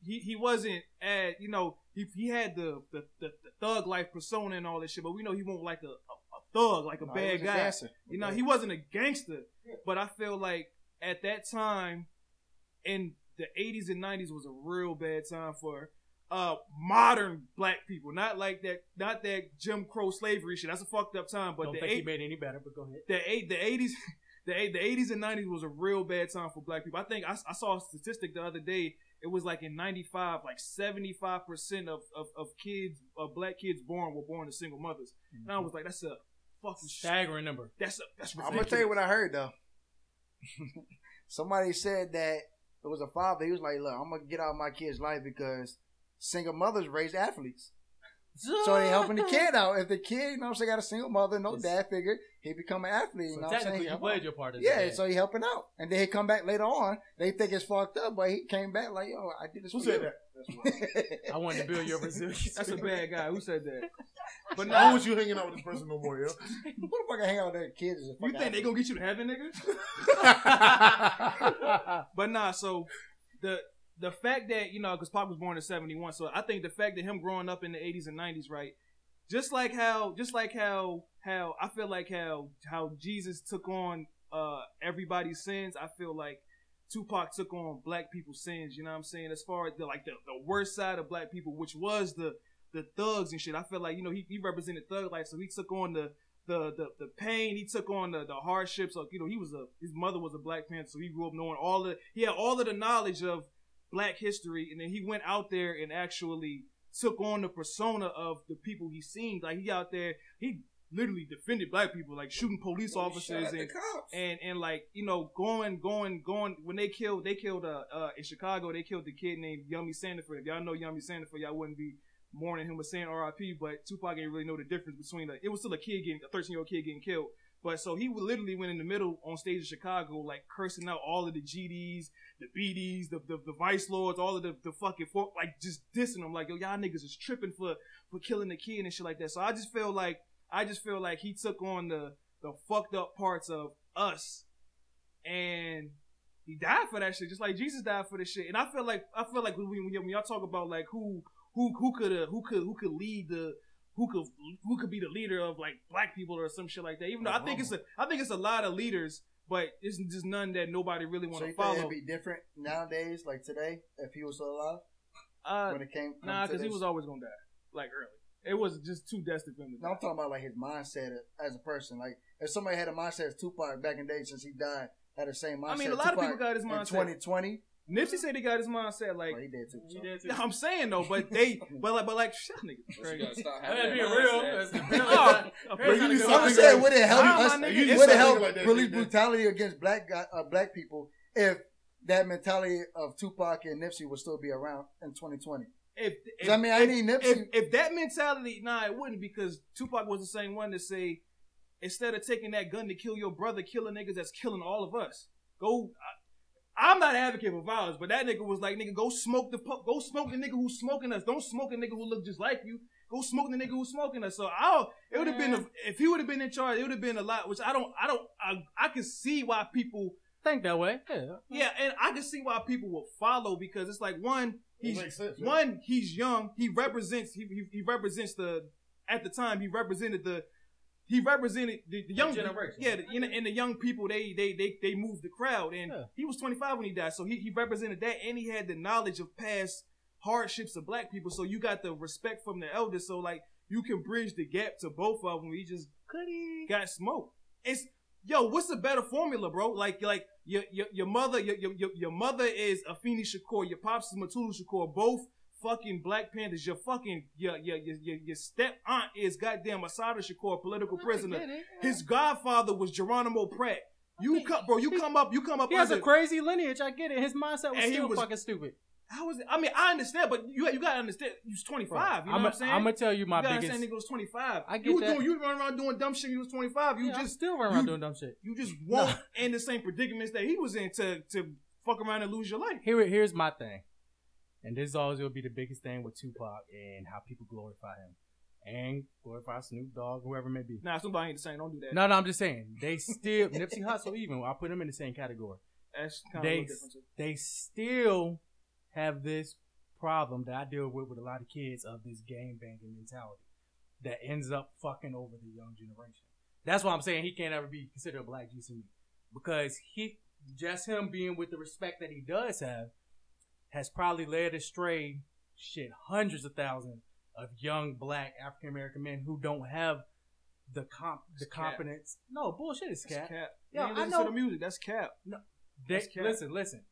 [SPEAKER 4] he he wasn't at you know he he had the the, the the thug life persona and all this shit, but we know he wasn't like a. a a Thug like a
[SPEAKER 3] No, he
[SPEAKER 4] bad
[SPEAKER 3] was a
[SPEAKER 4] guy.
[SPEAKER 3] dancer.
[SPEAKER 4] You know, he wasn't a gangster, but I feel like at that time in the 80s and 90s was a real bad time for uh modern black people. Not like that not that Jim Crow slavery shit. That's a fucked up time, but
[SPEAKER 5] Don't
[SPEAKER 4] the
[SPEAKER 5] think he
[SPEAKER 4] eight,
[SPEAKER 5] made it any better, but go ahead.
[SPEAKER 4] the eight the 80s <laughs> the eight, the 80s and 90s was a real bad time for black people. I think I, I saw a statistic the other day. It was like in 95 like 75% of of, of kids of black kids born were born to single mothers. And I
[SPEAKER 5] Mm-hmm.
[SPEAKER 4] was like that's a fucking sh-
[SPEAKER 5] Staggering number.
[SPEAKER 4] that's a, that's
[SPEAKER 3] I'm gonna
[SPEAKER 4] ridiculous.
[SPEAKER 3] tell you what I heard though. <laughs> Somebody said that it was a father. He was like, "Look, I'm gonna get out of my kid's life because single mothers raise athletes, so they helping
[SPEAKER 5] <laughs>
[SPEAKER 3] the kid out. If the kid, you know, what I'm saying, got a single mother, no
[SPEAKER 5] Yes.
[SPEAKER 3] dad figure, he become an athlete. You
[SPEAKER 5] So
[SPEAKER 3] know, what I'm saying,
[SPEAKER 5] technically,
[SPEAKER 3] He
[SPEAKER 5] you
[SPEAKER 3] help
[SPEAKER 5] played
[SPEAKER 3] out.
[SPEAKER 5] your part. As
[SPEAKER 3] yeah,
[SPEAKER 5] a dad.
[SPEAKER 3] so he helping out, and then he come back later on. They think it's fucked up, but he came back like, "Yo, I did this."
[SPEAKER 1] Who
[SPEAKER 3] for
[SPEAKER 1] said
[SPEAKER 3] you."
[SPEAKER 1] that? <laughs>
[SPEAKER 3] <laughs>
[SPEAKER 5] I wanted to build your resilience.
[SPEAKER 4] That's a bad guy. Who said that? But
[SPEAKER 1] I don't
[SPEAKER 4] now
[SPEAKER 1] want you hanging out with this person no more, yo.
[SPEAKER 3] Motherfucker, hang out with their kids. is a
[SPEAKER 4] you
[SPEAKER 3] fucking
[SPEAKER 4] think they gonna get you to heaven, nigga? <laughs> But nah. So the the fact that you know, because Pop was born in '71, so I think the fact that him growing up in the '80s and '90s, right? Just like how, just like how, how I feel like how how Jesus took on uh everybody's sins. I feel like Tupac took on black people's sins. You know what I'm saying? As far as the like the, the worst side of black people, which was the the thugs and shit. I feel like you know he, he represented thug life, so he took on the the the, the pain. He took on the, the hardships. Like you know he was a his mother was a black panther, so he grew up knowing all the he had all of the knowledge of black history, and then he went out there and actually took on the persona of the people he seemed like. He out there he literally defended black people, like shooting police
[SPEAKER 2] Shout
[SPEAKER 4] officers
[SPEAKER 2] out
[SPEAKER 4] and
[SPEAKER 2] the cops.
[SPEAKER 4] and and like you know going going going when they killed they killed uh, uh in Chicago they killed the kid named Yummy Sandifer. If y'all know Yummy Sandifer, y'all wouldn't be mourning him or saying R.I.P. But Tupac didn't really know the difference between like it was still a kid getting a thirteen year old kid getting killed. But so he would literally went in the middle on stage in Chicago, like cursing out all of the GDs, the BDs, the the, the vice lords, all of the, the fucking folk, like just dissing them, like yo y'all niggas is tripping for for killing the kid and shit like that. So I just feel like I just feel like he took on the the fucked up parts of us and he died for that shit just like jesus died for this shit and i feel like i feel like when, when, y'all- when y'all talk about like who who who could uh, who could who could lead the who could who could be the leader of like black people or some shit like that even though i think it's a i think it's a lot of leaders but it's just none that nobody really want
[SPEAKER 3] So
[SPEAKER 4] to
[SPEAKER 3] you think
[SPEAKER 4] follow
[SPEAKER 3] it'd be different nowadays, like today, if he was still alive
[SPEAKER 4] uh
[SPEAKER 3] when it came? come
[SPEAKER 4] nah
[SPEAKER 3] to
[SPEAKER 4] because he
[SPEAKER 3] this?
[SPEAKER 4] was always gonna die like early it was just too destined for him to
[SPEAKER 3] No,
[SPEAKER 4] die.
[SPEAKER 3] I'm talking about like his mindset as a person. Like if somebody had a mindset as Tupac back in the day since he died, had the same mindset.
[SPEAKER 4] i mean a
[SPEAKER 3] as
[SPEAKER 4] lot of
[SPEAKER 3] Tupac
[SPEAKER 4] people got his
[SPEAKER 3] in
[SPEAKER 4] mindset
[SPEAKER 3] 2020.
[SPEAKER 4] nipsey said he got his mindset like
[SPEAKER 3] well, he did too. So.
[SPEAKER 4] i'm saying though but they but like but like shit
[SPEAKER 3] <laughs>
[SPEAKER 4] niggas
[SPEAKER 2] But you
[SPEAKER 4] crazy
[SPEAKER 2] gotta stop
[SPEAKER 6] I gotta
[SPEAKER 2] having
[SPEAKER 6] be
[SPEAKER 2] that
[SPEAKER 6] real.
[SPEAKER 2] mindset. <laughs>
[SPEAKER 6] That's-
[SPEAKER 4] Oh,
[SPEAKER 1] Bro, you need
[SPEAKER 6] That's
[SPEAKER 1] something
[SPEAKER 3] I'm saying
[SPEAKER 1] like-
[SPEAKER 3] would it help
[SPEAKER 4] Nah,
[SPEAKER 3] us?
[SPEAKER 4] my nigga,
[SPEAKER 1] it's
[SPEAKER 3] Would it
[SPEAKER 1] something
[SPEAKER 3] help
[SPEAKER 1] like that,
[SPEAKER 3] police
[SPEAKER 1] nigga.
[SPEAKER 3] brutality against black guy, uh, black people if that mentality of Tupac and Nipsey would still be around in 2020?
[SPEAKER 4] if,
[SPEAKER 3] 'Cause I mean, I need
[SPEAKER 4] if,
[SPEAKER 3] Nipsey.
[SPEAKER 4] if that mentality, nah, it wouldn't because Tupac was the same one to say, instead of taking that gun to kill your brother, kill the niggas that's killing all of us. Go. I, I'm not an advocate for violence, but that nigga was like, nigga, go smoke the pu- go smoke the nigga who's smoking us. Don't smoke a nigga who look just like you. Go smoke the nigga who's smoking us. So I, it would have been a, if he would have been in charge, it would have been a lot. Which I don't, I don't, I, I can see why people,
[SPEAKER 5] Think that way. Yeah.
[SPEAKER 4] yeah, and I can see why people will follow because it's like one,
[SPEAKER 1] It
[SPEAKER 4] he's
[SPEAKER 1] makes sense. yo.
[SPEAKER 4] one, he's young. He represents. He, he, he represents the. At the time, he represented the. He represented the, the young
[SPEAKER 5] generation.
[SPEAKER 4] Yeah, the, and, and the young people. They they they they moved the crowd, and
[SPEAKER 5] Yeah.
[SPEAKER 4] he was 25 when he died. So he, he represented that, and he had the knowledge of past hardships of black people. So you got the respect from the elders. So like you can bridge the gap to both of them. He just got smoked. It's yo, what's a better formula, bro? Like like your your, your mother your, your your- your mother is Afeni Shakur, your pops is Matulu Shakur, both fucking Black Panthers. Your fucking your your your, your, your step aunt is goddamn Asada Shakur, a political
[SPEAKER 5] Oh,
[SPEAKER 4] prisoner. His godfather was Geronimo Pratt. You come, bro. You come up. You come up.
[SPEAKER 5] He has a
[SPEAKER 4] under-
[SPEAKER 5] crazy lineage. I get it. His mindset
[SPEAKER 4] And
[SPEAKER 5] was
[SPEAKER 4] he
[SPEAKER 5] still
[SPEAKER 4] was-
[SPEAKER 5] fucking stupid.
[SPEAKER 4] How is it? I mean, I understand, but you you gotta understand. You was 25. You know
[SPEAKER 5] I'm,
[SPEAKER 4] what I'm saying?
[SPEAKER 5] I'm gonna tell you my
[SPEAKER 4] you gotta
[SPEAKER 5] biggest.
[SPEAKER 4] understand nigga was 25.
[SPEAKER 5] I get
[SPEAKER 4] you was
[SPEAKER 5] that.
[SPEAKER 4] Doing, you run around doing dumb shit. when You was 25. You
[SPEAKER 5] Yeah, I'm
[SPEAKER 4] just
[SPEAKER 5] still running around
[SPEAKER 4] you-
[SPEAKER 5] doing dumb shit.
[SPEAKER 4] you just won't in the same predicaments that he was in to to fuck around and lose your life.
[SPEAKER 5] Here, here's my thing, and this is always gonna be the biggest thing with Tupac and how people glorify him, and glorify Snoop Dogg, whoever it may be.
[SPEAKER 4] Nah, somebody ain't the same. Don't do that.
[SPEAKER 5] No, no, I'm just saying they still Nipsey Hussle. Even I put him in the same category.
[SPEAKER 4] That's kind of a
[SPEAKER 5] They
[SPEAKER 4] little different. too.
[SPEAKER 5] they still have this problem that I deal with with a lot of kids of this game banging mentality that ends up fucking over the young generation. That's why I'm saying he can't ever be considered a black Jesus because he just him being with the respect that he does have has probably led astray shit hundreds of thousands of young black African American men who don't have the comp the
[SPEAKER 4] It's cap.
[SPEAKER 5] competence. No bullshit is
[SPEAKER 4] That's
[SPEAKER 5] cat.
[SPEAKER 4] cap.
[SPEAKER 5] Yeah,
[SPEAKER 4] Yeah,
[SPEAKER 5] I
[SPEAKER 4] I
[SPEAKER 5] know-
[SPEAKER 4] To the music, that's cap.
[SPEAKER 5] They,
[SPEAKER 4] That's cap.
[SPEAKER 5] listen, listen.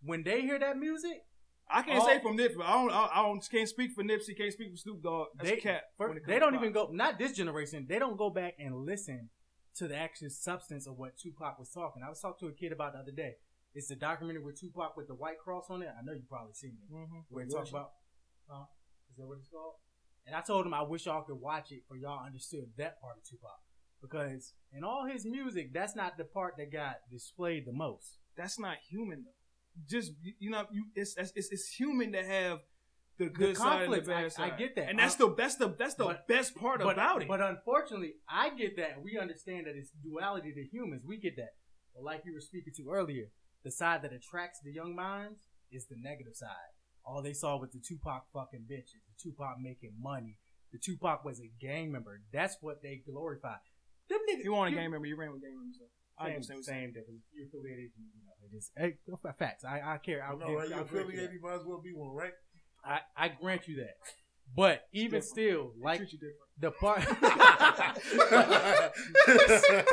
[SPEAKER 5] When they hear that music,
[SPEAKER 4] I can't
[SPEAKER 5] All-
[SPEAKER 4] say from Nipsey. I don't. I, I don't. Can't speak for Nipsey. Can't speak for Snoop Dogg. That's
[SPEAKER 5] they,
[SPEAKER 4] cap.
[SPEAKER 5] fir-
[SPEAKER 4] when it comes
[SPEAKER 5] they don't
[SPEAKER 4] to
[SPEAKER 5] even
[SPEAKER 4] pop.
[SPEAKER 5] go not this generation they don't go back and listen to the actual substance of what tupac was talking i was talking to a kid about the other day it's the documentary with tupac with the white cross on it i know you've probably seen it
[SPEAKER 4] Mhm.
[SPEAKER 5] where it talks about huh is that what it's called and i told him i wish y'all could watch it for y'all understood that part of tupac because in all his music that's not the part that got displayed the most
[SPEAKER 4] That's not human though. Just you- you know, you it's it's, it's, it's human to have the good side and the
[SPEAKER 5] conflict, I- I
[SPEAKER 4] bad side.
[SPEAKER 5] get that.
[SPEAKER 4] and that's
[SPEAKER 5] I-
[SPEAKER 4] the that's the that's the
[SPEAKER 5] but-
[SPEAKER 4] best part
[SPEAKER 5] but,
[SPEAKER 4] about it.
[SPEAKER 5] But unfortunately, I get that. We understand that it's duality to humans. We get that. But like you were speaking to earlier, the side that attracts the young minds is the negative side. All they saw was the Tupac fucking bitches, the Tupac making money. The Tupac was a gang member. That's what they glorify. Them niggas.
[SPEAKER 4] you want a
[SPEAKER 5] you-
[SPEAKER 4] game member? You ran with game members. Though. I
[SPEAKER 5] Same,
[SPEAKER 4] understand what you're saying.
[SPEAKER 5] same difference. You affiliated. You know, it is. Hey, facts. I, I care. I,
[SPEAKER 1] I know,
[SPEAKER 5] give-
[SPEAKER 1] right? You
[SPEAKER 5] I grant you that.
[SPEAKER 1] affiliated, you might as well be one, right?
[SPEAKER 5] I, I grant you that. But even
[SPEAKER 4] Different.
[SPEAKER 5] still, like
[SPEAKER 4] treat you different.
[SPEAKER 5] the
[SPEAKER 4] <laughs>
[SPEAKER 5] part.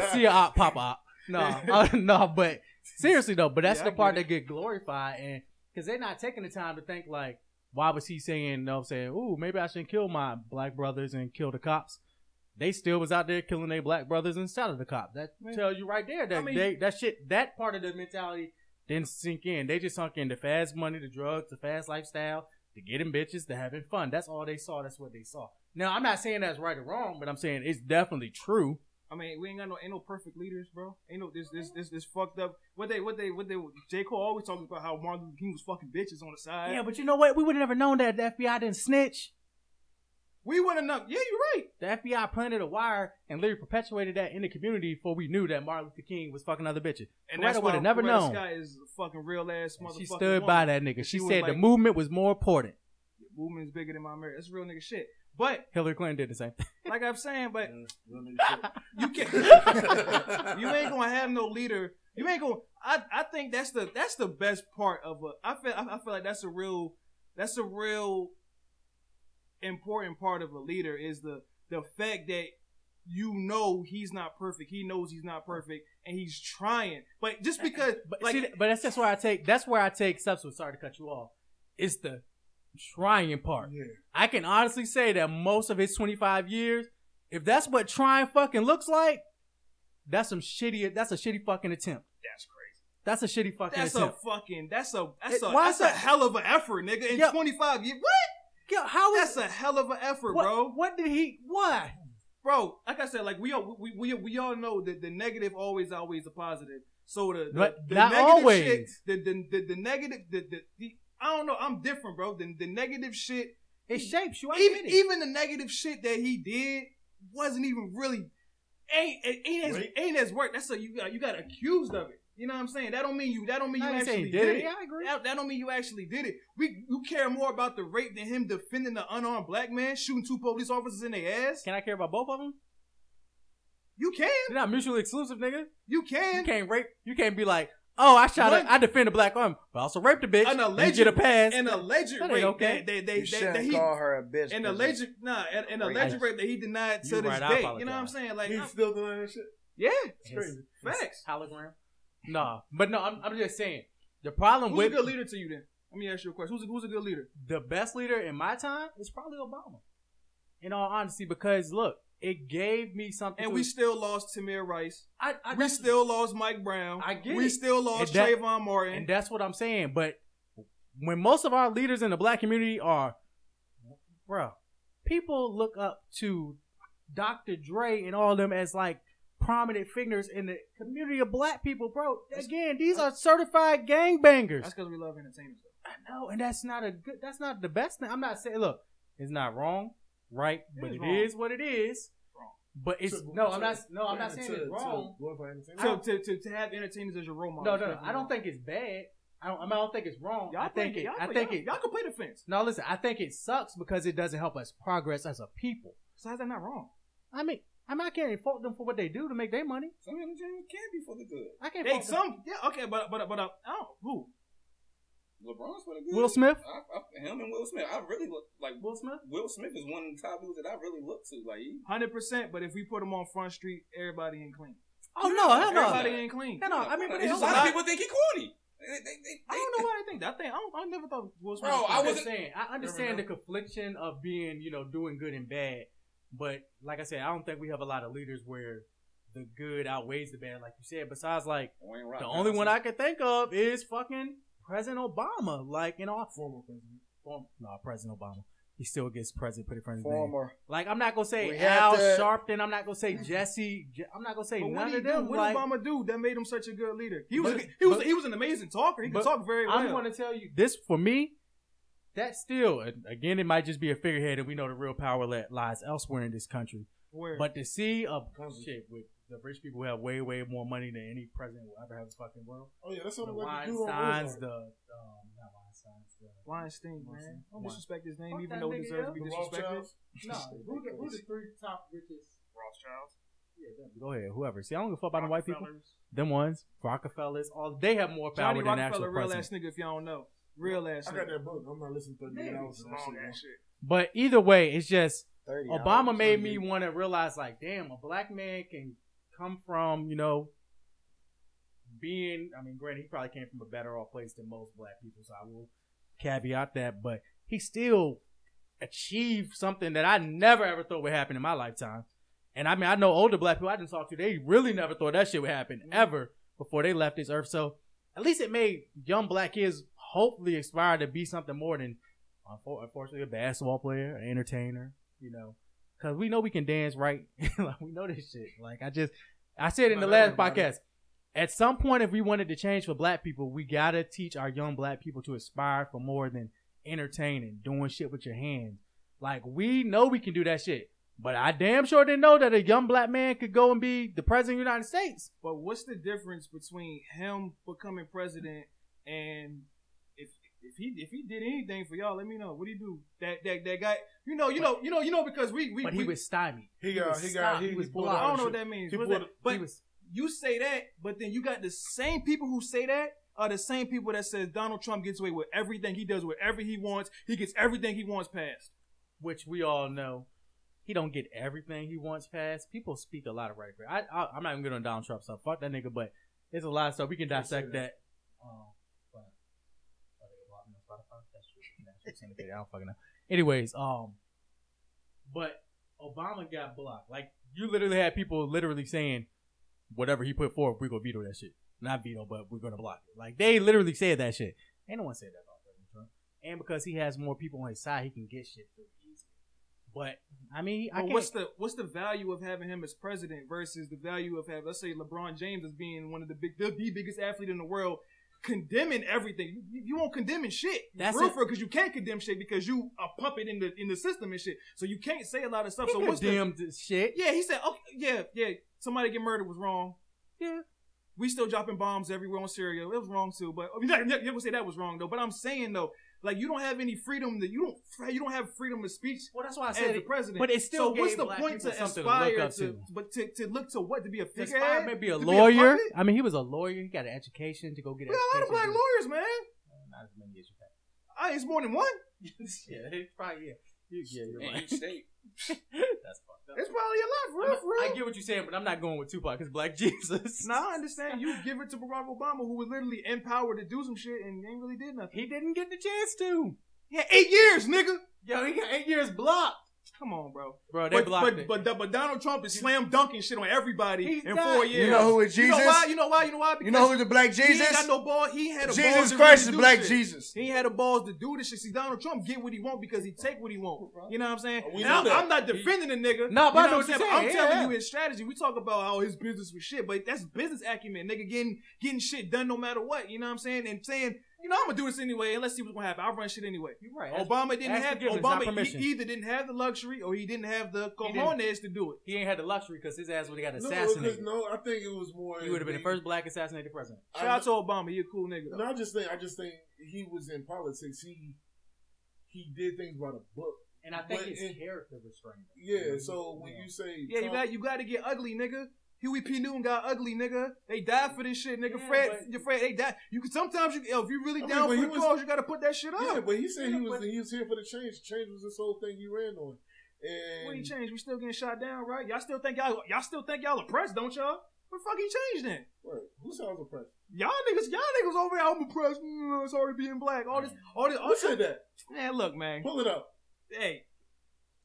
[SPEAKER 5] <laughs> see a op pop op.
[SPEAKER 4] <laughs>
[SPEAKER 5] No, uh, no, but seriously though, but that's
[SPEAKER 4] Yeah, I
[SPEAKER 5] the
[SPEAKER 4] get
[SPEAKER 5] part
[SPEAKER 4] it.
[SPEAKER 5] that get glorified, and because they're not taking the time to think like, why was he saying? You know, what I'm saying, ooh, maybe I shouldn't kill my black brothers and kill the cops. They still was out there killing their black brothers instead of the cop. That
[SPEAKER 4] Man.
[SPEAKER 5] tells you right there that
[SPEAKER 4] I mean-
[SPEAKER 5] they that shit that part of the mentality didn't sink in. They just sunk in the fast money, the drugs, the fast lifestyle, the getting bitches, the having fun. That's all they saw. That's what they saw. Now I'm not saying that's right or wrong, but I'm saying it's definitely true.
[SPEAKER 4] I mean, we ain't got no ain't no perfect leaders, bro. Ain't no this this this this fucked up. What they what they what they J Cole always talking about how Martin Luther King was fucking bitches on the side.
[SPEAKER 5] Yeah, but you know what? We would have never known that the FBI didn't snitch.
[SPEAKER 4] we wouldn't know. Yeah, you're right.
[SPEAKER 5] The FBI planted a wire and literally perpetuated that in the community before we knew that Martin Luther King was fucking other bitches.
[SPEAKER 4] And
[SPEAKER 5] Coretta
[SPEAKER 4] that's
[SPEAKER 5] would
[SPEAKER 4] why
[SPEAKER 5] have never
[SPEAKER 4] Coretta
[SPEAKER 5] known.
[SPEAKER 4] Scott is a fucking real ass
[SPEAKER 5] And
[SPEAKER 4] motherfucker.
[SPEAKER 5] She stood by that nigga. She,
[SPEAKER 4] She was
[SPEAKER 5] said the
[SPEAKER 4] like-
[SPEAKER 5] movement was more important.
[SPEAKER 4] Movement is bigger than my marriage. That's real nigga shit. But
[SPEAKER 5] Hillary Clinton did the same. thing.
[SPEAKER 4] like I'm saying, but
[SPEAKER 1] you
[SPEAKER 4] <laughs> you ain't gonna have no leader. You ain't gonna. I, I think that's the that's the best part of a. I feel I I feel like that's a real that's a real important part of a leader is the the fact that you know he's not perfect. He knows he's not perfect, and he's trying. But just because,
[SPEAKER 5] But
[SPEAKER 4] like,
[SPEAKER 5] see, but that's just where I take. That's where I take substance. Sorry to cut you off. It's the trying part.
[SPEAKER 1] Yeah.
[SPEAKER 5] I can honestly say that most of his 25 years, if that's what trying fucking looks like, that's some shitty. That's a shitty fucking attempt.
[SPEAKER 4] that's crazy.
[SPEAKER 5] That's a shitty fucking
[SPEAKER 4] That's a
[SPEAKER 5] attempt.
[SPEAKER 4] fucking. That's a. That's
[SPEAKER 5] It-
[SPEAKER 4] a.
[SPEAKER 5] why
[SPEAKER 4] That's
[SPEAKER 5] is
[SPEAKER 4] a
[SPEAKER 5] that-
[SPEAKER 4] hell of an effort, nigga. In
[SPEAKER 5] Yeah.
[SPEAKER 4] 25 years,
[SPEAKER 5] Yo, how
[SPEAKER 4] what?
[SPEAKER 5] is
[SPEAKER 4] That's a hell of an effort,
[SPEAKER 5] what,
[SPEAKER 4] bro.
[SPEAKER 5] What did he? Why?
[SPEAKER 4] bro, like I said, like we all we we, we all know that the negative always always a positive. So the, the,
[SPEAKER 5] But
[SPEAKER 4] the
[SPEAKER 5] not
[SPEAKER 4] negative
[SPEAKER 5] always.
[SPEAKER 4] shit, the, the the the negative the, the the I don't know, I'm different, bro. The the negative shit
[SPEAKER 5] It shapes you. I
[SPEAKER 4] even
[SPEAKER 5] get it.
[SPEAKER 4] even the negative shit that he did wasn't even really ain't it ain't as
[SPEAKER 1] Right.
[SPEAKER 4] ain't as work. That's a you got you got accused of it. You know what I'm saying? That don't mean you that don't mean
[SPEAKER 5] I
[SPEAKER 4] you
[SPEAKER 5] ain't saying
[SPEAKER 4] actually
[SPEAKER 5] he
[SPEAKER 4] did it.
[SPEAKER 5] Yeah, I agree.
[SPEAKER 4] That, that don't mean you actually did it. We you care more about the rape than him defending the unarmed black man, shooting two police officers in their ass.
[SPEAKER 5] Can I care about both of them?
[SPEAKER 4] You can,
[SPEAKER 5] They're not mutually exclusive, nigga.
[SPEAKER 4] you can.
[SPEAKER 5] You can't rape. You can't be like, oh, I shot.
[SPEAKER 4] One-
[SPEAKER 5] A, I defend a black woman, but I also raped a bitch.
[SPEAKER 4] An
[SPEAKER 5] and
[SPEAKER 4] alleged-
[SPEAKER 5] you get a pass.
[SPEAKER 4] an alleged
[SPEAKER 5] That ain't
[SPEAKER 4] rape
[SPEAKER 5] okay.
[SPEAKER 4] that they they,
[SPEAKER 3] You
[SPEAKER 4] they, that
[SPEAKER 3] shouldn't
[SPEAKER 4] he
[SPEAKER 3] call her a bitch.
[SPEAKER 4] an
[SPEAKER 3] for that.
[SPEAKER 4] alleged nah an, an
[SPEAKER 3] Right.
[SPEAKER 4] alleged rape that he denied
[SPEAKER 5] You
[SPEAKER 4] to this
[SPEAKER 5] right, I
[SPEAKER 4] day. You know what I'm
[SPEAKER 5] apologize.
[SPEAKER 4] saying? Like, I'm-
[SPEAKER 1] He's still doing that shit.
[SPEAKER 4] yeah,
[SPEAKER 5] It's
[SPEAKER 1] crazy.
[SPEAKER 4] facts.
[SPEAKER 5] Hologram. Nah, but no, I'm, I'm just saying the problem
[SPEAKER 4] Who's a
[SPEAKER 5] with
[SPEAKER 4] good leader to you then? Let me ask you a question. Who's a, who's a good leader?
[SPEAKER 5] the best leader in my time is probably Obama. In all honesty, because look, it gave me something.
[SPEAKER 4] And
[SPEAKER 5] to-
[SPEAKER 4] we still lost Tamir Rice.
[SPEAKER 5] I, I
[SPEAKER 4] We still lost Mike Brown.
[SPEAKER 5] I get
[SPEAKER 4] we
[SPEAKER 5] it.
[SPEAKER 4] still lost
[SPEAKER 5] And that-
[SPEAKER 4] Trayvon Martin.
[SPEAKER 5] And that's what I'm saying. But when most of our leaders in the black community are, bro, people look up to Dr. Dre and all them as like prominent figures in the community of black people, bro. Again, these are certified gangbangers.
[SPEAKER 4] That's because we love entertainment. Though.
[SPEAKER 5] I know, and that's not a good. That's not the best thing. I'm not saying. Look, it's not wrong, right?
[SPEAKER 4] It
[SPEAKER 5] but
[SPEAKER 4] is
[SPEAKER 5] it
[SPEAKER 4] wrong.
[SPEAKER 5] is what it is.
[SPEAKER 4] Wrong.
[SPEAKER 5] But it's
[SPEAKER 1] To-
[SPEAKER 5] no. I'm
[SPEAKER 1] to-
[SPEAKER 5] not. No, I'm not
[SPEAKER 1] to-
[SPEAKER 5] saying
[SPEAKER 1] to-
[SPEAKER 5] it's
[SPEAKER 1] to-
[SPEAKER 5] wrong.
[SPEAKER 1] what if I didn't say that?
[SPEAKER 4] So to, to, to have entertainers as your role model.
[SPEAKER 5] No, no, no. I don't think it's bad. I don't. I, mean, I don't think it's wrong.
[SPEAKER 4] Y'all
[SPEAKER 5] I think
[SPEAKER 4] play-
[SPEAKER 5] it.
[SPEAKER 4] y'all
[SPEAKER 5] I
[SPEAKER 4] play-
[SPEAKER 5] think
[SPEAKER 4] y'all,
[SPEAKER 5] it.
[SPEAKER 4] Y'all can play defense.
[SPEAKER 5] No, listen. I think it sucks because it doesn't help us progress as a people.
[SPEAKER 4] So how's that not wrong?
[SPEAKER 5] I mean, I mean, I can't fault them for what they do to make their money.
[SPEAKER 2] Some entertainment can be for the good.
[SPEAKER 5] I can't.
[SPEAKER 4] Hey,
[SPEAKER 5] fault them.
[SPEAKER 4] some yeah okay, but but but uh, I don't who
[SPEAKER 2] LeBron's for the good.
[SPEAKER 5] Will Smith.
[SPEAKER 2] I, I, him and Will Smith. I really look like
[SPEAKER 5] Will Smith.
[SPEAKER 2] Will Smith is one of the top dudes that I really look to. Like he,
[SPEAKER 4] hundred percent. But if we put them on front street, everybody ain't clean.
[SPEAKER 5] Oh no, hell
[SPEAKER 4] Everybody
[SPEAKER 5] no.
[SPEAKER 4] ain't clean.
[SPEAKER 5] Hell no. I mean, but
[SPEAKER 2] a
[SPEAKER 5] it's
[SPEAKER 4] just
[SPEAKER 2] lot,
[SPEAKER 5] a
[SPEAKER 2] of
[SPEAKER 5] lot.
[SPEAKER 2] people think he corny. They, they, they,
[SPEAKER 4] I don't know why they think that. I think I, don't, I never thought Will Smith.
[SPEAKER 2] Bro,
[SPEAKER 4] was
[SPEAKER 2] I
[SPEAKER 5] I
[SPEAKER 4] clean.
[SPEAKER 2] was-
[SPEAKER 5] was saying I understand the confliction of being, you know, doing good and bad, but like I said, I don't think we have a lot of leaders where the good outweighs the bad, like you said. Besides, like
[SPEAKER 2] Wayne
[SPEAKER 5] the
[SPEAKER 2] Rock
[SPEAKER 5] only one
[SPEAKER 2] Johnson.
[SPEAKER 5] I could think of is fucking President Obama. Like you know,
[SPEAKER 1] Former president.
[SPEAKER 5] form, no President Obama. He still gets president. Put it front of his name.
[SPEAKER 3] Former.
[SPEAKER 5] Like I'm not gonna say
[SPEAKER 3] We
[SPEAKER 5] Al
[SPEAKER 3] have to-
[SPEAKER 5] Sharpton. I'm not gonna say Jesse. Je- I'm not gonna say
[SPEAKER 4] But what
[SPEAKER 5] none
[SPEAKER 4] did he
[SPEAKER 5] of
[SPEAKER 4] do?
[SPEAKER 5] them.
[SPEAKER 4] What
[SPEAKER 5] like,
[SPEAKER 4] did Obama do that made him such a good leader? He was
[SPEAKER 5] But-
[SPEAKER 4] he was
[SPEAKER 5] but-
[SPEAKER 4] he was an amazing talker. He could
[SPEAKER 5] but
[SPEAKER 4] talk very well.
[SPEAKER 5] I'm going to tell you this for me. That still, and again, it might just be a figurehead, and we know the real power li- lies elsewhere in this country.
[SPEAKER 4] Where?
[SPEAKER 5] But to see a
[SPEAKER 1] Congress.
[SPEAKER 5] shit with the rich people who have way, way more money than any president will ever have in the fucking world.
[SPEAKER 1] Oh yeah, that's
[SPEAKER 5] The
[SPEAKER 1] what like the dude on
[SPEAKER 5] Weinsteins,
[SPEAKER 1] Ozark.
[SPEAKER 5] the um, not Weinsteins, the
[SPEAKER 4] Weinstein, man. Don't
[SPEAKER 5] Weinstein.
[SPEAKER 4] disrespect his name,
[SPEAKER 5] Fuck
[SPEAKER 4] even
[SPEAKER 5] that
[SPEAKER 4] though it
[SPEAKER 5] nigga,
[SPEAKER 4] deserves to
[SPEAKER 5] yo.
[SPEAKER 4] be
[SPEAKER 1] The
[SPEAKER 4] disrespected.
[SPEAKER 1] Rothschilds.
[SPEAKER 5] no, who the, who the three top richest?
[SPEAKER 4] Rothschilds.
[SPEAKER 5] Yeah, them. Go ahead, whoever. See, I don't give a fuck about the white people.
[SPEAKER 4] Rockefellers.
[SPEAKER 5] Them ones, Rockefellers, all they have more power
[SPEAKER 4] Johnny
[SPEAKER 5] than actual
[SPEAKER 4] Rockefeller, real
[SPEAKER 5] presidents.
[SPEAKER 4] ass nigga. If y'all don't know, real ass
[SPEAKER 1] I got
[SPEAKER 4] nigga.
[SPEAKER 1] that book. I'm not listening to
[SPEAKER 4] Nigga,
[SPEAKER 1] the hours.
[SPEAKER 4] long ass shit.
[SPEAKER 5] But either way, it's just
[SPEAKER 3] 30.
[SPEAKER 5] Obama made me want to realize, like, damn, a black man can come from, you know, being. I mean, granted, he probably came from a better off place than most black people, so I will caveat that. But he still achieved something that I never ever thought would happen in my lifetime. And I mean, I know older black people I didn't talk to, they really never thought that shit would happen
[SPEAKER 4] Mm-hmm.
[SPEAKER 5] ever before they left this earth. So at least it made young black kids hopefully aspire to be something more than, unfor- unfortunately, a basketball player, an entertainer, you know, because we know we can dance right. <laughs> like, we know this shit. Like, I just, I said in the
[SPEAKER 1] Not
[SPEAKER 5] last
[SPEAKER 1] everybody.
[SPEAKER 5] podcast, at some point, if we wanted to change for black people, we gotta teach our young black people to aspire for more than entertaining, doing shit with your hands. Like, we know we can do that shit. But I damn sure didn't know that a young black man could go and be the president of the United States.
[SPEAKER 4] But what's the difference between him becoming president and if if he if he did anything for y'all, let me know. What do you do? That that that guy, you know, you know, you know, you know, because we we,
[SPEAKER 5] But
[SPEAKER 4] we
[SPEAKER 5] he was stymied.
[SPEAKER 1] He got,
[SPEAKER 5] was
[SPEAKER 1] he
[SPEAKER 5] stopped.
[SPEAKER 1] got,
[SPEAKER 5] He
[SPEAKER 1] he
[SPEAKER 5] was
[SPEAKER 1] was pulled
[SPEAKER 5] blocked.
[SPEAKER 4] I
[SPEAKER 1] out.
[SPEAKER 4] don't
[SPEAKER 1] of
[SPEAKER 4] know
[SPEAKER 1] shit.
[SPEAKER 4] what that means.
[SPEAKER 1] He
[SPEAKER 4] What is
[SPEAKER 1] pulled
[SPEAKER 4] that?
[SPEAKER 1] it-
[SPEAKER 4] But
[SPEAKER 5] he was,
[SPEAKER 4] you say that, but then you got the same people who say that are the same people that says Donald Trump gets away with everything he does, whatever he wants, he gets everything he wants passed.
[SPEAKER 5] which we all know, he don't get everything he wants passed. People speak a lot of right. I, I I'm not even good on Donald Trump stuff. Fuck that nigga. But it's a lot of stuff we can
[SPEAKER 1] Can't say
[SPEAKER 5] dissect that.
[SPEAKER 1] that.
[SPEAKER 5] Um, but- oh, they blocked me on Spotify? That's true. National syndicated. I don't fucking know. Anyways, um, but Obama got blocked. Like you literally had people literally saying, whatever he put forward, we gonna veto that shit. Not veto, but we're gonna block it. Like they literally said that shit. Ain't no one said that about President Trump. And because he has more people on his side, he can get shit through easy. But I mean, I
[SPEAKER 4] But
[SPEAKER 5] can't.
[SPEAKER 4] what's the what's the value of having him as president versus the value of having let's say LeBron James as being one of the big the, the biggest athlete in the world condemning everything. You, you won't condemn shit.
[SPEAKER 5] That's
[SPEAKER 4] That's real
[SPEAKER 5] it.
[SPEAKER 4] for because you can't condemn shit because you a puppet in the in the system and shit. So you can't say a lot of stuff.
[SPEAKER 5] he
[SPEAKER 4] so what's the
[SPEAKER 5] condemned this shit?
[SPEAKER 4] Yeah, he said, oh, yeah, yeah, somebody get murdered was wrong.
[SPEAKER 5] Yeah.
[SPEAKER 4] We still dropping bombs everywhere on Syria. It was wrong too, but oh, I mean, yeah, yeah, we'll say that was wrong though. But I'm saying though, like you don't have any freedom that you don't you don't have freedom of speech
[SPEAKER 5] Well, that's why I
[SPEAKER 4] as
[SPEAKER 5] said
[SPEAKER 4] the
[SPEAKER 5] it.
[SPEAKER 4] president.
[SPEAKER 5] but it still
[SPEAKER 4] so what's
[SPEAKER 5] gave
[SPEAKER 4] the
[SPEAKER 5] black
[SPEAKER 4] point
[SPEAKER 5] people
[SPEAKER 4] to
[SPEAKER 5] something to look
[SPEAKER 4] aspire
[SPEAKER 5] up
[SPEAKER 4] to,
[SPEAKER 5] to.
[SPEAKER 4] but to, to look to what to be a
[SPEAKER 5] This
[SPEAKER 4] figurehead?
[SPEAKER 5] maybe a
[SPEAKER 4] To be
[SPEAKER 5] lawyer.
[SPEAKER 4] puppet?
[SPEAKER 5] I mean, he was a lawyer. He got an education to go get an
[SPEAKER 4] we got a lot of
[SPEAKER 5] education.
[SPEAKER 4] black lawyers, man.
[SPEAKER 5] Not as many as you have.
[SPEAKER 4] I, it's more than one.
[SPEAKER 5] <laughs> yeah, it's probably yeah. You- Yeah, you're
[SPEAKER 2] In
[SPEAKER 5] right.
[SPEAKER 2] each state.
[SPEAKER 5] That's fucked up.
[SPEAKER 4] It's probably a lot, for real, for real.
[SPEAKER 5] I get what you're saying, but I'm not going with Tupac because Black <laughs> Jesus.
[SPEAKER 4] Now I understand you give it to Barack Obama, who was literally empowered to do some shit and ain't really did nothing.
[SPEAKER 5] he didn't get the chance to.
[SPEAKER 4] Yeah, eight years, nigga.
[SPEAKER 5] Yo, he got eight years blocked.
[SPEAKER 7] Come on, bro.
[SPEAKER 5] bro. They
[SPEAKER 4] But
[SPEAKER 5] blocked
[SPEAKER 4] but,
[SPEAKER 5] it.
[SPEAKER 4] but but Donald Trump is slam dunking shit on everybody
[SPEAKER 7] He's
[SPEAKER 4] in
[SPEAKER 7] not.
[SPEAKER 4] four
[SPEAKER 7] You
[SPEAKER 4] years.
[SPEAKER 3] You know who is
[SPEAKER 4] You
[SPEAKER 3] Jesus?
[SPEAKER 4] know why? You know why? You know why?
[SPEAKER 3] You know who is the black
[SPEAKER 4] He ain't
[SPEAKER 3] Jesus?
[SPEAKER 4] got no ball. He ain't had a balls
[SPEAKER 3] Jesus
[SPEAKER 4] to
[SPEAKER 3] Christ
[SPEAKER 4] really
[SPEAKER 3] is
[SPEAKER 4] do
[SPEAKER 3] black
[SPEAKER 4] shit.
[SPEAKER 3] Jesus.
[SPEAKER 4] He ain't had the balls to do this shit. See, Donald Trump get what he want because he take what he want. You know what I'm saying?
[SPEAKER 2] Oh, We
[SPEAKER 4] And I'm,
[SPEAKER 2] know that.
[SPEAKER 4] I'm not defending the nigga.
[SPEAKER 5] Nah, but I
[SPEAKER 4] you
[SPEAKER 5] know
[SPEAKER 4] what
[SPEAKER 5] what
[SPEAKER 4] I'm
[SPEAKER 5] you're
[SPEAKER 4] I'm
[SPEAKER 5] saying.
[SPEAKER 4] telling
[SPEAKER 5] Yeah,
[SPEAKER 4] you his strategy. We talk about how his business was shit, but that's business acumen, nigga. Getting getting shit done no matter what. You know what I'm saying? And saying, you know, I'm gonna do this anyway, and let's see what's gonna happen. I'll run shit anyway.
[SPEAKER 5] You're right. That's-
[SPEAKER 4] Obama didn't
[SPEAKER 5] ask
[SPEAKER 4] have
[SPEAKER 5] forgiveness, not
[SPEAKER 4] Obama.
[SPEAKER 5] permission.
[SPEAKER 4] He either didn't have the luxury or he didn't have the
[SPEAKER 5] He didn't.
[SPEAKER 4] cojones to do it.
[SPEAKER 5] He ain't had the luxury because his ass would have got
[SPEAKER 1] No, 'cause
[SPEAKER 5] assassinated.
[SPEAKER 1] no, I think it was more.
[SPEAKER 5] he would have been the first black assassinated president.
[SPEAKER 1] I
[SPEAKER 4] Shout out to Obama. You a cool nigga. Though.
[SPEAKER 1] No, I just think I just think he was in politics. He he did things by the book.
[SPEAKER 5] And I think
[SPEAKER 1] But
[SPEAKER 5] his
[SPEAKER 1] it-
[SPEAKER 5] character restrained him.
[SPEAKER 1] Yeah. So when you say
[SPEAKER 4] Yeah, you
[SPEAKER 1] Trump-
[SPEAKER 4] got you got to get ugly, nigga. Huey P. Newton got ugly, nigga. They died for this shit, nigga.
[SPEAKER 5] Yeah,
[SPEAKER 4] Fred,
[SPEAKER 5] but-
[SPEAKER 4] your Fred, they died. You can sometimes you if you really
[SPEAKER 1] I mean,
[SPEAKER 4] down
[SPEAKER 1] but
[SPEAKER 4] for
[SPEAKER 1] he
[SPEAKER 4] the
[SPEAKER 1] was-
[SPEAKER 4] cause, you got to put that shit up.
[SPEAKER 1] yeah, but he said he
[SPEAKER 4] Yeah,
[SPEAKER 1] was
[SPEAKER 4] but-
[SPEAKER 1] he was here for the change. Change was this whole thing he ran on.
[SPEAKER 4] What he
[SPEAKER 1] And
[SPEAKER 4] changed? We still getting shot down, right? Y'all still think y'all y'all still think y'all oppressed, don't y'all? What the fuck he changed then?
[SPEAKER 1] Wait, who sounds oppressed?
[SPEAKER 4] Y'all niggas, y'all niggas over here, I'm oppressed. Mm, it's already being black. All this, all this, all
[SPEAKER 1] Who
[SPEAKER 4] this.
[SPEAKER 1] said that?
[SPEAKER 4] Man, look, man.
[SPEAKER 1] Pull it up.
[SPEAKER 4] Hey,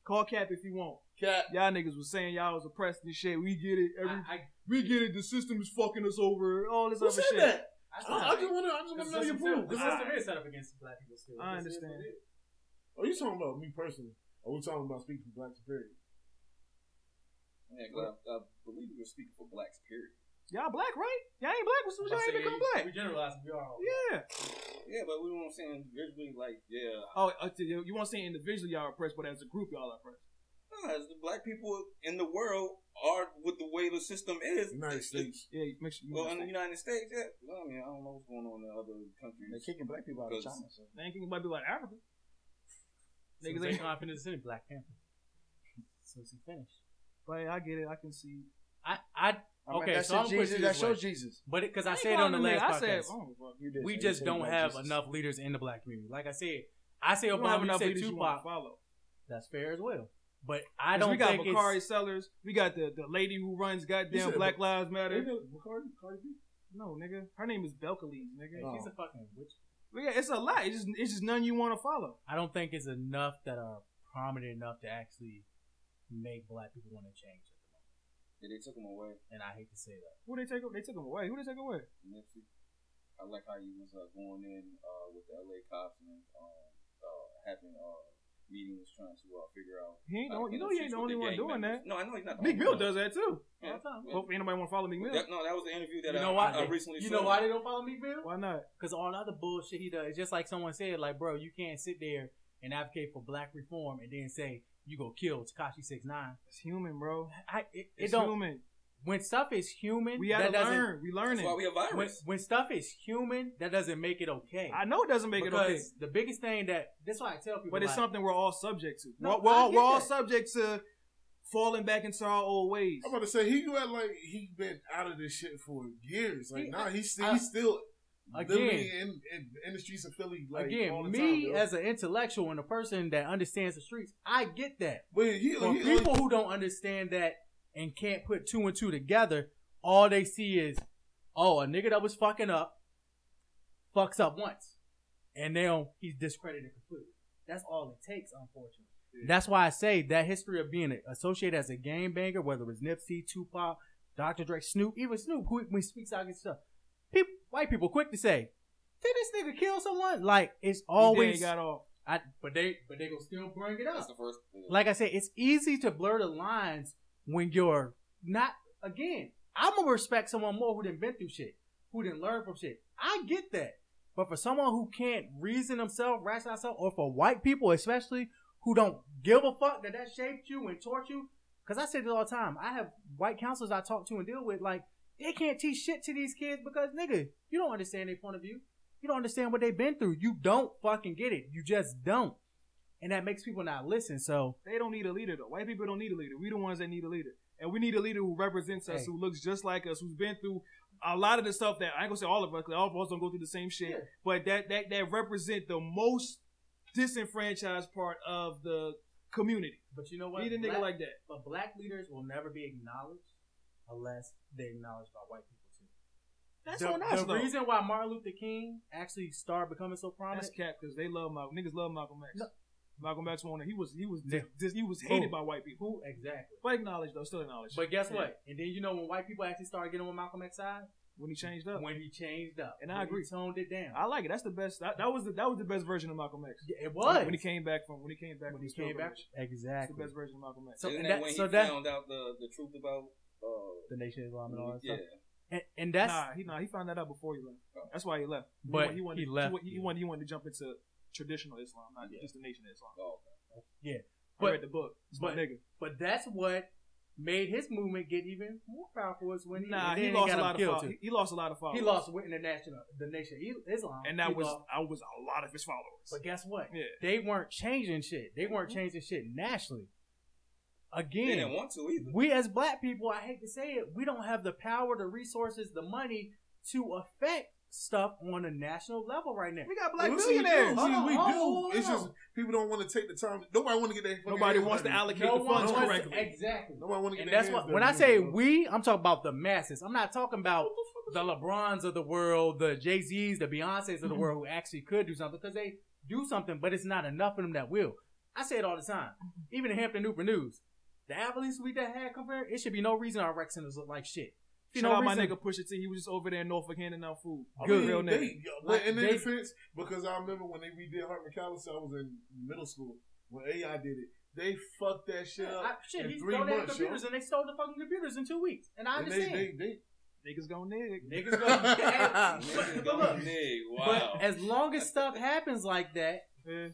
[SPEAKER 4] call Cap if you want.
[SPEAKER 1] Cat.
[SPEAKER 4] Y'all niggas was saying y'all was oppressed and shit. We get it. Every,
[SPEAKER 5] I, I,
[SPEAKER 4] we get it. The system is fucking us over. All this
[SPEAKER 1] Who
[SPEAKER 4] other
[SPEAKER 1] said
[SPEAKER 4] shit.
[SPEAKER 1] that?
[SPEAKER 5] I,
[SPEAKER 1] I, I just want to. I just want
[SPEAKER 5] Because
[SPEAKER 1] to know your
[SPEAKER 5] system
[SPEAKER 1] proof.
[SPEAKER 5] set-
[SPEAKER 1] 'cause
[SPEAKER 5] the
[SPEAKER 1] that's-
[SPEAKER 5] system is set up against black people still.
[SPEAKER 4] I
[SPEAKER 5] This is what
[SPEAKER 4] understand.
[SPEAKER 5] it is.
[SPEAKER 1] Are you talking about me personally? Or are we talking about speaking for black superior?
[SPEAKER 2] Yeah, 'cause I, I believe we were speaking for blacks, period.
[SPEAKER 4] Y'all black, right? Y'all ain't black. What's, what y'all
[SPEAKER 5] I
[SPEAKER 4] ain't
[SPEAKER 5] say,
[SPEAKER 4] become
[SPEAKER 5] We
[SPEAKER 4] black?
[SPEAKER 5] generalize. We are all.
[SPEAKER 4] Yeah.
[SPEAKER 2] Yeah, but we know what I'm saying. Visually, like, yeah,
[SPEAKER 4] Oh, uh, t- you want to say individually y'all oppressed, but as a group y'all oppressed.
[SPEAKER 2] Nah, it's the black people in the world are with the way the system is.
[SPEAKER 1] United States.
[SPEAKER 4] Yeah, make sure you.
[SPEAKER 2] Well, in the
[SPEAKER 4] Well,
[SPEAKER 2] United States, yeah. Well, I mean, I don't know what's going on in other
[SPEAKER 3] They're
[SPEAKER 2] countries.
[SPEAKER 3] kicking black people out of China. So.
[SPEAKER 4] man, you might be like Africa.
[SPEAKER 5] Niggas ain't confident in Black Panther. <laughs> So is he finished?
[SPEAKER 4] But I get it. I can see.
[SPEAKER 5] I, I,
[SPEAKER 3] I mean,
[SPEAKER 5] Okay,
[SPEAKER 3] that's
[SPEAKER 5] so I'm putting it
[SPEAKER 3] Jesus.
[SPEAKER 5] this
[SPEAKER 3] That's your
[SPEAKER 5] way.
[SPEAKER 3] Jesus.
[SPEAKER 5] but it because I
[SPEAKER 4] ain't
[SPEAKER 5] said on the
[SPEAKER 4] calling him
[SPEAKER 5] last
[SPEAKER 4] nigga.
[SPEAKER 5] podcast,
[SPEAKER 4] I said, oh, fuck.
[SPEAKER 3] You did
[SPEAKER 5] we
[SPEAKER 3] say
[SPEAKER 5] just
[SPEAKER 3] you
[SPEAKER 5] don't
[SPEAKER 3] black
[SPEAKER 5] have
[SPEAKER 3] Jesus.
[SPEAKER 5] enough leaders in the black community. Like I said, I say
[SPEAKER 4] You don't have
[SPEAKER 5] Obama, you
[SPEAKER 4] enough
[SPEAKER 5] say
[SPEAKER 4] leaders you want to
[SPEAKER 5] Tupac.
[SPEAKER 4] follow.
[SPEAKER 5] That's fair as well. But I
[SPEAKER 4] 'Cause
[SPEAKER 5] don't
[SPEAKER 4] we got
[SPEAKER 5] think
[SPEAKER 4] Bakari
[SPEAKER 5] it's.
[SPEAKER 4] Sellers. We got the, the lady who runs goddamn
[SPEAKER 1] You said
[SPEAKER 4] Black Lives
[SPEAKER 1] Ain't
[SPEAKER 4] Matter.
[SPEAKER 1] that Bacardi? Cardi B?
[SPEAKER 4] No, nigga. Her name is Belcalis, nigga.
[SPEAKER 5] Yeah, She's
[SPEAKER 4] She's
[SPEAKER 5] a fucking witch.
[SPEAKER 4] a- yeah, it's a lot. It's just, it's just none you want to follow.
[SPEAKER 5] I don't think it's enough that are prominent enough to actually make black people want to change at the moment.
[SPEAKER 2] Yeah, they took him away.
[SPEAKER 5] And I hate to say that.
[SPEAKER 4] Who they take? They took him away. Who they take away?
[SPEAKER 2] Nipsey. I like how you was uh, going in uh, with the LA cops and um, uh, having uh, meetings trying to uh, figure out.
[SPEAKER 4] He ain't. The,
[SPEAKER 2] how to
[SPEAKER 4] only- you know
[SPEAKER 2] handle
[SPEAKER 4] he
[SPEAKER 2] shit
[SPEAKER 4] ain't
[SPEAKER 2] with
[SPEAKER 4] the only one
[SPEAKER 2] gang
[SPEAKER 4] doing
[SPEAKER 2] members.
[SPEAKER 4] that.
[SPEAKER 2] No, I know he's not. the
[SPEAKER 4] Meek
[SPEAKER 2] only
[SPEAKER 4] Mill
[SPEAKER 2] one.
[SPEAKER 4] does that too.
[SPEAKER 2] Yeah.
[SPEAKER 4] All the time.
[SPEAKER 2] Yeah.
[SPEAKER 4] Hope anybody want to follow Meek Mill.
[SPEAKER 2] That- no, that was the interview that
[SPEAKER 5] You
[SPEAKER 2] I,
[SPEAKER 5] know why?
[SPEAKER 2] I
[SPEAKER 5] they-
[SPEAKER 2] recently
[SPEAKER 5] you
[SPEAKER 2] saw.
[SPEAKER 5] know why they don't follow me, Bill?
[SPEAKER 4] Why not?
[SPEAKER 5] Because all the other bullshit he does, it's just like someone said, like, bro, you can't sit there and advocate for black reform and then say you go kill Takashi Six Nine.
[SPEAKER 4] It's human, bro.
[SPEAKER 5] I it, it
[SPEAKER 4] It's
[SPEAKER 5] don't.
[SPEAKER 4] human.
[SPEAKER 5] When stuff is human,
[SPEAKER 4] We gotta
[SPEAKER 5] that doesn't.
[SPEAKER 4] learn. We
[SPEAKER 2] That's
[SPEAKER 4] learning.
[SPEAKER 2] why we a
[SPEAKER 5] When,
[SPEAKER 2] virus.
[SPEAKER 5] when stuff is human, that doesn't make it okay.
[SPEAKER 4] I know it doesn't make
[SPEAKER 5] because
[SPEAKER 4] it okay,
[SPEAKER 5] the biggest thing that that's why I tell people,
[SPEAKER 4] but it's
[SPEAKER 5] like,
[SPEAKER 4] something we're all subject to.
[SPEAKER 5] No,
[SPEAKER 4] we're we're
[SPEAKER 5] I
[SPEAKER 4] all,
[SPEAKER 5] get
[SPEAKER 4] we're all
[SPEAKER 5] that.
[SPEAKER 4] subject to falling back into our old ways.
[SPEAKER 1] I'm about to say he act like he been out of this shit for years. Like
[SPEAKER 5] He-
[SPEAKER 1] nah, he's still
[SPEAKER 5] I-
[SPEAKER 1] he's still
[SPEAKER 5] Again.
[SPEAKER 1] literally in, in, in the streets of Philly. Like, all
[SPEAKER 5] again,
[SPEAKER 1] the
[SPEAKER 5] me
[SPEAKER 1] time, yo.
[SPEAKER 5] as an intellectual and a person that understands the streets, I get that.
[SPEAKER 1] but he, he,
[SPEAKER 5] For
[SPEAKER 1] he-
[SPEAKER 5] people who don't understand that and can't put two and two together, all they see is, oh, a nigga that was fucking up fucks up once, and now he's discredited completely. That's all it takes, unfortunately. That's why I say that history of being associated as a game banger, whether it's Nipsey, Tupac, Dr. Dre, Snoop, even Snoop, who when he speaks out against stuff, people, white people quick to say, "Did this nigga kill someone?" Like it's always,
[SPEAKER 4] He done got off.
[SPEAKER 5] I, but they, but they gonna still bring it
[SPEAKER 2] That's
[SPEAKER 5] up.
[SPEAKER 2] the first.
[SPEAKER 5] Like I said, it's easy to blur the lines when you're not. Again, I'm gonna respect someone more who didn't been through shit, who didn't learn from shit. I get that, but for someone who can't reason himself, rationalize himself, or for white people especially who don't give a fuck that that shaped you and taught you, because I say this all the time. I have white counselors I talk to and deal with, like they can't teach shit to these kids because nigga, you don't understand their point of view. You don't understand what they've been through. You don't fucking get it. You just don't. And that makes people not listen. So
[SPEAKER 4] They don't need a leader though. White people don't need a leader. We the ones that need a leader, and we need a leader who represents us,
[SPEAKER 5] Hey.
[SPEAKER 4] who looks just like us, who's been through a lot of the stuff that I ain't gonna say all of us, 'cause all of us don't go through the same shit. But that that that represent the most disenfranchised part of the community.
[SPEAKER 5] But you know
[SPEAKER 4] We
[SPEAKER 5] what?
[SPEAKER 4] need a nigga
[SPEAKER 5] black,
[SPEAKER 4] like that.
[SPEAKER 5] but black leaders will never be acknowledged unless they acknowledged by white people too.
[SPEAKER 4] That's
[SPEAKER 5] the,
[SPEAKER 4] on us
[SPEAKER 5] The
[SPEAKER 4] though.
[SPEAKER 5] reason why Martin Luther King actually started becoming so prominent.
[SPEAKER 4] That's cap because they love Malcolm. Niggas love Malcolm X.
[SPEAKER 5] No,
[SPEAKER 4] Malcolm X wanted. He was he was
[SPEAKER 5] Yeah.
[SPEAKER 4] dis- he was hated
[SPEAKER 5] Who?
[SPEAKER 4] by white people,
[SPEAKER 5] Who <laughs> exactly?
[SPEAKER 4] but acknowledged though, still acknowledged.
[SPEAKER 5] But guess
[SPEAKER 4] Yeah.
[SPEAKER 5] what? And then you know when white people actually started getting on Malcolm X's side
[SPEAKER 4] when he changed up,
[SPEAKER 5] when he changed up
[SPEAKER 4] And I
[SPEAKER 5] When
[SPEAKER 4] agree.
[SPEAKER 5] he toned it down.
[SPEAKER 4] I like it. That's the best. That, that was the that was the best version of Malcolm X.
[SPEAKER 5] Yeah, it was
[SPEAKER 4] when he came back from when he came back
[SPEAKER 5] When
[SPEAKER 4] from
[SPEAKER 5] he
[SPEAKER 4] his
[SPEAKER 5] came back.
[SPEAKER 4] pilgrimage. That's the
[SPEAKER 5] Exactly.
[SPEAKER 4] best version of Malcolm X.
[SPEAKER 5] So
[SPEAKER 2] Isn't
[SPEAKER 5] and
[SPEAKER 2] that,
[SPEAKER 5] that,
[SPEAKER 2] when
[SPEAKER 5] so
[SPEAKER 2] he
[SPEAKER 5] that
[SPEAKER 2] found out the, the truth about uh,
[SPEAKER 5] the Nation of Islam and all that
[SPEAKER 2] yeah,
[SPEAKER 5] stuff. And, and that's
[SPEAKER 4] nah, he nah, he found that out before he left. That's why he left. He
[SPEAKER 5] But
[SPEAKER 4] wa- he, wanted,
[SPEAKER 5] he left,
[SPEAKER 4] wa- He,
[SPEAKER 5] yeah.
[SPEAKER 4] wanted he wanted to jump into traditional Islam, not just the nation of Islam.
[SPEAKER 2] oh,
[SPEAKER 5] But-
[SPEAKER 4] I read the book. It's my
[SPEAKER 5] but-
[SPEAKER 4] nigga.
[SPEAKER 5] but that's what made his movement get even more powerful is when
[SPEAKER 4] Nah,
[SPEAKER 5] and
[SPEAKER 4] he
[SPEAKER 5] then
[SPEAKER 4] lost
[SPEAKER 5] got
[SPEAKER 4] a
[SPEAKER 5] him
[SPEAKER 4] lot of
[SPEAKER 5] killed,
[SPEAKER 4] followers.
[SPEAKER 5] too.
[SPEAKER 4] He, he lost a lot of followers.
[SPEAKER 5] He lost with the national, the Nation of Islam,
[SPEAKER 4] and that
[SPEAKER 5] He
[SPEAKER 4] was
[SPEAKER 5] lost.
[SPEAKER 4] I was a lot of his followers.
[SPEAKER 5] But guess what?
[SPEAKER 4] Yeah. Mm-hmm.
[SPEAKER 5] They weren't changing shit. They weren't changing shit nationally.
[SPEAKER 2] they didn't
[SPEAKER 5] Again,
[SPEAKER 2] want to
[SPEAKER 5] <laughs>
[SPEAKER 2] either.
[SPEAKER 5] we as black people, I hate to say it, we don't have the power, the resources, the money to affect stuff on a national level right now.
[SPEAKER 4] we got
[SPEAKER 1] Well,
[SPEAKER 4] black
[SPEAKER 1] listen, we do.
[SPEAKER 4] millionaires.
[SPEAKER 1] Listen, we do.
[SPEAKER 5] Hold on, hold on,
[SPEAKER 1] It's
[SPEAKER 5] hold
[SPEAKER 1] just people don't want to take the time. Nobody want to get their fucking
[SPEAKER 4] Nobody
[SPEAKER 1] hands
[SPEAKER 4] wants to
[SPEAKER 1] dirty.
[SPEAKER 4] allocate the
[SPEAKER 5] one
[SPEAKER 4] funds
[SPEAKER 5] wants to-
[SPEAKER 4] correctly.
[SPEAKER 5] exactly.
[SPEAKER 1] Nobody want to get
[SPEAKER 5] And
[SPEAKER 1] their
[SPEAKER 5] that's
[SPEAKER 1] hands
[SPEAKER 5] what
[SPEAKER 1] dirty.
[SPEAKER 5] when I say
[SPEAKER 1] bro.
[SPEAKER 5] we, I'm talking about the masses. I'm not talking about the LeBrons of the world, the Jay Z's, the Beyonces of the world who actually could do something because they do something, but it's not enough of them that will. I say it all the time. Even in Hampton Newport News, the athletes we that had compared, it should be no reason our rec centers look like shit. Should
[SPEAKER 4] Shout
[SPEAKER 5] no
[SPEAKER 4] out my
[SPEAKER 5] reason-
[SPEAKER 4] nigga Pusha T. He was just over there in Norfolk handing out food.
[SPEAKER 1] I
[SPEAKER 5] Good.
[SPEAKER 1] mean,
[SPEAKER 4] Real
[SPEAKER 1] they-
[SPEAKER 4] nigga.
[SPEAKER 1] But in
[SPEAKER 5] Like,
[SPEAKER 1] their
[SPEAKER 5] they-
[SPEAKER 1] defense, because I remember when they redid Hart McAllister, I was in middle school when AI did it. They fucked that shit up.
[SPEAKER 5] I- shit,
[SPEAKER 1] in
[SPEAKER 5] he
[SPEAKER 1] three
[SPEAKER 5] stole their
[SPEAKER 1] months,
[SPEAKER 5] computers and they stole the fucking computers in two weeks. And I
[SPEAKER 1] And they,
[SPEAKER 5] understand.
[SPEAKER 1] they,
[SPEAKER 5] <laughs>
[SPEAKER 1] they,
[SPEAKER 4] Niggas gonna nig.
[SPEAKER 5] Niggas <laughs> go.
[SPEAKER 2] Niggas
[SPEAKER 5] but, but look,
[SPEAKER 2] don't need. Wow.
[SPEAKER 5] but as long
[SPEAKER 4] <laughs>
[SPEAKER 5] as stuff happens like that,
[SPEAKER 4] Yeah.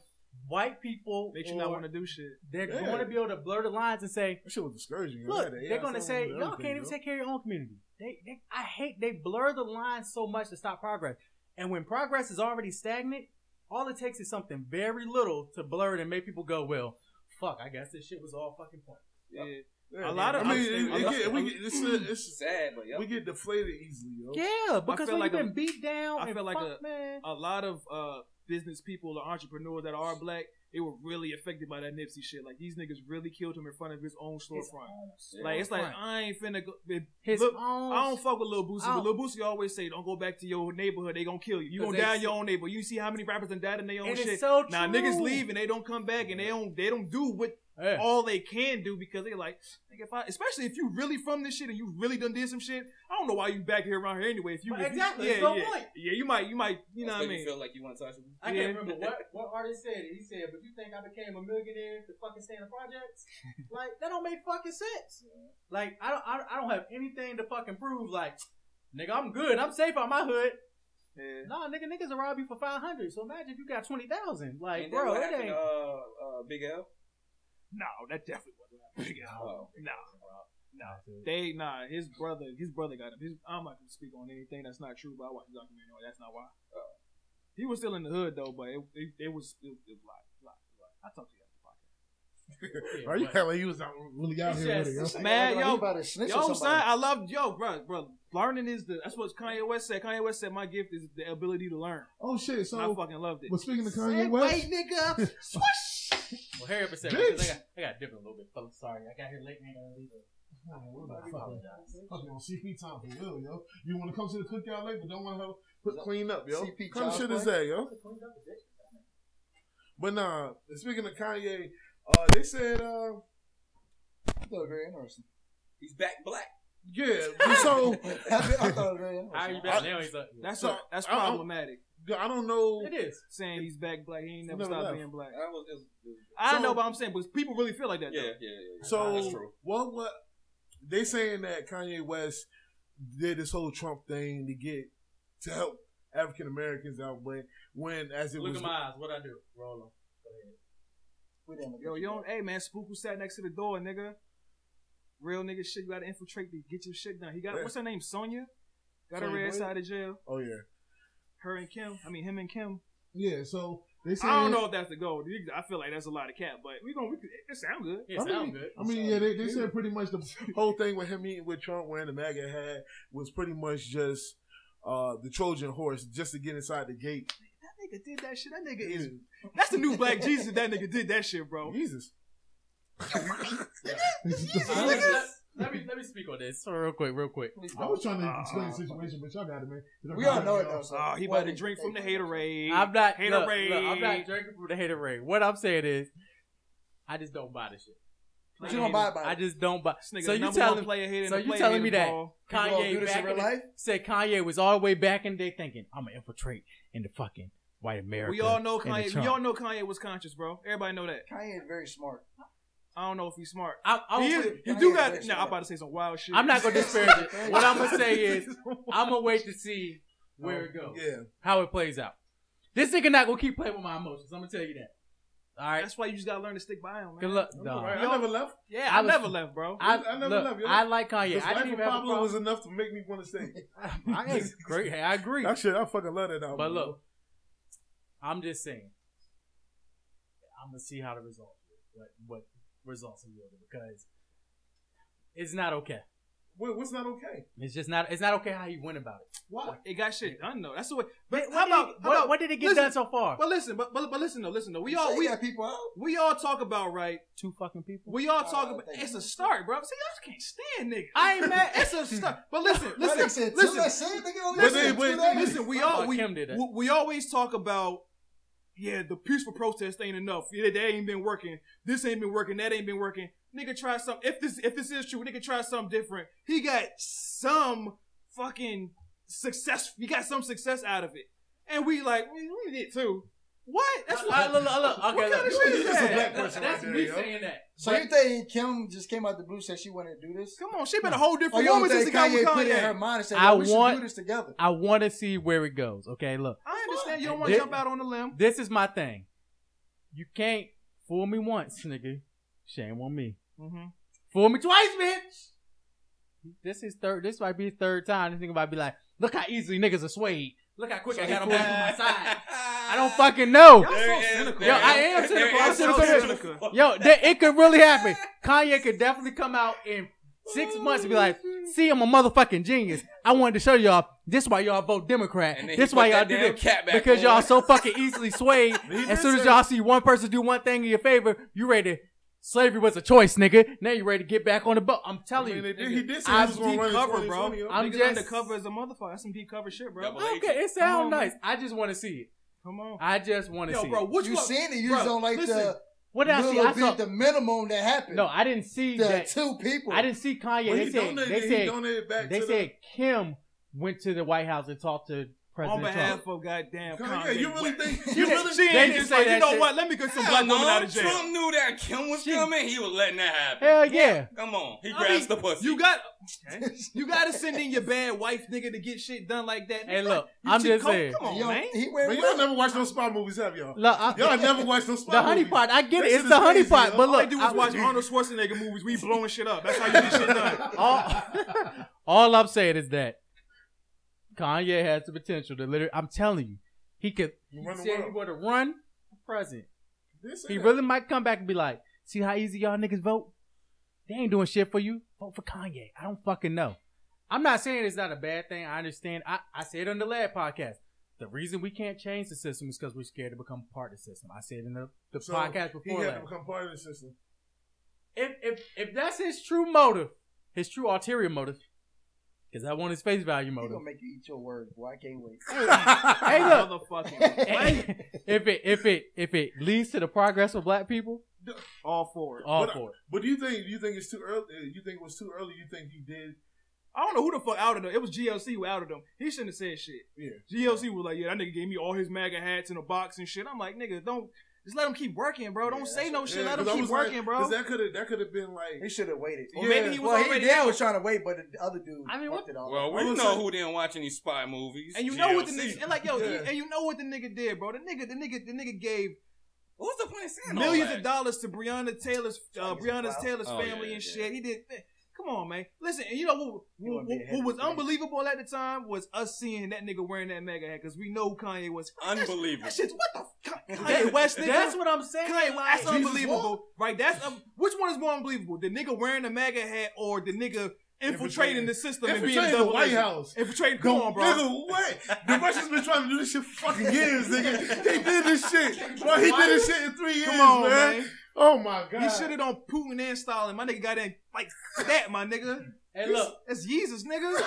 [SPEAKER 5] white people
[SPEAKER 4] Makes you not
[SPEAKER 5] or-
[SPEAKER 4] want to do shit.
[SPEAKER 5] They're
[SPEAKER 1] Yeah.
[SPEAKER 5] going to be able to blur the lines and say,
[SPEAKER 1] that shit was discouraging. yo.
[SPEAKER 5] "Look,
[SPEAKER 1] That
[SPEAKER 5] they're
[SPEAKER 1] AI
[SPEAKER 5] going to
[SPEAKER 1] stuff
[SPEAKER 5] say
[SPEAKER 1] was
[SPEAKER 5] y'all
[SPEAKER 1] everything,
[SPEAKER 5] can't even
[SPEAKER 1] yo.
[SPEAKER 5] take care of your own community." They, they, I hate they blur the lines so much to stop progress. And when progress is already stagnant, all it takes is something very little to blur it and make people go, "Well, fuck, I guess this shit was all fucking point."
[SPEAKER 4] Yeah.
[SPEAKER 1] Yeah,
[SPEAKER 4] A lot of-
[SPEAKER 1] I mean,
[SPEAKER 4] I'm-
[SPEAKER 1] it-
[SPEAKER 4] I'm-
[SPEAKER 1] it get- we get it's, a-
[SPEAKER 2] It's
[SPEAKER 1] it's
[SPEAKER 2] sad, but yep.
[SPEAKER 1] we get deflated easily, yo.
[SPEAKER 5] Yeah, because
[SPEAKER 4] feel
[SPEAKER 5] when
[SPEAKER 4] like
[SPEAKER 5] you've
[SPEAKER 4] a-
[SPEAKER 5] been beat down,
[SPEAKER 4] I
[SPEAKER 5] and
[SPEAKER 4] feel like
[SPEAKER 5] fucked, man.
[SPEAKER 4] A lot of uh, business people or entrepreneurs that are black, they were really affected by that Nipsey shit. Like these niggas really killed him in front of his own
[SPEAKER 5] His
[SPEAKER 4] storefront.
[SPEAKER 5] own
[SPEAKER 4] Like it's like
[SPEAKER 5] storefront.
[SPEAKER 4] I ain't finna go. it-
[SPEAKER 5] his
[SPEAKER 4] look,
[SPEAKER 5] own.
[SPEAKER 4] I don't fuck with Lil Boosie, but
[SPEAKER 5] Oh.
[SPEAKER 4] Lil Boosie always say, "Don't go back to your neighborhood; they gonna kill you. You
[SPEAKER 5] 'Cause
[SPEAKER 4] gonna
[SPEAKER 5] they
[SPEAKER 4] die in
[SPEAKER 5] s-
[SPEAKER 4] your own neighborhood. You see how many rappers done died in their own
[SPEAKER 5] And
[SPEAKER 4] shit.
[SPEAKER 5] it's so true.
[SPEAKER 4] now niggas leave and they don't come back and they don't they don't do what
[SPEAKER 5] Yeah.
[SPEAKER 4] all they can do because they like, nigga, if I, especially if you really from this shit and you really done did some shit, I don't know why you back here around here anyway. If you
[SPEAKER 5] But
[SPEAKER 4] if you-
[SPEAKER 5] exactly,
[SPEAKER 4] yeah,
[SPEAKER 5] it's no
[SPEAKER 4] yeah,
[SPEAKER 5] point.
[SPEAKER 4] yeah, you might, you might, you know
[SPEAKER 2] That's
[SPEAKER 4] what I
[SPEAKER 2] why
[SPEAKER 4] mean.
[SPEAKER 2] feel like you untouchable.
[SPEAKER 5] I
[SPEAKER 4] Yeah.
[SPEAKER 5] can't remember what, what artist said it. He said, "But you think I became a millionaire to fucking stand
[SPEAKER 4] <laughs>
[SPEAKER 5] in projects? like that don't make fucking sense. Like I don't, I, I don't have anything to fucking prove. Like nigga, I'm good. I'm safe out my hood.
[SPEAKER 4] Yeah.
[SPEAKER 5] Nah, nigga, niggas will rob you for five hundred. So imagine if you got twenty thousand. Like
[SPEAKER 2] and then
[SPEAKER 5] bro,
[SPEAKER 2] what
[SPEAKER 5] it
[SPEAKER 2] happened,
[SPEAKER 5] ain't.
[SPEAKER 2] uh, uh, Big L?
[SPEAKER 4] No, that definitely wasn't. happening.
[SPEAKER 2] Oh.
[SPEAKER 4] No, no, they nah. His brother, his brother got him. His, I'm not gonna speak on anything that's not true. But I watched the documentary. on it. That's not why. He was still in the hood though, but it, it, it was it, it was a lot, a lot, a lot. I talked to you after the podcast.
[SPEAKER 5] Yeah,
[SPEAKER 1] Are you
[SPEAKER 5] but-
[SPEAKER 1] acting like you was out really out
[SPEAKER 5] It's
[SPEAKER 1] here with it, yo?
[SPEAKER 5] just-
[SPEAKER 4] Man,
[SPEAKER 3] Like,
[SPEAKER 4] yo,
[SPEAKER 3] he about to snitch on
[SPEAKER 4] Yo, son,
[SPEAKER 3] somebody.
[SPEAKER 4] I love yo, bro, bro. Learning is the that's what Kanye West said. Kanye West said my gift is the ability to learn.
[SPEAKER 1] Oh shit!
[SPEAKER 4] And I
[SPEAKER 1] So,
[SPEAKER 4] fucking loved it.
[SPEAKER 1] but speaking of Kanye West,
[SPEAKER 3] nigga.
[SPEAKER 5] Well, hurry up a second.
[SPEAKER 1] Bitch.
[SPEAKER 5] 'cause I got, I got dipping a little bit. I'm sorry, I got here late. and I gotta leave.
[SPEAKER 1] Fucking on CP time for real, yo. You want to come to the cookout late, but don't want to help put clean up, yo.
[SPEAKER 3] CP
[SPEAKER 1] Kind of
[SPEAKER 3] child's
[SPEAKER 1] shit is
[SPEAKER 3] play?
[SPEAKER 1] that, yo? But nah, speaking of Kanye, uh, they said, uh,
[SPEAKER 3] I thought it was very interesting.
[SPEAKER 2] He's back black.
[SPEAKER 1] yeah. so
[SPEAKER 3] <laughs> I thought it was very
[SPEAKER 5] How you
[SPEAKER 3] interesting.
[SPEAKER 5] back now? He's like,
[SPEAKER 4] That's
[SPEAKER 1] So,
[SPEAKER 4] that's
[SPEAKER 1] I- I-
[SPEAKER 4] problematic.
[SPEAKER 1] I don't know.
[SPEAKER 5] it is.
[SPEAKER 4] saying he's back black, he ain't never,
[SPEAKER 1] Never
[SPEAKER 4] stopped
[SPEAKER 1] left.
[SPEAKER 4] being black.
[SPEAKER 2] I was, it was, it was
[SPEAKER 4] I
[SPEAKER 1] So-
[SPEAKER 4] know, but I'm saying, but people really feel like that.
[SPEAKER 2] yeah,
[SPEAKER 4] though.
[SPEAKER 2] yeah, yeah. That's
[SPEAKER 1] So
[SPEAKER 2] true.
[SPEAKER 1] what? What they saying that Kanye West did this whole Trump thing to get to help African Americans out, but when as it
[SPEAKER 5] Look
[SPEAKER 1] was
[SPEAKER 5] at my eyes. What I do? Roll 'em.
[SPEAKER 3] We didn't look
[SPEAKER 4] Yo,
[SPEAKER 3] at
[SPEAKER 4] you don't, hey man, spook who sat next to the door, nigga. Real nigga shit, you gotta infiltrate to get your shit done. He got
[SPEAKER 1] Yeah.
[SPEAKER 4] what's her name, Sonya? Got her
[SPEAKER 1] Sonya
[SPEAKER 4] ass
[SPEAKER 1] Blade?
[SPEAKER 4] out of jail.
[SPEAKER 1] oh yeah,
[SPEAKER 4] Her and Kim, I mean him and Kim.
[SPEAKER 1] yeah. So they saying
[SPEAKER 4] I don't know if that's the goal. I feel like that's a lot of cap, but we gonna we, could- it sound good.
[SPEAKER 5] Yeah,
[SPEAKER 1] I mean-
[SPEAKER 5] sound good.
[SPEAKER 1] I mean, yeah, they, they said pretty much the <laughs> whole thing with him meeting with Trump wearing the MAGA hat was pretty much just uh, the Trojan horse just to get inside the gate.
[SPEAKER 4] That nigga did that shit. That nigga is. That's the new
[SPEAKER 1] <laughs>
[SPEAKER 4] Black Jesus. That nigga did that shit, bro.
[SPEAKER 1] Jesus.
[SPEAKER 5] <laughs> I, honestly, let me let me speak on this So real quick, real quick.
[SPEAKER 1] I was trying to explain
[SPEAKER 5] Uh-huh.
[SPEAKER 1] the situation, but y'all got it, man.
[SPEAKER 3] We all know it
[SPEAKER 1] <laughs>
[SPEAKER 3] though. So
[SPEAKER 4] Oh, he about to drink from the haterade.
[SPEAKER 5] I'm not look, look,
[SPEAKER 4] Haterade.
[SPEAKER 5] I'm not drinking from the haterade. What I'm saying is, I just don't buy this shit.
[SPEAKER 3] But you don't buy
[SPEAKER 5] I
[SPEAKER 3] about it.
[SPEAKER 5] just don't buy.
[SPEAKER 4] This nigga
[SPEAKER 5] so
[SPEAKER 4] the
[SPEAKER 5] you
[SPEAKER 4] number one
[SPEAKER 5] telling
[SPEAKER 4] player hater in
[SPEAKER 5] so
[SPEAKER 4] the
[SPEAKER 5] you
[SPEAKER 4] play
[SPEAKER 5] telling me
[SPEAKER 4] hater
[SPEAKER 5] that-
[SPEAKER 4] ball.
[SPEAKER 3] You gonna do this
[SPEAKER 5] Kanye
[SPEAKER 3] in
[SPEAKER 5] back
[SPEAKER 3] real
[SPEAKER 5] in the-
[SPEAKER 3] life?
[SPEAKER 5] said Kanye was all the way back in the day thinking I'm gonna infiltrate into fucking white America.
[SPEAKER 4] We all know
[SPEAKER 5] and the
[SPEAKER 4] Kanye. We
[SPEAKER 5] Trump."
[SPEAKER 4] all know Kanye was conscious, bro. Everybody know that.
[SPEAKER 3] Kanye is very smart.
[SPEAKER 4] I don't know if he's smart.
[SPEAKER 5] I, I
[SPEAKER 4] He,
[SPEAKER 5] was,
[SPEAKER 4] is, he
[SPEAKER 3] Kanye
[SPEAKER 4] do
[SPEAKER 3] is
[SPEAKER 4] got.
[SPEAKER 3] very
[SPEAKER 4] Now nah,
[SPEAKER 3] smart.
[SPEAKER 4] I'm about to say some wild shit.
[SPEAKER 5] I'm not gonna disparage it. What I'm gonna say is I'm gonna wait to see where it goes,
[SPEAKER 1] Yeah.
[SPEAKER 5] how it plays out. This nigga not gonna keep playing with my emotions. I'm gonna tell you that. All right.
[SPEAKER 4] That's why you just gotta learn to stick by him, man.
[SPEAKER 5] Good luck,
[SPEAKER 1] I'm
[SPEAKER 5] dog.
[SPEAKER 1] all right. I never left.
[SPEAKER 4] Yeah,
[SPEAKER 5] I
[SPEAKER 4] I,
[SPEAKER 5] was-
[SPEAKER 4] never left, bro.
[SPEAKER 5] I,
[SPEAKER 1] I never
[SPEAKER 5] look,
[SPEAKER 1] love you.
[SPEAKER 5] I like Kanye.
[SPEAKER 1] This
[SPEAKER 5] Oh, I
[SPEAKER 1] life of
[SPEAKER 5] didn't even have a
[SPEAKER 1] Pablo was
[SPEAKER 5] problem.
[SPEAKER 1] enough to make me want to stay.
[SPEAKER 5] <laughs> I ain't great. I agree.
[SPEAKER 1] That shit, I fucking love that album.
[SPEAKER 5] But look, I'm just saying. I'm gonna see how the results what what results are yielded because it's not okay.
[SPEAKER 1] Wait, what's not okay?
[SPEAKER 5] It's just not. It's not okay how he went about it.
[SPEAKER 1] Why?
[SPEAKER 4] It got shit done though. That's the way. But
[SPEAKER 5] What
[SPEAKER 4] how
[SPEAKER 5] did he-
[SPEAKER 4] about how
[SPEAKER 5] what,
[SPEAKER 4] about?
[SPEAKER 5] what did it get
[SPEAKER 4] listen,
[SPEAKER 5] done so far?
[SPEAKER 4] But listen, but, but but listen though, listen though. We all
[SPEAKER 3] Say
[SPEAKER 4] we
[SPEAKER 3] that people out.
[SPEAKER 4] we all talk about right.
[SPEAKER 5] Two fucking people.
[SPEAKER 4] We all
[SPEAKER 3] Oh,
[SPEAKER 4] talk about.
[SPEAKER 3] thank
[SPEAKER 4] It's
[SPEAKER 3] you.
[SPEAKER 4] a start, bro. See, y'all can't stand nigga.
[SPEAKER 5] I ain't mad.
[SPEAKER 4] It's a start.
[SPEAKER 3] <laughs>
[SPEAKER 4] But listen,
[SPEAKER 3] That nigga
[SPEAKER 4] listen,
[SPEAKER 3] said, "Till I
[SPEAKER 4] listen.
[SPEAKER 3] say it, nigga, don't
[SPEAKER 1] But
[SPEAKER 3] listen
[SPEAKER 1] they- but-
[SPEAKER 3] to that."
[SPEAKER 4] Listen, we
[SPEAKER 5] Oh,
[SPEAKER 4] all we,
[SPEAKER 5] Kim did that.
[SPEAKER 4] we we always talk about yeah, the peaceful protest ain't enough. Yeah, that ain't been working. This ain't been working. That ain't been working. Nigga try some. If this if this is true, nigga try something different. He got some fucking success. He got some success out of it, and we like we, we did too. What? That's
[SPEAKER 5] All right,
[SPEAKER 4] what.
[SPEAKER 5] Uh, look, look, look,
[SPEAKER 4] kind
[SPEAKER 5] okay, look.
[SPEAKER 4] of shit is
[SPEAKER 5] That's-
[SPEAKER 4] that?
[SPEAKER 1] Black person
[SPEAKER 5] That's
[SPEAKER 1] right
[SPEAKER 5] me
[SPEAKER 1] there, yo.
[SPEAKER 5] saying that.
[SPEAKER 3] So you think Kim just came out the blue said she wanted to do this?
[SPEAKER 4] Come on, she been a
[SPEAKER 5] Hmm.
[SPEAKER 4] whole
[SPEAKER 3] Or
[SPEAKER 4] different
[SPEAKER 3] you
[SPEAKER 4] woman
[SPEAKER 3] don't
[SPEAKER 4] since
[SPEAKER 3] think
[SPEAKER 4] she got
[SPEAKER 3] Kanye
[SPEAKER 4] with
[SPEAKER 3] put it in her
[SPEAKER 4] Kanye.
[SPEAKER 3] mind and said,
[SPEAKER 5] I
[SPEAKER 3] "Yo, we should
[SPEAKER 5] want-
[SPEAKER 3] do this together"?
[SPEAKER 5] I want to see where it goes. Okay, look.
[SPEAKER 4] I understand you don't want
[SPEAKER 5] This-
[SPEAKER 4] to jump out on the limb.
[SPEAKER 5] This is my thing. You can't fool me once, nigga. Shame on me.
[SPEAKER 4] Mm-hmm.
[SPEAKER 5] Fool me twice, bitch. This is third. This might be his third time. This nigga might be like, look how easily niggas are swayed. Look how quick I got them back on my side. I don't fucking know.
[SPEAKER 4] Y'all so cynical.
[SPEAKER 5] Yo, I am cynical. I'm
[SPEAKER 4] so
[SPEAKER 5] cynical.
[SPEAKER 4] cynical.
[SPEAKER 5] <laughs> Yo, that, it could really happen. Kanye could definitely come out in six months and be like, see, I'm a motherfucking genius. I wanted to show y'all. This why y'all vote Democrat.
[SPEAKER 2] And then
[SPEAKER 5] This
[SPEAKER 2] he
[SPEAKER 5] why
[SPEAKER 2] put
[SPEAKER 5] y'all
[SPEAKER 2] that
[SPEAKER 5] do
[SPEAKER 2] damn
[SPEAKER 5] this.
[SPEAKER 2] cat back
[SPEAKER 5] Because
[SPEAKER 2] on.
[SPEAKER 5] y'all so fucking easily swayed.
[SPEAKER 1] did
[SPEAKER 5] as soon as
[SPEAKER 1] say-
[SPEAKER 5] y'all see one person do one thing in your favor, you ready to, slavery was a choice, nigga. Now you ready to get back on the boat. I'm
[SPEAKER 1] I
[SPEAKER 5] telling
[SPEAKER 1] mean,
[SPEAKER 5] you.
[SPEAKER 1] they did- he did say
[SPEAKER 5] I'm
[SPEAKER 1] he was going to run
[SPEAKER 4] cover,
[SPEAKER 1] in
[SPEAKER 4] bro.
[SPEAKER 1] 2020, yo.
[SPEAKER 5] I'm
[SPEAKER 4] Niggas
[SPEAKER 5] just-
[SPEAKER 4] undercover as a motherfucker. That's some deep cover shit, bro.
[SPEAKER 2] Double-
[SPEAKER 5] Okay, it
[SPEAKER 4] Come
[SPEAKER 5] sounds
[SPEAKER 4] on,
[SPEAKER 5] nice. I just want to see it.
[SPEAKER 4] Come on.
[SPEAKER 5] I just want to
[SPEAKER 4] Yo,
[SPEAKER 5] see
[SPEAKER 4] bro,
[SPEAKER 5] it.
[SPEAKER 4] what
[SPEAKER 3] You seen it? You
[SPEAKER 4] bro,
[SPEAKER 3] just don't like
[SPEAKER 4] listen.
[SPEAKER 3] the
[SPEAKER 5] What did I see?
[SPEAKER 3] little
[SPEAKER 5] I
[SPEAKER 3] bit,
[SPEAKER 5] saw,
[SPEAKER 3] the minimum that happened.
[SPEAKER 5] no, I didn't see
[SPEAKER 3] the
[SPEAKER 5] that.
[SPEAKER 3] two people.
[SPEAKER 5] I didn't see Kanye.
[SPEAKER 1] Well,
[SPEAKER 5] they
[SPEAKER 1] he
[SPEAKER 5] said,
[SPEAKER 1] donated,
[SPEAKER 5] they
[SPEAKER 1] he
[SPEAKER 5] said,
[SPEAKER 1] donated back
[SPEAKER 5] They
[SPEAKER 1] to
[SPEAKER 5] said Kim went to the White House and talked to
[SPEAKER 4] on
[SPEAKER 5] President
[SPEAKER 4] behalf
[SPEAKER 5] Trump.
[SPEAKER 4] of goddamn
[SPEAKER 1] the.
[SPEAKER 4] Kanye.
[SPEAKER 1] Kanye, you really
[SPEAKER 4] West.
[SPEAKER 1] think? <laughs>
[SPEAKER 5] <laughs> You
[SPEAKER 1] You
[SPEAKER 5] didn't-
[SPEAKER 1] really
[SPEAKER 4] She
[SPEAKER 1] think?
[SPEAKER 5] They
[SPEAKER 4] ain't
[SPEAKER 5] didn't
[SPEAKER 4] just
[SPEAKER 5] say
[SPEAKER 4] like, you
[SPEAKER 5] that
[SPEAKER 4] know
[SPEAKER 5] shit.
[SPEAKER 4] what? Let me get some
[SPEAKER 2] Hell
[SPEAKER 4] black women
[SPEAKER 2] no,
[SPEAKER 4] out of jail.
[SPEAKER 2] Trump knew that <laughs> Kim was
[SPEAKER 5] She-
[SPEAKER 2] coming. He was letting that happen.
[SPEAKER 5] Hell yeah.
[SPEAKER 2] Come on, he
[SPEAKER 4] I
[SPEAKER 2] grabs
[SPEAKER 4] mean,
[SPEAKER 2] the pussy.
[SPEAKER 4] You got, <laughs> you got to send in your bad wife, nigga, to get shit done like that.
[SPEAKER 5] Hey,
[SPEAKER 4] Nigga,
[SPEAKER 5] look,
[SPEAKER 4] you
[SPEAKER 5] I'm
[SPEAKER 4] should
[SPEAKER 5] just
[SPEAKER 4] come-
[SPEAKER 5] saying.
[SPEAKER 4] Come on,
[SPEAKER 3] Yo,
[SPEAKER 4] man.
[SPEAKER 3] he
[SPEAKER 1] But
[SPEAKER 3] went
[SPEAKER 1] y'all
[SPEAKER 3] with
[SPEAKER 1] never watched no spy movies, have y'all?
[SPEAKER 5] Look, I-
[SPEAKER 1] Y'all never watched no spy
[SPEAKER 5] the honey
[SPEAKER 1] movies.
[SPEAKER 5] pot. I get it.
[SPEAKER 1] This
[SPEAKER 5] It's
[SPEAKER 1] is
[SPEAKER 5] the honey
[SPEAKER 1] crazy,
[SPEAKER 5] pot.
[SPEAKER 1] yo.
[SPEAKER 5] But
[SPEAKER 1] All I
[SPEAKER 5] look,
[SPEAKER 4] Do
[SPEAKER 5] I-
[SPEAKER 4] was
[SPEAKER 5] <laughs>
[SPEAKER 4] watch Arnold Schwarzenegger movies. We blowing shit up. That's how you get shit done.
[SPEAKER 5] all, all I'm saying is that Kanye has the potential to literally. I'm telling you, he could.
[SPEAKER 1] You
[SPEAKER 5] He
[SPEAKER 1] run the
[SPEAKER 5] said he
[SPEAKER 1] world.
[SPEAKER 5] would have run for president.
[SPEAKER 1] They said
[SPEAKER 5] He
[SPEAKER 1] that.
[SPEAKER 5] really might come back and be like, "See how easy y'all niggas vote? They ain't doing shit for you. Vote for Kanye. I don't fucking know." I'm not saying it's not a bad thing. I understand. I, I said on the last podcast. The reason we can't change the system is because we're scared to become part of the system. I said in the, the
[SPEAKER 1] So,
[SPEAKER 5] podcast before
[SPEAKER 1] He had to
[SPEAKER 5] last.
[SPEAKER 1] become part of the system.
[SPEAKER 5] if if if that's his true motive, his true ulterior motive, because I want his face value
[SPEAKER 3] He
[SPEAKER 5] motive.
[SPEAKER 3] gonna make you eat your words, boy. I can't wait.
[SPEAKER 5] Hey, look.
[SPEAKER 4] Motherfucking.
[SPEAKER 5] <laughs> if it if it if it leads to the progress of black people,
[SPEAKER 4] All for it.
[SPEAKER 5] all
[SPEAKER 1] But I-
[SPEAKER 5] for it.
[SPEAKER 1] But do you think do you think it's too early? uh, You think it was too early? You think he did?
[SPEAKER 4] I don't know who the fuck outed them. It was GLC who outed them. He shouldn't have said shit.
[SPEAKER 1] Yeah.
[SPEAKER 4] GLC was like, yeah, that nigga gave me all his MAGA hats in a box and shit. I'm like, nigga, don't just let him keep working, bro. Don't say
[SPEAKER 5] Oh,
[SPEAKER 4] no shit.
[SPEAKER 1] Yeah,
[SPEAKER 4] let him
[SPEAKER 1] 'cause I
[SPEAKER 4] keep
[SPEAKER 1] was like-
[SPEAKER 4] working, bro.
[SPEAKER 1] 'cause that could have that could have been
[SPEAKER 3] He
[SPEAKER 1] like
[SPEAKER 3] should have waited.
[SPEAKER 1] Or maybe he
[SPEAKER 4] was
[SPEAKER 3] well,
[SPEAKER 4] already-
[SPEAKER 3] he dad was trying to wait, but the other dude
[SPEAKER 5] I mean,
[SPEAKER 3] fucked it
[SPEAKER 2] <laughs>
[SPEAKER 3] all.
[SPEAKER 2] well, we
[SPEAKER 1] I was
[SPEAKER 2] know
[SPEAKER 1] like-
[SPEAKER 2] who didn't watch any spy movies.
[SPEAKER 4] And you know what the
[SPEAKER 2] GLC.
[SPEAKER 4] nigga and like yo,
[SPEAKER 1] Yeah.
[SPEAKER 4] and you know what the nigga did, bro. The nigga, the nigga, the nigga gave
[SPEAKER 2] What's the point of saying all
[SPEAKER 4] millions
[SPEAKER 2] that?
[SPEAKER 4] of dollars to Breonna Taylor's uh,
[SPEAKER 3] Fucking
[SPEAKER 4] Breonna
[SPEAKER 3] wild.
[SPEAKER 4] Taylor's
[SPEAKER 2] Oh,
[SPEAKER 4] family
[SPEAKER 2] yeah,
[SPEAKER 4] and
[SPEAKER 2] yeah.
[SPEAKER 4] shit. He did. thi- Come on, man. Listen, and you know what,
[SPEAKER 3] You
[SPEAKER 4] what,
[SPEAKER 3] wanna be
[SPEAKER 4] what-
[SPEAKER 3] a
[SPEAKER 4] what was
[SPEAKER 3] hypocrite.
[SPEAKER 4] unbelievable at the time was us seeing that nigga wearing that mega hat because we know who Kanye was.
[SPEAKER 2] Unbelievable. <laughs>
[SPEAKER 4] That shit's what the f- Kanye West nigga.
[SPEAKER 5] That's what I'm saying.
[SPEAKER 4] Kanye,
[SPEAKER 5] like-
[SPEAKER 4] that's unbelievable, right? That's um, which one is more unbelievable? The nigga wearing the MAGA hat or the nigga infiltrating
[SPEAKER 1] Infiltrating.
[SPEAKER 4] the system and being a
[SPEAKER 1] infiltrating the
[SPEAKER 4] double
[SPEAKER 1] White
[SPEAKER 4] agent?
[SPEAKER 1] House.
[SPEAKER 4] Infiltrating, come on, bro.
[SPEAKER 1] Nigga, what? The Russians been trying to
[SPEAKER 5] <laughs>
[SPEAKER 1] do this shit for fucking years, nigga. He did this shit. Bro, he did this shit in three years,
[SPEAKER 4] Come on,
[SPEAKER 1] man.
[SPEAKER 4] man.
[SPEAKER 1] Oh my god.
[SPEAKER 4] He should have done Putin and Stalin. My nigga got in like that, my nigga.
[SPEAKER 5] Hey, look.
[SPEAKER 4] That's Jesus, nigga.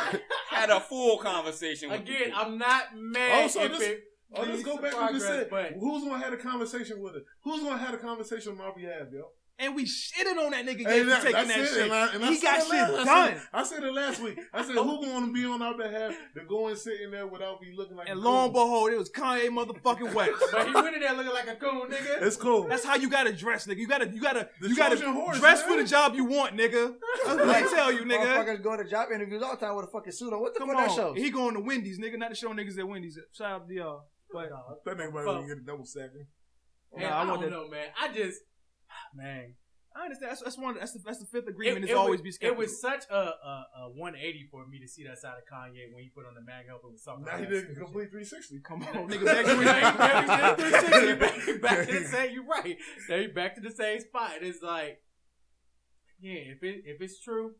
[SPEAKER 2] Had a full conversation with
[SPEAKER 5] Again,
[SPEAKER 2] you.
[SPEAKER 5] I'm not mad.
[SPEAKER 1] Also,
[SPEAKER 5] if
[SPEAKER 1] this-
[SPEAKER 5] it
[SPEAKER 1] Oh, let's
[SPEAKER 5] leads
[SPEAKER 1] go
[SPEAKER 5] to
[SPEAKER 1] back to what you
[SPEAKER 5] progress,
[SPEAKER 1] said.
[SPEAKER 5] but-
[SPEAKER 1] Who's gonna have a conversation with her? Who's gonna have a conversation on my behalf, yo?
[SPEAKER 4] and we shitted on that nigga
[SPEAKER 1] Hey,
[SPEAKER 4] yeah,
[SPEAKER 1] that-
[SPEAKER 4] for taking
[SPEAKER 1] I
[SPEAKER 4] that
[SPEAKER 1] said it,
[SPEAKER 4] shit.
[SPEAKER 1] and I- and I
[SPEAKER 4] he
[SPEAKER 1] said
[SPEAKER 4] got
[SPEAKER 1] it last-
[SPEAKER 4] shit
[SPEAKER 1] I said-
[SPEAKER 4] done.
[SPEAKER 1] I said it last week. I said, who gonna be on our behalf to go and sit in there without me looking like
[SPEAKER 4] And
[SPEAKER 1] a
[SPEAKER 4] lo and
[SPEAKER 1] coon?
[SPEAKER 4] behold, it was Kanye motherfucking West.
[SPEAKER 5] But he went in there looking like a coon,
[SPEAKER 1] <laughs>
[SPEAKER 5] nigga.
[SPEAKER 1] It's cool.
[SPEAKER 4] That's how you gotta dress, nigga. You gotta, you gotta,
[SPEAKER 1] The
[SPEAKER 4] you gotta
[SPEAKER 1] Trojan horse,
[SPEAKER 4] dress
[SPEAKER 1] man.
[SPEAKER 4] for the job you want, nigga. <laughs> That's what I tell you, nigga.
[SPEAKER 3] Motherfuckers go to job interviews all the time with a fucking suit on. What the
[SPEAKER 4] Come
[SPEAKER 3] fuck that
[SPEAKER 4] on,
[SPEAKER 3] shows?
[SPEAKER 4] he going to Wendy's, nigga. Not to show niggas at Wendy's. Shout out to y'all. But
[SPEAKER 1] That nigga might want to get a double stacking.
[SPEAKER 5] Man,
[SPEAKER 4] Nah, I
[SPEAKER 5] I,
[SPEAKER 4] want
[SPEAKER 5] don't
[SPEAKER 4] that-
[SPEAKER 5] know, man. I just, ah, man.
[SPEAKER 4] I understand. That's, that's one. That's the, that's the fifth agreement. is
[SPEAKER 5] was-
[SPEAKER 4] always be
[SPEAKER 5] It
[SPEAKER 4] skeptical.
[SPEAKER 5] was such a, a, a 180 for me to see that side of Kanye when he put on the mag help. It was something.
[SPEAKER 1] Now he
[SPEAKER 5] else.
[SPEAKER 1] didn't complete 360.
[SPEAKER 3] <laughs>
[SPEAKER 4] Come on, nigga.
[SPEAKER 5] Back to
[SPEAKER 4] Back to
[SPEAKER 5] the- back to the- back to the same. You're right. Now you back to the same spot. And it's like, yeah, if it if it's true,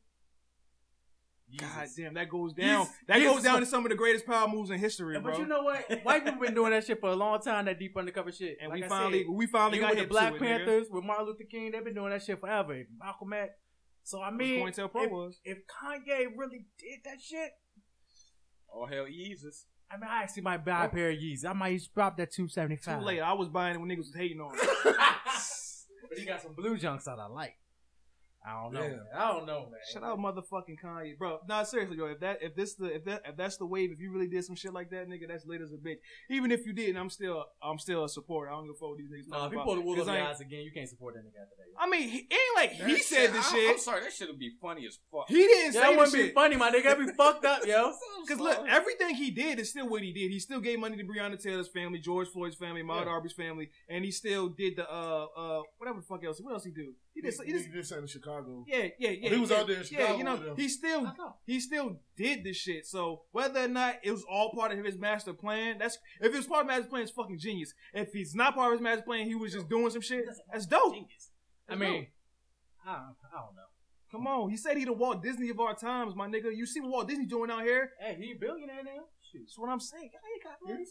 [SPEAKER 4] God
[SPEAKER 5] Jesus.
[SPEAKER 4] damn, that goes down.
[SPEAKER 5] Jesus.
[SPEAKER 4] that goes
[SPEAKER 5] Jesus.
[SPEAKER 4] down to some of the greatest power moves in history,
[SPEAKER 5] But
[SPEAKER 4] bro.
[SPEAKER 5] you know what? White people been doing that shit for a long time. That deep undercover shit.
[SPEAKER 4] and
[SPEAKER 5] Like
[SPEAKER 4] we
[SPEAKER 5] I
[SPEAKER 4] finally,
[SPEAKER 5] said,
[SPEAKER 4] we finally
[SPEAKER 5] you
[SPEAKER 4] got
[SPEAKER 5] with the
[SPEAKER 4] hit
[SPEAKER 5] Black
[SPEAKER 4] to It,
[SPEAKER 5] Panthers with Martin Luther King. They've been doing that shit forever. Malcolm X. So I mean,
[SPEAKER 4] nigga. COINTELPRO
[SPEAKER 5] if-
[SPEAKER 4] was.
[SPEAKER 5] if Kanye really did that shit,
[SPEAKER 2] Oh, hell, Jesus.
[SPEAKER 5] I mean, I actually might buy a pair of Yeezys. I might just drop that two seventy
[SPEAKER 4] Too
[SPEAKER 5] five.
[SPEAKER 4] late. I was buying it when niggas was hating on it.
[SPEAKER 5] but he got some blue junks that I like. I don't know.
[SPEAKER 1] Yeah.
[SPEAKER 5] man. I don't know, man.
[SPEAKER 4] Shut up, motherfucking Kanye, bro. Nah, seriously, yo. If that, if this, the, if that, if that's the wave, if you really did some shit like that, nigga, that's late as a bitch. Even if you didn't, I'm still, I'm still a supporter. I don't give a fuck what these niggas
[SPEAKER 5] No, if
[SPEAKER 4] talking
[SPEAKER 5] you
[SPEAKER 4] about.
[SPEAKER 5] pull the wool
[SPEAKER 4] 'Cause
[SPEAKER 5] over
[SPEAKER 4] I
[SPEAKER 5] your
[SPEAKER 4] ain't-
[SPEAKER 5] eyes again, you can't support that nigga after that.
[SPEAKER 4] I mean, he, it ain't like he
[SPEAKER 2] That
[SPEAKER 4] said this
[SPEAKER 2] I-
[SPEAKER 4] shit.
[SPEAKER 2] I'm sorry, that shit would be funny as fuck.
[SPEAKER 4] He didn't
[SPEAKER 5] Yeah,
[SPEAKER 4] say
[SPEAKER 5] it
[SPEAKER 4] this
[SPEAKER 5] wouldn't be
[SPEAKER 4] shit.
[SPEAKER 5] funny, my nigga. That'd be fucked up, <laughs> yo.
[SPEAKER 4] Because look, everything he did is still what he did. He still gave money to Breonna Taylor's family, George Floyd's family, Maude Arbery's family, and he still did the uh uh whatever the fuck else. What else he do? He did.
[SPEAKER 1] He,
[SPEAKER 4] He
[SPEAKER 1] he
[SPEAKER 4] did
[SPEAKER 1] did something in Chicago.
[SPEAKER 5] Oh,
[SPEAKER 4] yeah, yeah, yeah.
[SPEAKER 1] he was
[SPEAKER 4] yeah,
[SPEAKER 1] out there in Chicago
[SPEAKER 4] Yeah, you
[SPEAKER 1] with
[SPEAKER 4] know,
[SPEAKER 1] them.
[SPEAKER 4] he still
[SPEAKER 5] I know.
[SPEAKER 4] he still did this shit. So whether or not it was all part of his master plan, that's if it was part of master plan, it's fucking genius. If he's not part of his master plan, he was just doing some shit. That's dope.
[SPEAKER 5] Genius. I
[SPEAKER 4] That's
[SPEAKER 5] mean,
[SPEAKER 4] dope.
[SPEAKER 5] I, I don't know.
[SPEAKER 4] come on. He said he the Walt Disney of our times, my nigga. You see what Walt Disney doing out here?
[SPEAKER 5] Hey, he a billionaire now. Shoot.
[SPEAKER 4] That's what I'm saying. Yeah, he got money.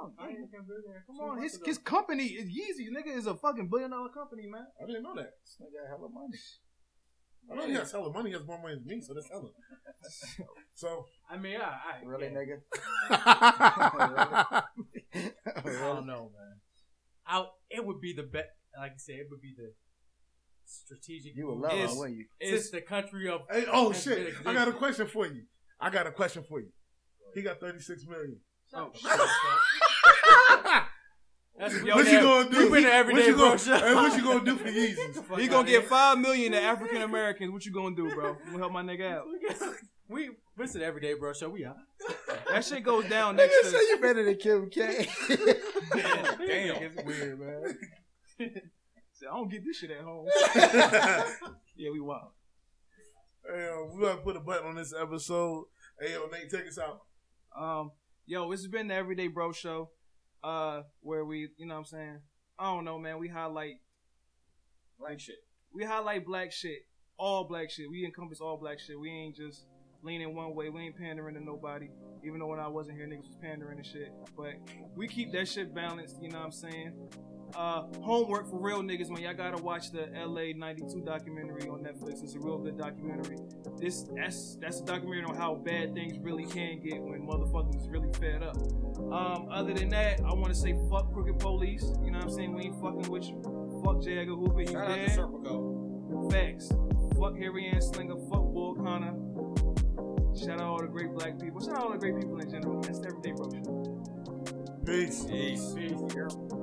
[SPEAKER 4] Oh, yeah. Come
[SPEAKER 5] Come
[SPEAKER 4] on, his his company is Yeezy, nigga, is a fucking billion dollar company, man.
[SPEAKER 1] I didn't know that.
[SPEAKER 3] This nigga got hella money.
[SPEAKER 1] I know he has hella money. He has more money than me, so that's
[SPEAKER 5] <laughs>
[SPEAKER 1] hella. so.
[SPEAKER 5] I mean, all right.
[SPEAKER 3] Really,
[SPEAKER 4] <laughs>
[SPEAKER 5] yeah.
[SPEAKER 3] nigga? <laughs>
[SPEAKER 1] I
[SPEAKER 5] <laughs>
[SPEAKER 3] <laughs>
[SPEAKER 5] I don't know, man. I it would be the best. Like I said, it would be the strategic.
[SPEAKER 3] You would love
[SPEAKER 5] move
[SPEAKER 3] her,
[SPEAKER 4] It's-
[SPEAKER 3] wouldn't
[SPEAKER 5] <laughs>
[SPEAKER 3] you?
[SPEAKER 5] since the country of
[SPEAKER 1] Hey, oh
[SPEAKER 5] That's
[SPEAKER 1] shit!
[SPEAKER 5] good
[SPEAKER 1] I got a
[SPEAKER 5] example.
[SPEAKER 1] question for you. I got a question for you. He got thirty six million.
[SPEAKER 4] Oh,
[SPEAKER 5] That's
[SPEAKER 4] Yo,
[SPEAKER 1] what you
[SPEAKER 4] damn,
[SPEAKER 1] gonna do?
[SPEAKER 5] we been to everyday
[SPEAKER 1] what you gonna,
[SPEAKER 5] bro shop.
[SPEAKER 1] hey, what you gonna
[SPEAKER 5] <laughs>
[SPEAKER 1] do for Yeezys? <laughs>
[SPEAKER 5] Fuck
[SPEAKER 4] he
[SPEAKER 5] outta
[SPEAKER 4] gonna
[SPEAKER 5] here.
[SPEAKER 4] get five million to African Americans. What you gonna do, bro? You gonna help my nigga out?
[SPEAKER 5] We listen to everyday bro show. We out.
[SPEAKER 4] That shit goes down
[SPEAKER 3] Nigga,
[SPEAKER 4] next
[SPEAKER 3] say
[SPEAKER 4] to.
[SPEAKER 3] you better than Kim K.
[SPEAKER 2] Damn.
[SPEAKER 1] Weird man.
[SPEAKER 4] I don't get this shit at home.
[SPEAKER 1] hey,
[SPEAKER 4] Yeah, we wild.
[SPEAKER 1] yo, we gotta put a button on this episode. Hey, yo, Nate, take us out.
[SPEAKER 4] Um, yo, this has been the Everyday Bro Show, uh, where we, you know, what I'm saying, I don't know, man. We highlight
[SPEAKER 2] Like shit.
[SPEAKER 4] we highlight black shit, all black shit. We encompass all black shit. We ain't just leaning one way. We ain't pandering to nobody. Even though when I wasn't here, niggas was pandering and shit. But we keep that shit balanced. You know what I'm saying? Uh, homework for real niggas, man. Y'all gotta watch the LA '92 documentary on Netflix. It's a real good documentary. This that's that's a documentary on how bad things really can get when motherfuckers is really fed up. Um, other than that, I want to say fuck crooked police. You know what I'm saying? We ain't fucking with you. Fuck J. Edgar Hoover. You
[SPEAKER 2] Shout out
[SPEAKER 4] dead.
[SPEAKER 2] to Serpico.
[SPEAKER 4] Facts. Fuck Harry and Slinger. Fuck Bull Connor. Shout out all the great black people. Shout out all the great people in general. That's the everyday bro. Show.
[SPEAKER 1] Peace.
[SPEAKER 2] Peace.
[SPEAKER 4] Peace.